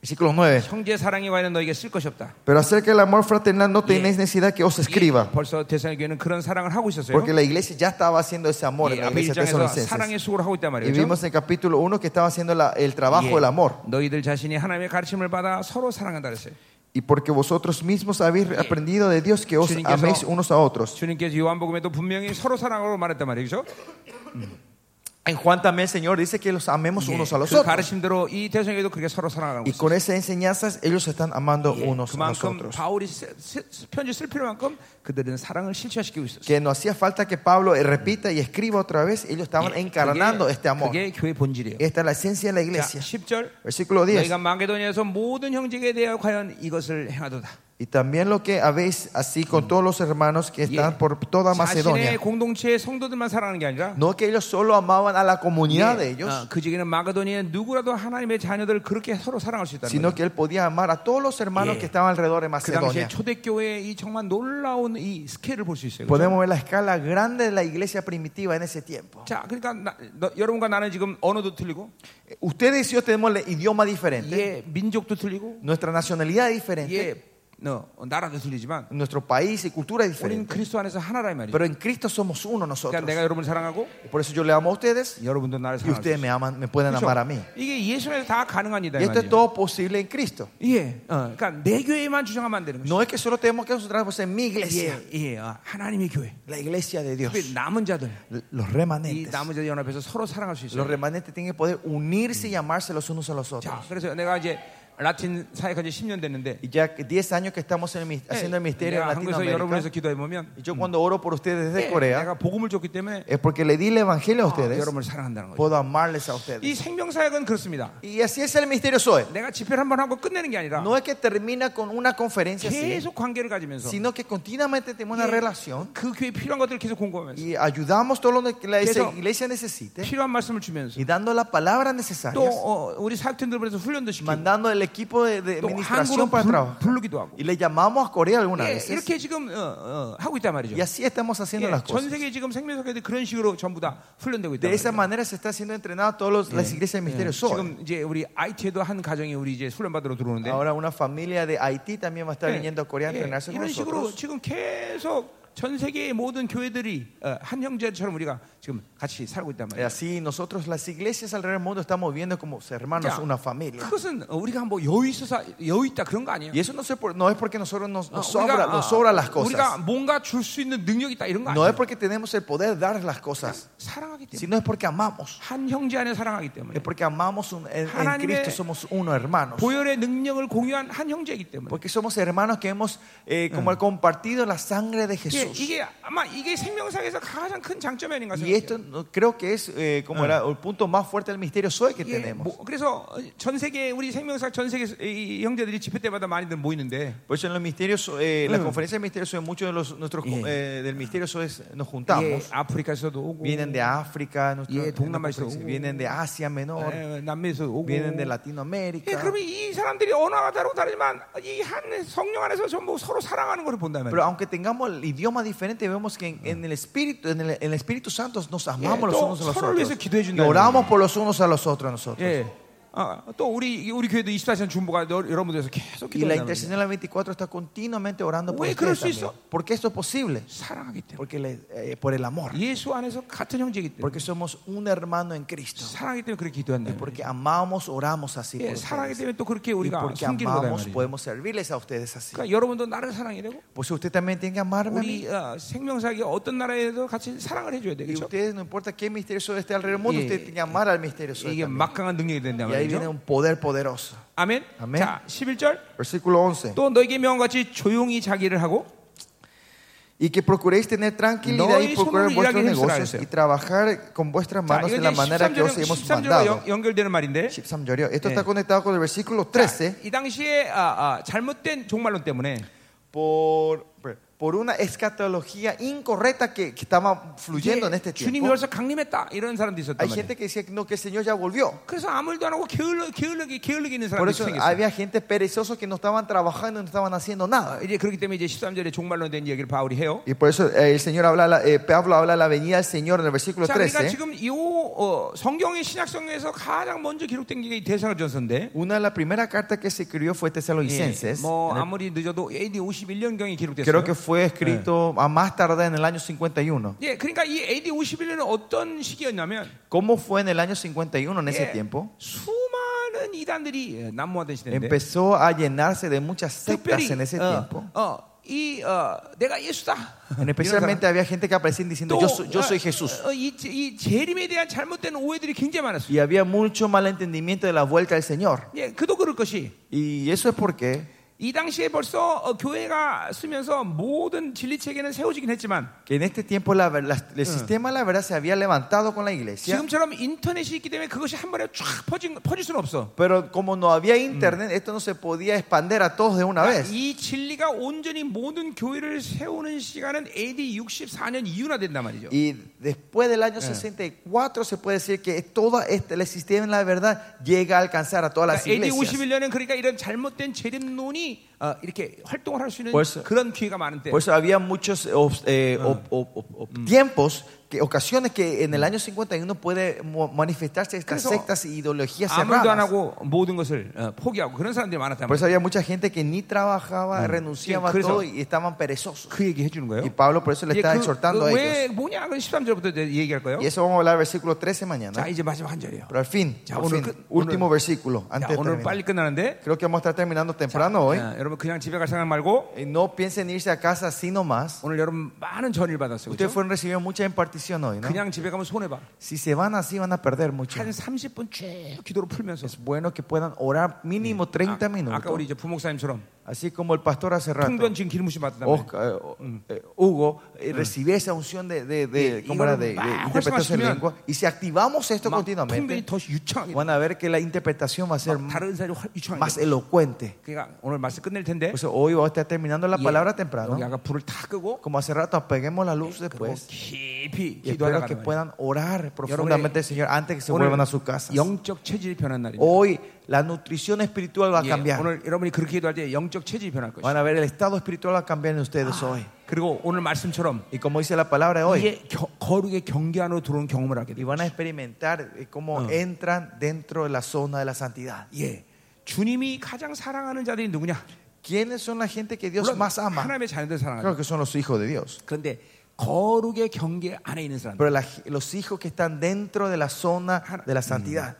Speaker 1: Versículo 9.
Speaker 2: 형제 사랑이 와는 너에게 쓸 것이 없다.
Speaker 1: Pero acerca del amor fraternal no tenéis necesidad que os escriba,
Speaker 2: 벌써 대상의 교회는 그런 사랑을 하고 있었어요.
Speaker 1: porque la iglesia ya estaba haciendo ese amor
Speaker 2: 예,
Speaker 1: en la
Speaker 2: 앞에
Speaker 1: iglesia
Speaker 2: 일장에서
Speaker 1: tesalonicenses.
Speaker 2: 사랑의 수고를 하고 있단
Speaker 1: Y
Speaker 2: 말이에요. 그죠?
Speaker 1: vimos en el capítulo 1 que estaba haciendo la- el trabajo
Speaker 2: 예,
Speaker 1: del amor.
Speaker 2: 너희들 자신이 하나님의 가르침을 받아 서로 사랑한다 그랬어요.
Speaker 1: Y porque vosotros mismos habéis aprendido de Dios que os
Speaker 2: 주님께서-
Speaker 1: améis unos a otros.
Speaker 2: 주님께서 요한복음에도 분명히 서로 사랑하라고 말했단 말이죠.
Speaker 1: En Juan también el Señor dice que los amemos
Speaker 2: 예,
Speaker 1: unos a los
Speaker 2: 그
Speaker 1: otros.
Speaker 2: 가르침대로 이 대성에도 그렇게 서로 사랑하라고
Speaker 1: Y con esas enseñanzas ellos se están amando
Speaker 2: 했어요.
Speaker 1: unos a los
Speaker 2: 그만큼
Speaker 1: otros.
Speaker 2: 바울이 쓰- 쓰- 편지 쓸 필요만큼 그들은 사랑을 실체화시키고 있었어요.
Speaker 1: Que no hacía falta que Pablo eh, repita y escriba otra vez, ellos estaban encarnando este amor.
Speaker 2: 예, 그게 교회 본질이에요.
Speaker 1: Esta es la esencia de la
Speaker 2: 자,
Speaker 1: iglesia.
Speaker 2: 10절
Speaker 1: Versículo 10.
Speaker 2: 너희가 마게도니아에서 모든 형제에 대하여 과연 이것을 행하도다.
Speaker 1: Y también lo que habéis así con todos los hermanos que están
Speaker 2: Yeah.
Speaker 1: por toda
Speaker 2: 자신의
Speaker 1: Macedonia.
Speaker 2: 공동체의 성도들만 사랑하는 게 아니라
Speaker 1: No que ellos solo amaban a la comunidad de ellos,
Speaker 2: 어, 그중에는 마게도니아 누구라도 하나님의 자녀들을 그렇게 서로 사랑할 수 있다는
Speaker 1: sino
Speaker 2: 거예요.
Speaker 1: que él podía amar a todos los hermanos
Speaker 2: Yeah.
Speaker 1: que estaban alrededor de
Speaker 2: 그 당시에
Speaker 1: Macedonia.
Speaker 2: 초대교회의 이 정말 놀라운 이 스케일을 볼 수 있어요. 그렇죠?
Speaker 1: Podemos ver la escala grande de la iglesia primitiva en ese tiempo.
Speaker 2: 자, 그러니까 나- 너- 여러분과 나는 지금 언어도 틀리고,
Speaker 1: Eh, Ustedes y yo tenemos el idioma diferente,
Speaker 2: 예, 민족도 틀리고,
Speaker 1: nuestra nacionalidad es diferente,
Speaker 2: 예, 어, 나라도 틀리지만,
Speaker 1: nuestro país y cultura es
Speaker 2: 우리는
Speaker 1: diferente.
Speaker 2: 네. 그리스도 안에서 하나라 이 말이에요.
Speaker 1: Pero en Cristo somos uno
Speaker 2: 그러니까
Speaker 1: nosotros.
Speaker 2: 내가 여러분 을 사랑하고,
Speaker 1: Por eso yo le amo a ustedes
Speaker 2: 여러분도
Speaker 1: y
Speaker 2: 나를 사랑하고.
Speaker 1: ustedes me aman, me pueden amar a mí.
Speaker 2: 이게 예수에서 다 가능한 일이다
Speaker 1: Y
Speaker 2: 이
Speaker 1: esto es
Speaker 2: 말이에요.
Speaker 1: todo posible en Cristo.
Speaker 2: 예, 어, 그러니까 내 교회만 주장하면 안 되는 거죠.
Speaker 1: No es que solo tenemos que concentrarnos en mi iglesia,
Speaker 2: 예, 예, 어, 하나님의 교회.
Speaker 1: la iglesia de Dios,
Speaker 2: 특히 남은 자들,
Speaker 1: los
Speaker 2: 이
Speaker 1: remanentes.
Speaker 2: 남은 자들 연합해서 서로 사랑할 수
Speaker 1: Los
Speaker 2: 있어요.
Speaker 1: remanentes tienen que poder unirse y amarse los unos a los
Speaker 2: 자,
Speaker 1: otros.
Speaker 2: 그래서 내가 이제 라틴 사역한 지 10년 됐는데
Speaker 1: Y ya que 10 años que estamos en el mis- haciendo el
Speaker 2: 예,
Speaker 1: ministerio en
Speaker 2: 내가 한국에서
Speaker 1: Latinoamérica.
Speaker 2: 여러분에서 기도해 보면
Speaker 1: Y yo cuando oro por ustedes desde Corea
Speaker 2: 내가 복음을 줬기 때문에
Speaker 1: es porque le di el evangelio a
Speaker 2: 아,
Speaker 1: ustedes.
Speaker 2: 여러분을 사랑한다는 거죠.
Speaker 1: Puedo amarles a ustedes.
Speaker 2: 이 생명 사역은 그렇습니다.
Speaker 1: Y así es el ministerio Zoe.
Speaker 2: 내가 집회를 한 번 하고 끝내는 게 아니라
Speaker 1: No es que termina con una conferencia así,
Speaker 2: 계속 관계를 가지면서
Speaker 1: sino que continuamente tenemos una
Speaker 2: 예,
Speaker 1: relación
Speaker 2: 그 교회 필요한 것들을 계속 공부하면서
Speaker 1: y ayudamos todo lo que la
Speaker 2: Eso.
Speaker 1: iglesia necesite
Speaker 2: 필요한 말씀을 주면서
Speaker 1: y dando la palabra
Speaker 2: 또
Speaker 1: necesaria,
Speaker 2: 어, 우리 사역팀들 보내서 훈련도 시키고
Speaker 1: mandando el equipo de, de
Speaker 2: 또
Speaker 1: administración
Speaker 2: 한국어
Speaker 1: para
Speaker 2: 불-
Speaker 1: trabajar.
Speaker 2: 부르기도 하고
Speaker 1: Y le llamamos a Corea algunas
Speaker 2: 예,
Speaker 1: veces.
Speaker 2: 이렇게 지금 어, 어, 하고 있단 말이죠.
Speaker 1: Y así estamos haciendo
Speaker 2: 예,
Speaker 1: las
Speaker 2: 전
Speaker 1: cosas.
Speaker 2: 세계 지금 생명사회도 그런 식으로 전부 다 훈련되고 있다.
Speaker 1: De esa manera se está haciendo entrenada todas los- las iglesias del ministerio Zoe.
Speaker 2: 지금 이제 우리 IT에도 한 가정이 우리 이제 훈련 받으러 들어오는데
Speaker 1: Ahora una familia de Haití también va a estar
Speaker 2: 예,
Speaker 1: viniendo a Corea a
Speaker 2: 예,
Speaker 1: entrenarse con
Speaker 2: 이런 식으로
Speaker 1: nosotros.
Speaker 2: 지금 계속 전 세계의 모든 교회들이 어, 한 형제처럼 우리가 지금 같이 살고 있단
Speaker 1: Y
Speaker 2: 말이에요.
Speaker 1: así nosotros, las iglesias alrededor del mundo, estamos viendo como hermanos,
Speaker 2: 자,
Speaker 1: una familia.
Speaker 2: 그것은 어, 우리가 뭐 여유 있어서 여유 있다 그런 거 아니에요.
Speaker 1: Y eso no, se por- no es porque nosotros nos,
Speaker 2: 어,
Speaker 1: nos sobra,
Speaker 2: ah,
Speaker 1: nos sobra las
Speaker 2: 우리가
Speaker 1: cosas.
Speaker 2: 뭔가 줄 수 있는 능력이 있다 이런 거
Speaker 1: No es
Speaker 2: 아니에요.
Speaker 1: porque tenemos el poder de dar las cosas,
Speaker 2: 사랑하기 때문에
Speaker 1: sino es porque amamos.
Speaker 2: 한 형제 안에 사랑하기 때문에
Speaker 1: Es porque amamos un- en, en
Speaker 2: 하나님의
Speaker 1: Cristo, somos uno hermanos.
Speaker 2: 보혈의 능력을 공유한 한 형제이기 때문에
Speaker 1: Porque somos hermanos que hemos eh, como compartido la sangre de
Speaker 2: 이게,
Speaker 1: Jesús.
Speaker 2: 이게 아마 이게 생명상에서 가장 큰 장점이 아닌가
Speaker 1: Y esto
Speaker 2: 생각해요.
Speaker 1: no- creo que es eh, como era el punto más fuerte del misterio soy que
Speaker 2: 예,
Speaker 1: tenemos.
Speaker 2: 뭐, 그래서 전 세계 우리 생명사 전 세계 이 형제들이 집회 때마다 많이들 모이는데
Speaker 1: Por eso en los misterios, eh, la conferencia del misterio soy, muchos de los, nuestros
Speaker 2: Yeah.
Speaker 1: eh, del misterio soy nos
Speaker 2: 예,
Speaker 1: juntamos.
Speaker 2: 아프리카에서도 오고
Speaker 1: Vienen de África, nuestra- en la
Speaker 2: Yeah, 동남아에서
Speaker 1: conferencia.
Speaker 2: 오고.
Speaker 1: vienen de Asia Menor,
Speaker 2: 예, 남미에서 오고
Speaker 1: vienen de
Speaker 2: 예,
Speaker 1: Latinoamérica.
Speaker 2: 그러면 이 사람들이 언어가 다르고 다르지만 이 한 성령 안에서 전부 서로 사랑하는 것을 본다면
Speaker 1: Pero aunque tengamos el idioma diferente, vemos que en, en el Espíritu, en el, en el Espíritu Santo nos amamos
Speaker 2: Yeah,
Speaker 1: los
Speaker 2: 또
Speaker 1: unos a los
Speaker 2: 서로를 위해서 기도해
Speaker 1: otros. Y
Speaker 2: 준다는
Speaker 1: oramos por los unos a los otros nosotros.
Speaker 2: 예. 아, 또 우리 우리 교회도 24시간 중보가 너- 여러분들에서 계속
Speaker 1: Y la
Speaker 2: 기도한다는
Speaker 1: intercesión de la 24 está continuamente orando por
Speaker 2: Oye,
Speaker 1: ustedes
Speaker 2: ¿creo que
Speaker 1: también.
Speaker 2: eso?
Speaker 1: Porque esto es posible.
Speaker 2: 사랑하기 때문에
Speaker 1: Porque le- eh, por el amor.
Speaker 2: 예수 안에서 같은 형제이기 때문에
Speaker 1: Porque somos un hermano en Cristo.
Speaker 2: 사랑하기 때문에 그렇게 기도한다.
Speaker 1: Porque amamos, oramos así.
Speaker 2: 예,
Speaker 1: por
Speaker 2: 사랑하기
Speaker 1: ustedes.
Speaker 2: 때문에 또 그렇게
Speaker 1: Y
Speaker 2: 우리가
Speaker 1: porque
Speaker 2: 숨기는 거다. 이
Speaker 1: amamos,
Speaker 2: 말이에요.
Speaker 1: podemos servirles a ustedes así.
Speaker 2: 그러니까 여러분도 나를 사랑해야 되고
Speaker 1: Pues usted también tiene que amarme a mí.
Speaker 2: 우리 어, 생명사기 어떤 나라에도 같이 사랑을
Speaker 1: Y
Speaker 2: 해줘야 되겠죠.
Speaker 1: ustedes, no importa qué misterioso esté alrededor del mundo,
Speaker 2: Yeah.
Speaker 1: usted tiene que amar al este misterioso.
Speaker 2: 이게
Speaker 1: también.
Speaker 2: 막강한 능력이 된다
Speaker 1: Y ahí viene
Speaker 2: 말이죠.
Speaker 1: un poder poderoso.
Speaker 2: 아멘.
Speaker 1: 아멘.
Speaker 2: 자, 11절.
Speaker 1: Versículo 11.
Speaker 2: 또 너에게 명같이 조용히 자기를 하고
Speaker 1: Y que procuréis tener tranquilidad
Speaker 2: No,
Speaker 1: y
Speaker 2: eso
Speaker 1: procurar
Speaker 2: no
Speaker 1: vuestros
Speaker 2: irá a
Speaker 1: negocios
Speaker 2: Israel.
Speaker 1: y trabajar con vuestras
Speaker 2: 자,
Speaker 1: manos
Speaker 2: 이거
Speaker 1: de la manera que os hemos
Speaker 2: 13절과
Speaker 1: mandado.
Speaker 2: 연, 연결되는 말인데
Speaker 1: 13 Esto
Speaker 2: Yeah.
Speaker 1: está conectado con el versículo
Speaker 2: 자,
Speaker 1: 13.
Speaker 2: 이 당시에 아, 아, 잘못된 종말론 때문에
Speaker 1: por, por una escatología incorrecta que, que estaba fluyendo en este
Speaker 2: 주님이
Speaker 1: tiempo.
Speaker 2: 벌써 강림했다 이런 사람도 있었단
Speaker 1: Hay
Speaker 2: 말이에요.
Speaker 1: gente que decía no, que el Señor ya volvió.
Speaker 2: 그래서 아무 일도 안 하고 게을러, 게을러게, 게을러게 있는
Speaker 1: Por
Speaker 2: 사람도
Speaker 1: eso
Speaker 2: 생겼어요.
Speaker 1: había gente perezosos que no estaban trabajando, no estaban haciendo nada.
Speaker 2: 아, 이제 그렇기 때문에 이제 13절에 종말론 된 얘기를 바울이 해요.
Speaker 1: Y por eso eh, el Señor habla, la- eh, Pablo habla de la venida del Señor en el versículo
Speaker 2: 자, 그러니까
Speaker 1: 13.
Speaker 2: 지금 이 어, 성경의 신약성에서 가장 먼저 기록된 게 대사전서인데
Speaker 1: Una de las primeras cartas que se escribió fue
Speaker 2: 예,
Speaker 1: Tesalonicenses.
Speaker 2: 뭐
Speaker 1: En el-
Speaker 2: 아무리 늦어도 AD 51년경이 기록됐어요.
Speaker 1: Creo que fue escrito a más tarde en el año 51.
Speaker 2: 예, 그러니까 이 AD 51년은 어떤 시기였냐면
Speaker 1: ¿Cómo fue en el año 51 en ese
Speaker 2: 예,
Speaker 1: tiempo?
Speaker 2: 수많은 이단들이 예, 난무하던 시대인데
Speaker 1: Empezó a llenarse de muchas sectas
Speaker 2: 특별히
Speaker 1: en ese
Speaker 2: 어,
Speaker 1: tiempo.
Speaker 2: 어, 이 어, 내가 예수다.
Speaker 1: En especialmente había gente que aparecían diciendo yo soy,
Speaker 2: ah.
Speaker 1: yo soy Jesús.
Speaker 2: 어, 어, 이, 이 재림에 대한 잘못된 오해들이 굉장히 많았어요.
Speaker 1: Y había mucho malentendimiento de la vuelta del Señor.
Speaker 2: 예, 그도 그럴 것이
Speaker 1: Y eso es porque
Speaker 2: 이 당시에 벌써 어, 교회가 쓰면서 모든 진리 체계는 세워지긴 했지만
Speaker 1: que en este tiempo la ver- la- el sistema de la verdad se había levantado con la iglesia.
Speaker 2: 지금처럼 인터넷이 있기 때문에 그것이 한 번에 쫙 퍼진, 퍼질 수는 없어.
Speaker 1: Pero como no había internet, esto no se podía expander a todos de una
Speaker 2: 그러니까
Speaker 1: vez.
Speaker 2: 이 진리가 온전히 모든 교회를 세우는 시간은 AD 64년 이후나 된단 말이죠.
Speaker 1: Y después del
Speaker 2: Eh.
Speaker 1: año 64 se puede decir que todo este, el sistema de la verdad llega a alcanzar a todas las
Speaker 2: 그러니까 AD
Speaker 1: iglesias.
Speaker 2: 51년은 그러니까 이런 잘못된 재림론이 어, 이렇게 활동을 할 수 있는
Speaker 1: 벌써-
Speaker 2: 그런 기회가 많은데
Speaker 1: Por eso había muchos eh, obs- eh,
Speaker 2: Ah.
Speaker 1: ob- ob- ob- ob-
Speaker 2: Mm.
Speaker 1: tiempos, que, ocasiones que en el año 51 puede mo- manifestarse estas
Speaker 2: Eso-
Speaker 1: sectas e ideologías
Speaker 2: 아무 일도 안
Speaker 1: cerradas.
Speaker 2: 하고 모든 것을 어, 포기하고 그런 사람들이 많았단
Speaker 1: Por
Speaker 2: 말이에요.
Speaker 1: eso había mucha gente que ni trabajaba, renunciaba a
Speaker 2: Mm. Sí, por eso-
Speaker 1: todo y estaban perezosos.
Speaker 2: 그 얘기 해주는 거예요.
Speaker 1: Y Pablo por eso le
Speaker 2: 이제
Speaker 1: está
Speaker 2: 그-
Speaker 1: exhortando
Speaker 2: 그
Speaker 1: a
Speaker 2: 왜
Speaker 1: ellos.
Speaker 2: 뭐냐? 그 13절부터 얘기할 거예요.
Speaker 1: Y eso vamos a hablar versículo 13
Speaker 2: 자,
Speaker 1: mañana.
Speaker 2: 이제 마지막 한 절이에요.
Speaker 1: Pero al fin,
Speaker 2: Ya,
Speaker 1: al
Speaker 2: bueno,
Speaker 1: fin,
Speaker 2: que-
Speaker 1: último
Speaker 2: bueno,
Speaker 1: versículo,
Speaker 2: 자,
Speaker 1: antes de
Speaker 2: 오늘
Speaker 1: terminar.
Speaker 2: 빨리 끝나는데
Speaker 1: Creo que vamos a estar terminando temprano hoy.
Speaker 2: 아, 여러분 여러분 그냥 집에 갈 생각 말고
Speaker 1: Y eh, no piensen irse a casa así nomás.
Speaker 2: 오늘 여러분 많은 전일 받았어요.
Speaker 1: Ustedes
Speaker 2: 그렇죠?
Speaker 1: fueron recibiendo mucha impartición hoy, ¿no?
Speaker 2: 그냥 집에 가면 손해 봐.
Speaker 1: Si se van así, van a perder mucho.
Speaker 2: 한 30분 쭉 기도로 풀면서
Speaker 1: Es bueno que puedan orar mínimo 30
Speaker 2: 아, 아까
Speaker 1: minutos.
Speaker 2: 우리 이제 그렇죠. 부목사님처럼
Speaker 1: Así como el pastor hace rato,
Speaker 2: 통변 지금 기름부심 받았다.
Speaker 1: Oscar, eh, o- eh, Hugo, eh, recibió esa unción de, de, de-
Speaker 2: Sí,
Speaker 1: ¿cómo era?
Speaker 2: 이거를
Speaker 1: de- de
Speaker 2: 막
Speaker 1: interpretación de
Speaker 2: 활성화시키면
Speaker 1: lengua. Y si activamos esto
Speaker 2: 통변이
Speaker 1: continuamente,
Speaker 2: 더 유창하게 음.
Speaker 1: van a ver que la interpretación va a ser
Speaker 2: 다른 사람이 훨- 유창하게
Speaker 1: más elocuente.
Speaker 2: 그러니까 오늘 말씀 끝낼 텐데
Speaker 1: Por eso hoy vamos a estar terminando la
Speaker 2: 예,
Speaker 1: palabra
Speaker 2: 여기
Speaker 1: temprano.
Speaker 2: 아까 불을 다 끄고
Speaker 1: Como hace rato, apaguemos la luz después. Y
Speaker 2: 깊이
Speaker 1: espero
Speaker 2: 기도하러
Speaker 1: que
Speaker 2: 가는 뭐 거예요.
Speaker 1: puedan orar profundamente al Señor antes que se
Speaker 2: 오늘
Speaker 1: vuelvan a sus casas.
Speaker 2: 영적 체질이 변한 날입니다.
Speaker 1: Hoy la nutrición espiritual va a
Speaker 2: 예,
Speaker 1: cambiar.
Speaker 2: 오늘 여러분이 그렇게 기도할 때 영적 체질이 변할 것이다.
Speaker 1: Van a ver el estado espiritual va a cambiar en ustedes hoy.
Speaker 2: 그리고 오늘 말씀처럼
Speaker 1: Y como dice la palabra de hoy,
Speaker 2: 이게 겨- 거룩의 경계 안으로 들어오는 경험을 하게
Speaker 1: y
Speaker 2: 돼.
Speaker 1: van a experimentar eh, cómo
Speaker 2: Ah.
Speaker 1: entran dentro de la zona de la santidad.
Speaker 2: 예. 주님이 가장 사랑하는 자들이 누구냐?
Speaker 1: ¿Quiénes son la gente que Dios
Speaker 2: 물론
Speaker 1: más ama?
Speaker 2: 하나님의 자녀들
Speaker 1: Creo
Speaker 2: 사랑하죠.
Speaker 1: que son los hijos de Dios.
Speaker 2: 그런데 거룩의 경계 안에 있는 사람들.
Speaker 1: Pero la- los hijos que están dentro de la zona de la santidad,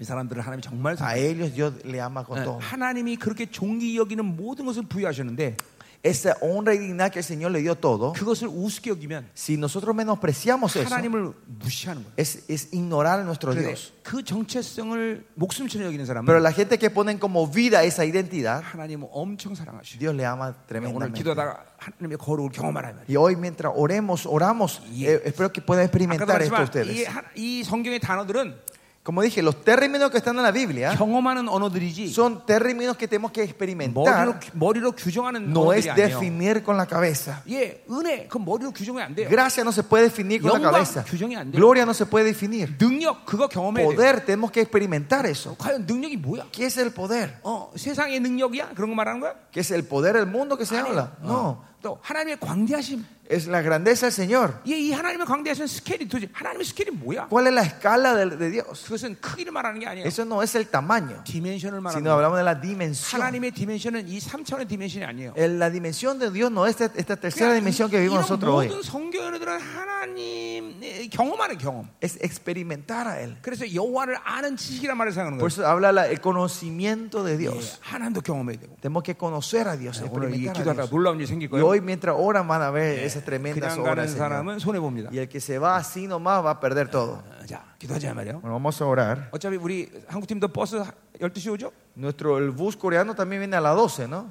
Speaker 2: 이 사람들을 하나님이 정말
Speaker 1: a
Speaker 2: 사랑해요.
Speaker 1: ellos Dios le ama con todo.
Speaker 2: 하나님이 그렇게 존귀 여기는 모든 것을 부여하셨는데
Speaker 1: Esa honra y dignidad que el Señor le dio todo,
Speaker 2: 그것을 우습게 여기면
Speaker 1: si nosotros menospreciamos eso,
Speaker 2: 하나님을 무시하는 거예요.
Speaker 1: es, es ignorar a nuestro
Speaker 2: 그런데
Speaker 1: Dios.
Speaker 2: 그 정체성을 목숨처럼 여기는
Speaker 1: Pero
Speaker 2: 사람은
Speaker 1: la gente que ponen como vida esa identidad,
Speaker 2: 하나님을 엄청 사랑하셔.
Speaker 1: Dios le ama
Speaker 2: 오늘
Speaker 1: tremendamente.
Speaker 2: 기도하다가 하나님의 거룩을 경험하라 이 말이에요.
Speaker 1: Y hoy mientras oremos, oramos,
Speaker 2: Yeah.
Speaker 1: eh, espero que puedan
Speaker 2: 아까도
Speaker 1: experimentar esto
Speaker 2: 말했지만 이,
Speaker 1: ustedes.
Speaker 2: 하- 이 성경의 단어들은
Speaker 1: Como dije, los términos que están en la
Speaker 2: 예?
Speaker 1: Biblia
Speaker 2: 경험하는 언어들이지
Speaker 1: son términos que tenemos que
Speaker 2: 머리로,
Speaker 1: experimentar.
Speaker 2: 머리로 규정하는
Speaker 1: No es
Speaker 2: 언어들이 아니에요.
Speaker 1: definir con la cabeza.
Speaker 2: 예, 은혜 그 머리로 규정이 안 돼요.
Speaker 1: Gracia no se puede definir con la
Speaker 2: 영광
Speaker 1: cabeza.
Speaker 2: 규정이 안 돼요.
Speaker 1: Gloria no se puede definir.
Speaker 2: 능력 그거 경험해야 돼요.
Speaker 1: Poder tenemos que experimentar eso.
Speaker 2: 어, 과연 능력이 뭐야?
Speaker 1: ¿Qué es el poder?
Speaker 2: 어, 세상의 능력이야? 그런 거 말하는 거야?
Speaker 1: ¿Qué es el poder del 무ndo que se habla? No,
Speaker 2: 어, 또 하나님의 광대하심.
Speaker 1: es la grandeza del Señर.
Speaker 2: 예, 이 하나님의 광대하심 스케일이 도대체 하나님의 스케일이 뭐야? 어,
Speaker 1: ¿Cuál es la escala de, de Dios?
Speaker 2: 그것은 크기를 말하는 게 아니에요.
Speaker 1: Eso no es el tamaño,
Speaker 2: 디멘션을 말하는
Speaker 1: sino
Speaker 2: 거예요.
Speaker 1: hablamos de la dimensión.
Speaker 2: 하나님의 디멘션은 이 3차원의 디멘션이 아니에요.
Speaker 1: El- La dimensión de Dios no es esta, esta tercera
Speaker 2: 그냥
Speaker 1: dimensión que
Speaker 2: 이-
Speaker 1: vivimos
Speaker 2: 이런
Speaker 1: nosotros hoy.
Speaker 2: 모든 성경인들은 하나님 경험하는 경험.
Speaker 1: Es experimentar a Él.
Speaker 2: 그래서 여호와를 아는 지식이란 말을 사용하는
Speaker 1: Por
Speaker 2: 거예요.
Speaker 1: eso habla la- el conocimiento de Dios.
Speaker 2: 예, 하나님도 경험해야 되고.
Speaker 1: Tenemos que conocer a Dios,
Speaker 2: 오늘 이
Speaker 1: experimentar a
Speaker 2: 기도하다가
Speaker 1: Dios.
Speaker 2: 놀라운 일이
Speaker 1: Y
Speaker 2: 생길 거예요.
Speaker 1: hoy mientras oran van a ver esas tremendas
Speaker 2: 그냥
Speaker 1: obras.
Speaker 2: 가는
Speaker 1: del Señor.
Speaker 2: 사람은 손해 봅니다. 어,
Speaker 1: Y el que se va así nomás va a perder todo.
Speaker 2: 자, 기도하자 말이에요.
Speaker 1: Bueno, vamos a orar.
Speaker 2: 어차피 우리 한국 팀도 버스 12시 오죠?
Speaker 1: Nuestro, el bus coreano también viene a las 12, ¿no?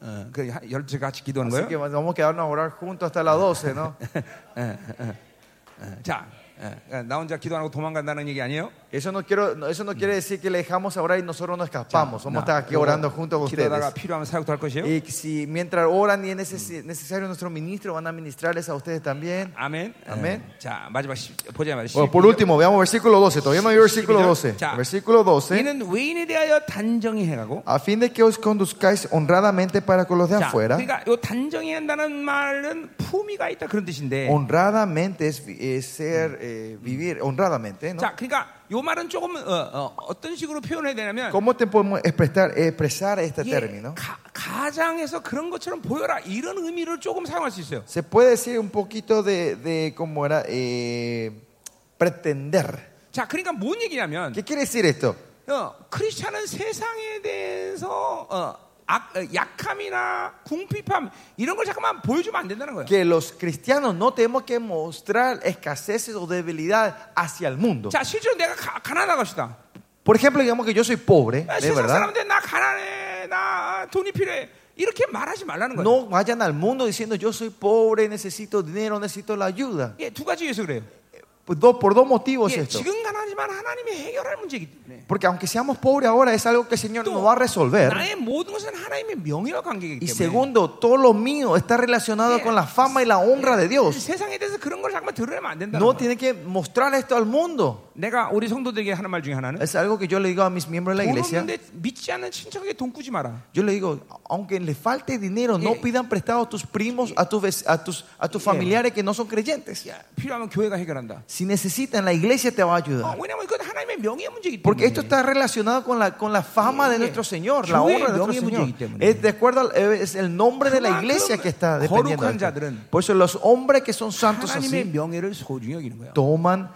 Speaker 2: 어, 아, 그 12시 같이 기도하는
Speaker 1: Así que
Speaker 2: 거예요.
Speaker 1: vamos a quedarnos a orar juntos hasta las 12, ¿no?
Speaker 2: 어, 자, 어, 나 혼자 기도 안 하고 도망간다는 얘기 아니에요?
Speaker 1: Eso no, quiero, no, eso no quiere decir que le dejamos a orar y nosotros nos escapamos. Vamos a estar aquí
Speaker 2: 나
Speaker 1: orando junto con
Speaker 2: 기도하다가
Speaker 1: ustedes.
Speaker 2: 필요하면 사역도 할 것이에요.
Speaker 1: Y si mientras oran y es neces- necesario nuestro ministro van a ministrarles a ustedes también.
Speaker 2: 아멘.
Speaker 1: 아멘.
Speaker 2: 어, 자, 마지막 시- 보자 말이에요.
Speaker 1: Bueno, por último, veamos versículo 12. Todavía no hay versículo 12.
Speaker 2: Ya.
Speaker 1: Versículo 12.
Speaker 2: 이는 외인에 대하여 단정히 해가고
Speaker 1: A fin de que os conduzcáis honradamente para con los de
Speaker 2: 자,
Speaker 1: afuera.
Speaker 2: 아, 그러니까 이 단정히 한다는 말은 품위가 있다 그런 뜻인데.
Speaker 1: Honradamente es, vi- es ser, eh, vivir honradamente. ¿no?
Speaker 2: 자, 그러니까 이 말은 조금 어, 떤 식으로 표현해야 되냐면
Speaker 1: ¿Cómo te podemos expresar, expresar este
Speaker 2: 이게
Speaker 1: término?
Speaker 2: 가, 가장해서 그런 것처럼 보여라 이런 의미를 조금 사용할 수 있어요.
Speaker 1: Se puede decir un poquito de, de cómo era eh, pretender.
Speaker 2: 자, 그러니까 뭔 얘기냐면
Speaker 1: ¿Qué quiere decir esto?
Speaker 2: 어, 크리스천은 세상에 대해서 어, 악- 어, 약함이나 궁핍함 이런 걸 잠깐만 보여주면 안 된다는 거예요.
Speaker 1: Que los cristianos no tenemos que mostrar escaseces o debilidad hacia el mundo.
Speaker 2: 자, 실제로 내가 가, 가난하다 갑시다.
Speaker 1: Por ejemplo, digamos que yo soy pobre,
Speaker 2: 아,
Speaker 1: de
Speaker 2: 세상
Speaker 1: verdad.
Speaker 2: 사람들 나 가난해, 나 돈이 필요해 이렇게 말하지 말라는 거예요.
Speaker 1: No vayan al mundo diciendo yo soy pobre, necesito dinero, necesito la ayuda.
Speaker 2: 예, 두 가지 이유에서 그래요.
Speaker 1: Por dos, por dos motivos
Speaker 2: 예,
Speaker 1: esto.
Speaker 2: 지금 가난하지만 하나님이 해결할 문제이기 때문에
Speaker 1: Porque aunque seamos pobres ahora, es algo que el Señor nos va a resolver.
Speaker 2: 나의 모든 것은 하나님의 명예와 관계이기
Speaker 1: Y
Speaker 2: 때문에
Speaker 1: segundo, todo lo mío está relacionado con la fama y la honra de Dios.
Speaker 2: 세상에 대해서 그런 걸 잠깐만 드러내면 안 된다.
Speaker 1: No tiene que mostrar esto al mundo.
Speaker 2: 내가 우리 성도들에게 하는 말 중에 하나는
Speaker 1: Es algo que yo le digo a mis miembros de la
Speaker 2: 돈
Speaker 1: iglesia.
Speaker 2: 없는데 믿지 않는 친척에게 돈 꾸지 마라.
Speaker 1: Yo le digo, aunque le falte dinero, no
Speaker 2: Yeah.
Speaker 1: pidan prestado a tus primos, a tus, vec- a tus, a tus
Speaker 2: Eh. Yeah.
Speaker 1: familiares que no son creyentes.
Speaker 2: 필요하면 교회가 해결한다.
Speaker 1: Si necesitan, la iglesia te va a
Speaker 2: 어,
Speaker 1: ayudar.
Speaker 2: 왜냐면 이건 하나님의 명예 문제이기
Speaker 1: Porque
Speaker 2: 때문에.
Speaker 1: esto está relacionado con la, con la fama de
Speaker 2: Yeah.
Speaker 1: nuestro Señor, la
Speaker 2: Joel
Speaker 1: honra de
Speaker 2: 명예
Speaker 1: nuestro Señor.
Speaker 2: 문제이기 때문에.
Speaker 1: Es, de acuerdo al- eh, es el nombre de la
Speaker 2: 그만큼
Speaker 1: iglesia que está dependiendo. de
Speaker 2: 거룩한
Speaker 1: esto.
Speaker 2: 자들은
Speaker 1: Por eso los hombres que son santos
Speaker 2: 하나님의
Speaker 1: así
Speaker 2: 명예를 소중히 여기는 거야.
Speaker 1: toman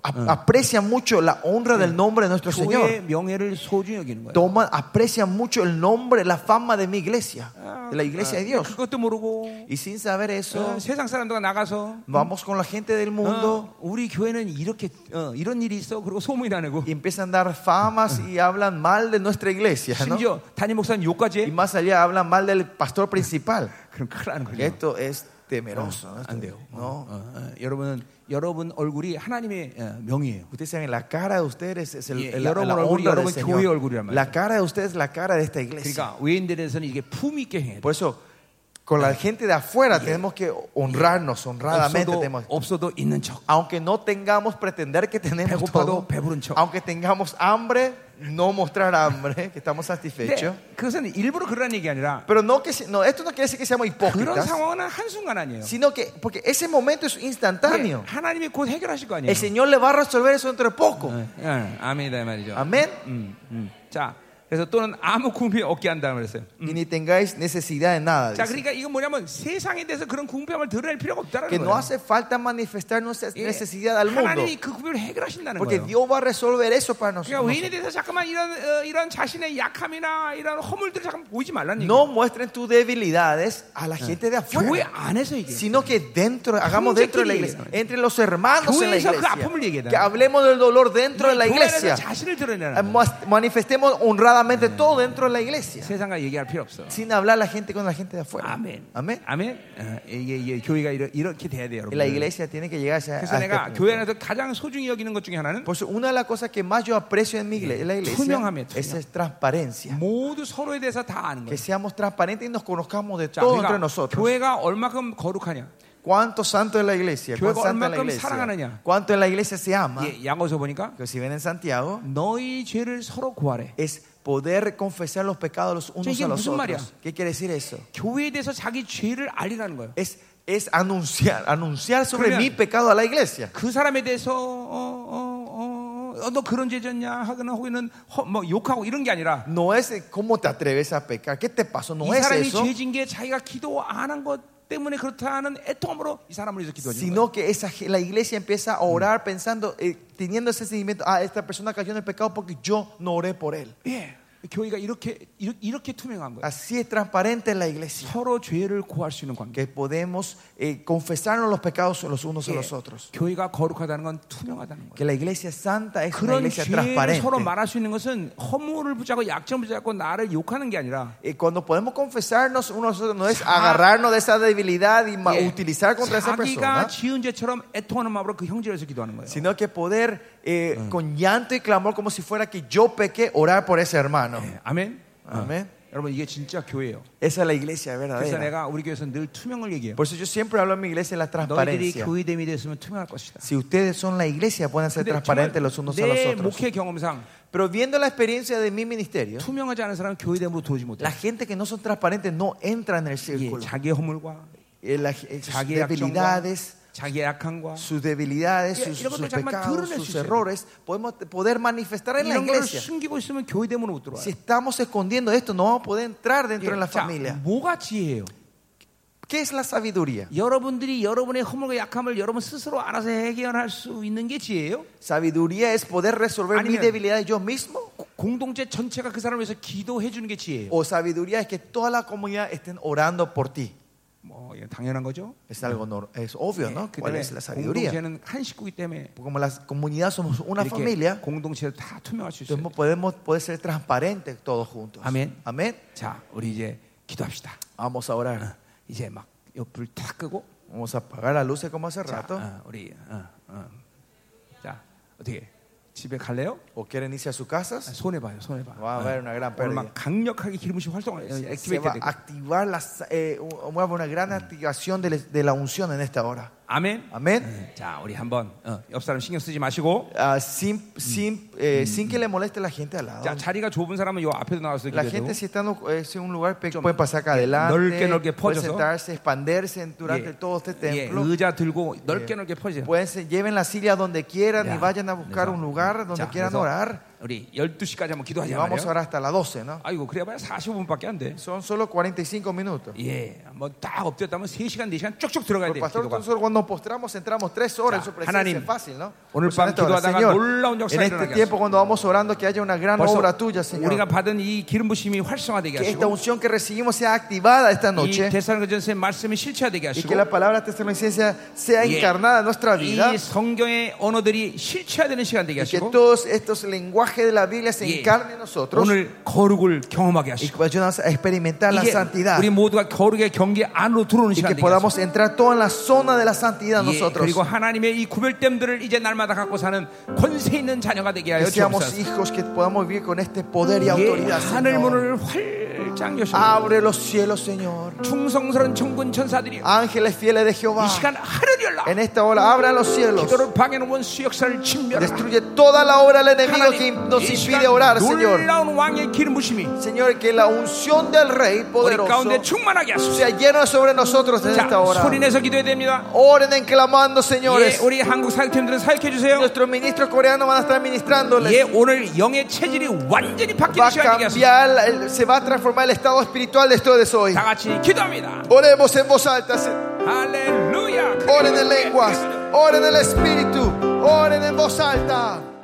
Speaker 2: Ah.
Speaker 1: a- aprecian mucho la honra del nombre de nuestro
Speaker 2: 교회의
Speaker 1: Señor.
Speaker 2: 명예를 소중히 여기는 거예요.
Speaker 1: Toman, aprecian mucho el nombre, la fama de mi iglesia, de la iglesia de Dios.
Speaker 2: 아, 그것도 모르고
Speaker 1: Y sin saber eso,
Speaker 2: 어, 세상 사람들과 나가서
Speaker 1: vamos con la gente del mundo
Speaker 2: 어, 우리 교회는 이렇게 어, 이런 일이 있어 그리고 소문이 나내고
Speaker 1: y empiezan a dar famas y hablan mal de nuestra iglesia. ¿no?
Speaker 2: 심지어 담임 목사님 욕까지
Speaker 1: Y
Speaker 2: 해.
Speaker 1: más allá hablan mal del pastor principal.
Speaker 2: 그럼 큰일 나는 거죠.
Speaker 1: Esto es temeroso. ¿no?
Speaker 2: 안 돼요.
Speaker 1: No.
Speaker 2: 어, 어, 여러분은 여러분 얼굴이 하나님의 어, 명이에요.
Speaker 1: Ustedes saben, la cara de ustedes es el,
Speaker 2: Y-
Speaker 1: el- la,
Speaker 2: 여러분
Speaker 1: la
Speaker 2: 얼굴이
Speaker 1: honra del
Speaker 2: 여러분 교회 얼굴이란
Speaker 1: Señor.
Speaker 2: 말이죠.
Speaker 1: La cara de ustedes es la cara de esta iglesia.
Speaker 2: 그러니까 외인들에서는 이게 품 있게 행해야 돼.
Speaker 1: Por eso, con la gente de afuera tenemos que honrarnos honradamente.
Speaker 2: 없어도,
Speaker 1: tenemos-
Speaker 2: 없어도 있는 척.
Speaker 1: aunque no tengamos pretender que tenemos
Speaker 2: 배고파도
Speaker 1: todo,
Speaker 2: 배부른 척.
Speaker 1: aunque tengamos hambre, no mostrar hambre, que estamos satisfechos.
Speaker 2: 근데 네, 그것은 일부러 그러는 얘기 아니라
Speaker 1: Pero no que, se- no, esto no quiere decir que seamos
Speaker 2: 어, 그런
Speaker 1: hipócritas,
Speaker 2: 상황은 한 순간 아니에요.
Speaker 1: sino que porque ese momento es
Speaker 2: 그게
Speaker 1: instantáneo.
Speaker 2: 하나님이 곧 해결하실 거 아니에요.
Speaker 1: El Señor le va a resolver eso dentro de poco.
Speaker 2: 예, 예, 아멘이다 이 말이죠.
Speaker 1: Amén.
Speaker 2: 음, 음. 자, 그래서 또는 아무 궁핍 없게 한다 그랬어요.
Speaker 1: Y ni tengáis necesidad de nada.
Speaker 2: 자,
Speaker 1: dice.
Speaker 2: 그러니까 이건 뭐냐면 세상에 대해서 그런 궁핍함을 드러낼 필요가 없다는
Speaker 1: que
Speaker 2: 거예요.
Speaker 1: no hace falta manifestar nuestra
Speaker 2: 예,
Speaker 1: necesidad al mundo.
Speaker 2: 하나님이 그 궁핍을 해결하신다는
Speaker 1: Porque
Speaker 2: 거예요.
Speaker 1: Dios va a resolver eso para
Speaker 2: 그러니까
Speaker 1: nosotros.
Speaker 2: 외인에 대해서 잠깐만 이런 어, 이런 자신의 약함이나 이런 허물들을 잠깐 보이지 말라는 얘기예요.
Speaker 1: No muestren tus debilidades a la gente de
Speaker 2: 교회
Speaker 1: afuera,
Speaker 2: 안에서 이게
Speaker 1: sino que dentro, hagamos dentro de la iglesia, entre los hermanos en la
Speaker 2: 교회에서 그
Speaker 1: iglesia,
Speaker 2: 아픔을 얘기해야
Speaker 1: que hablemos del dolor dentro de la
Speaker 2: 교회 안에서
Speaker 1: iglesia,
Speaker 2: 자신을 드러내는 거예요.
Speaker 1: Mas- manifestemos honradamente todo dentro de la iglesia,
Speaker 2: 세상과 얘기할 필요 없어.
Speaker 1: sin hablar la gente con la gente de afuera.
Speaker 2: 아멘.
Speaker 1: Amén.
Speaker 2: 아멘. 어, 이게, 이게 교회가 이러, 이렇게 돼야 돼요,
Speaker 1: Y la
Speaker 2: 여러분.
Speaker 1: iglesia tiene que llegar a ese- a
Speaker 2: 아, 그래서 그,
Speaker 1: este
Speaker 2: 내가
Speaker 1: punto.
Speaker 2: 교회 안에서 가장 소중히 여기는 것 중에 하나는
Speaker 1: Por eso, una de las cosas que más yo aprecio en mi igle- en la iglesia
Speaker 2: 투명함이에요, 투명.
Speaker 1: es esa transparencia.
Speaker 2: 모두 서로에 대해서 다 아는
Speaker 1: Que
Speaker 2: 거예요.
Speaker 1: seamos transparentes y nos conozcamos de
Speaker 2: 자,
Speaker 1: todo entre
Speaker 2: 그러니까
Speaker 1: nosotros.
Speaker 2: 교회가 얼마큼 거룩하냐?
Speaker 1: ¿Cuánto santo es la iglesia? ¿Cuánto
Speaker 2: 교회가
Speaker 1: santo es la
Speaker 2: 얼만큼
Speaker 1: iglesia?
Speaker 2: 사랑하느냐?
Speaker 1: ¿Cuánto en la iglesia se ama?
Speaker 2: 예, 야고보서 보니까
Speaker 1: Que si ven en Santiago,
Speaker 2: 너희 죄를 서로 구하래.
Speaker 1: es poder confesar los pecados los unos
Speaker 2: 이게
Speaker 1: a los
Speaker 2: 무슨 말이야?
Speaker 1: otros. ¿Qué quiere decir eso?
Speaker 2: 교회에 대해서 자기 죄를 알리라는 거예요.
Speaker 1: Es, es anunciar, anunciar sobre
Speaker 2: 그러면-
Speaker 1: mi pecado a la iglesia.
Speaker 2: 그 사람에 대해서 어, 어, 어, 어, 너 그런 죄졌냐 하거나 혹은 허, 뭐 욕하고 이런 게 아니라
Speaker 1: No es eh, cómo te atreves a pecar, qué te pasó, no
Speaker 2: 이
Speaker 1: es
Speaker 2: 사람이
Speaker 1: eso,
Speaker 2: 죄진 게 자기가 기도 안 한 것 때문에 그렇다는 애통함으로 이 사람을 위해서 기도하는 거예요.
Speaker 1: sino que esa, ge- la iglesia empieza a orar pensando, eh, teniendo ese sentimiento, ah, esta persona cayó en el pecado porque yo no oré por él.
Speaker 2: 예, 교회가 이렇게 이렇- 이렇게 투명한 거예요.
Speaker 1: Así es transparente la iglesia.
Speaker 2: 서로 죄를 구할 수 있는 관계.
Speaker 1: que podemos eh, confesarnos los pecados los unos a
Speaker 2: 예,
Speaker 1: los otros.
Speaker 2: 교회가 거룩하다는 건 투명하다는 거예요.
Speaker 1: Que la iglesia santa es una
Speaker 2: 그런
Speaker 1: iglesia
Speaker 2: 죄를
Speaker 1: transparente.
Speaker 2: 서로 말할 수 있는 것은 허물을 붙잡고 약점을 붙잡고 나를 욕하는 게 아니라
Speaker 1: Eh, cuando podemos confesarnos unos a los otros, no es agarrarnos de esa debilidad y ma-
Speaker 2: 예,
Speaker 1: utilizar contra esa
Speaker 2: 자기가
Speaker 1: persona,
Speaker 2: 지은 죄처럼 애통하는 마음으로 그 형제를 위해서 기도하는 거예요.
Speaker 1: sino que poder eh, con llanto y clamor, como si fuera que yo pequé, orar por ese hermano.
Speaker 2: 예, 아멘. 어. 아, 예.
Speaker 1: Amén.
Speaker 2: 여러분 이게 진짜 교회예요.
Speaker 1: Esa es la iglesia
Speaker 2: 그래서
Speaker 1: verdadera.
Speaker 2: 내가 우리 교회에서 늘 투명을 얘기해요.
Speaker 1: Por eso yo siempre hablo en mi iglesia de la
Speaker 2: 너희들이
Speaker 1: transparencia.
Speaker 2: 교회됨이 됐으면 투명할 것이다.
Speaker 1: Si ustedes son la iglesia, pueden ser transparentes los unos a los
Speaker 2: 내
Speaker 1: otros.
Speaker 2: 목회 경험상
Speaker 1: Pero viendo la experiencia de mi ministerio,
Speaker 2: 투명하지 않은 사람은 교회됨으로 들어오지 못해.
Speaker 1: La gente que no son transparentes no entra en el
Speaker 2: 예,
Speaker 1: círculo.
Speaker 2: 자기의 허물과
Speaker 1: Eh, la- eh, sus
Speaker 2: 자기의 약점과
Speaker 1: debilidades,
Speaker 2: 자기의 약함과
Speaker 1: sus debilidades,
Speaker 2: 예,
Speaker 1: sus,
Speaker 2: 이런
Speaker 1: sus
Speaker 2: 것들 잠깐만
Speaker 1: pecados,
Speaker 2: 드러낼
Speaker 1: sus
Speaker 2: 수 있어요.
Speaker 1: errores, podemos poder manifestar en la
Speaker 2: 이런 걸
Speaker 1: iglesia.
Speaker 2: 숨기고 있으면 교회됨으로 못 들어와요.
Speaker 1: Si estamos escondiendo esto, no vamos a poder entrar dentro de la
Speaker 2: 자,
Speaker 1: familia.
Speaker 2: 뭐가 지혜예요?
Speaker 1: ¿Qué es la sabiduría?
Speaker 2: 여러분들이 여러분의 허물과 약함을 여러분 스스로 알아서 해결할 수 있는 게 지혜예요?
Speaker 1: Sabiduría es poder resolver mi
Speaker 2: 아니면-
Speaker 1: debilidad yo mismo.
Speaker 2: 공동체 전체가 그 사람을 위해서 기도해 주는 게 지혜예요.
Speaker 1: O sabiduría es que toda la comunidad estén orando por ti.
Speaker 2: 뭐 예, 당연한 거죠.
Speaker 1: Es algo nor- es obvio,
Speaker 2: 예,
Speaker 1: ¿no? ¿Cuál
Speaker 2: 그다음에
Speaker 1: es la sabiduría?
Speaker 2: 공동체는 한 식구이기 때문에
Speaker 1: Como la comunidad somos una
Speaker 2: 이렇게
Speaker 1: familia,
Speaker 2: 공동체를 다 투명할 수 있어요.
Speaker 1: Entonces podemos poder ser transparentes todos juntos.
Speaker 2: Amén.
Speaker 1: Amén.
Speaker 2: 자, 우리 이제 기도합시다.
Speaker 1: Vamos a orar.
Speaker 2: 이제 막 옆을 탁 끄고
Speaker 1: Vamos a apagar las luces como hace
Speaker 2: 자,
Speaker 1: rato.
Speaker 2: 어, 우리 어, 어. 자 어떻게 집에 갈래요?
Speaker 1: ¿O quieren irse a sus casas?
Speaker 2: 손해 봐요, 손해 봐.
Speaker 1: Va a haber una gran
Speaker 2: 오늘
Speaker 1: pérdida.
Speaker 2: 막 강력하게 아, 기름부심 활동을 예,
Speaker 1: Se va
Speaker 2: 액티베이트
Speaker 1: a activar las, eh, un- una gran activación de, de la unción en esta hora.
Speaker 2: 아멘. 네.
Speaker 1: Amén.
Speaker 2: 자, 우리 한번 어, 옆 사람 신경 쓰지 마시고.
Speaker 1: Ah, sin, sin, eh, sin que le moleste la gente al lado.
Speaker 2: 자, 자리가 좁은 사람은 요 앞에도 나와서
Speaker 1: La
Speaker 2: 기도해도.
Speaker 1: gente si está en un- eh, si en un lugar pe- puede pasar acá adelante,
Speaker 2: 넓게, 넓게
Speaker 1: puede
Speaker 2: 퍼져서.
Speaker 1: sentarse, expandirse en- durante todo este
Speaker 2: 예, 뭐
Speaker 1: templo.
Speaker 2: 의자 들고 넓게 넓게 퍼지세요.
Speaker 1: Pueden ser- lleven la silla donde quieran
Speaker 2: Ya.
Speaker 1: y vayan a buscar
Speaker 2: Ya.
Speaker 1: un lugar donde
Speaker 2: Ya.
Speaker 1: quieran
Speaker 2: Eso.
Speaker 1: orar.
Speaker 2: 우리 12시까지 한번
Speaker 1: Y
Speaker 2: 기도하자
Speaker 1: vamos a
Speaker 2: 말이에요.
Speaker 1: orar hasta las 12, ¿no?
Speaker 2: 아이고 그래봐야 45분밖에 안 돼.
Speaker 1: Son solo 45 minutos.
Speaker 2: 예, 뭐딱 엎드렸다면 3시간 4시간 쭉쭉 들어가야
Speaker 1: Pero
Speaker 2: 돼.
Speaker 1: pastor,
Speaker 2: 기도가.
Speaker 1: nosotros cuando nos postramos entramos tres horas en
Speaker 2: Ya,
Speaker 1: su presencia.
Speaker 2: 하나님,
Speaker 1: Es fácil, ¿no?
Speaker 2: 오늘
Speaker 1: Pues
Speaker 2: 밤
Speaker 1: en esta hora,
Speaker 2: 기도하다가 놀라운
Speaker 1: Señor,
Speaker 2: 역사
Speaker 1: en este
Speaker 2: 일어나게
Speaker 1: tiempo cuando vamos orando que haya una gran
Speaker 2: 벌써
Speaker 1: obra tuya, Señor.
Speaker 2: 우리가 받은 이 기름부심이 활성화되게
Speaker 1: Que esta
Speaker 2: 하시고
Speaker 1: unción que recibimos sea activada esta
Speaker 2: 이
Speaker 1: noche
Speaker 2: 대사로전서의 말씀이
Speaker 1: y
Speaker 2: 실체화되게 하시고
Speaker 1: que la palabra testalonicense sea
Speaker 2: 예.
Speaker 1: encarnada en nuestra vida
Speaker 2: 이 성경의 언어들이 실체화되는 시간 되게
Speaker 1: y que
Speaker 2: 하시고
Speaker 1: todos estos lenguajes de la Biblia se
Speaker 2: 예.
Speaker 1: encarnen en nosotros
Speaker 2: 오늘 거룩을 경험하게
Speaker 1: y
Speaker 2: 하시고
Speaker 1: que ayúdanos a experimentar la
Speaker 2: 이게
Speaker 1: santidad
Speaker 2: 우리 모두가 거룩의 경계 안으로 들어오는
Speaker 1: y
Speaker 2: 시간
Speaker 1: que
Speaker 2: 되게 하시고
Speaker 1: podamos entrar toda en la zona de la santidad
Speaker 2: 예,
Speaker 1: nosotros.
Speaker 2: 그리고 하나님의 이 구별됨들을 이제 날마다 갖고 사는 권세 있는 자녀가 되게
Speaker 1: Que
Speaker 2: 하여
Speaker 1: seamos
Speaker 2: 주옵소서.
Speaker 1: hijos que podamos vivir con este poder y
Speaker 2: 예,
Speaker 1: autoridad.
Speaker 2: 하늘
Speaker 1: Señor.
Speaker 2: 문을 활짝 여시고
Speaker 1: Abre los cielos, Señor.
Speaker 2: 충성스러운 천군 천사들이
Speaker 1: Ángeles fieles de Jehová,
Speaker 2: 이 시간 하늘 열라
Speaker 1: en esta hora abran los cielos.
Speaker 2: 기도를 방해놓은 수역사를 침멸하라.
Speaker 1: Destruye toda la obra del enemigo que
Speaker 2: 하나님,
Speaker 1: nos
Speaker 2: 이
Speaker 1: impide
Speaker 2: 시간
Speaker 1: orar, Señor.
Speaker 2: 놀라운 왕의 기름 부심이
Speaker 1: Señor, que la unción del Rey
Speaker 2: 우리
Speaker 1: poderoso
Speaker 2: 가운데 충만하게 하소서.
Speaker 1: sea llena sobre nosotros en
Speaker 2: 자,
Speaker 1: esta hora.
Speaker 2: 소리내서 기도해야 됩니다.
Speaker 1: Oren clamando,
Speaker 2: 예,
Speaker 1: señores.
Speaker 2: 우리 한국 사역팀들은 사역해 주세요.
Speaker 1: Nuestros ministros coreanos van a estar
Speaker 2: 예,
Speaker 1: ministrándoles.
Speaker 2: 오늘 영의 체질이 완전히
Speaker 1: Va
Speaker 2: 바뀌는
Speaker 1: a
Speaker 2: 시간이 되겠습니다.
Speaker 1: cambiar, el- se va a transformar el estado espiritual de ustedes hoy.
Speaker 2: 다 같이 기도합니다.
Speaker 1: Oremos en voz alta, se-
Speaker 2: 할렐루야.
Speaker 1: oren en lenguas, oren en el espíritu, oren en voz alta.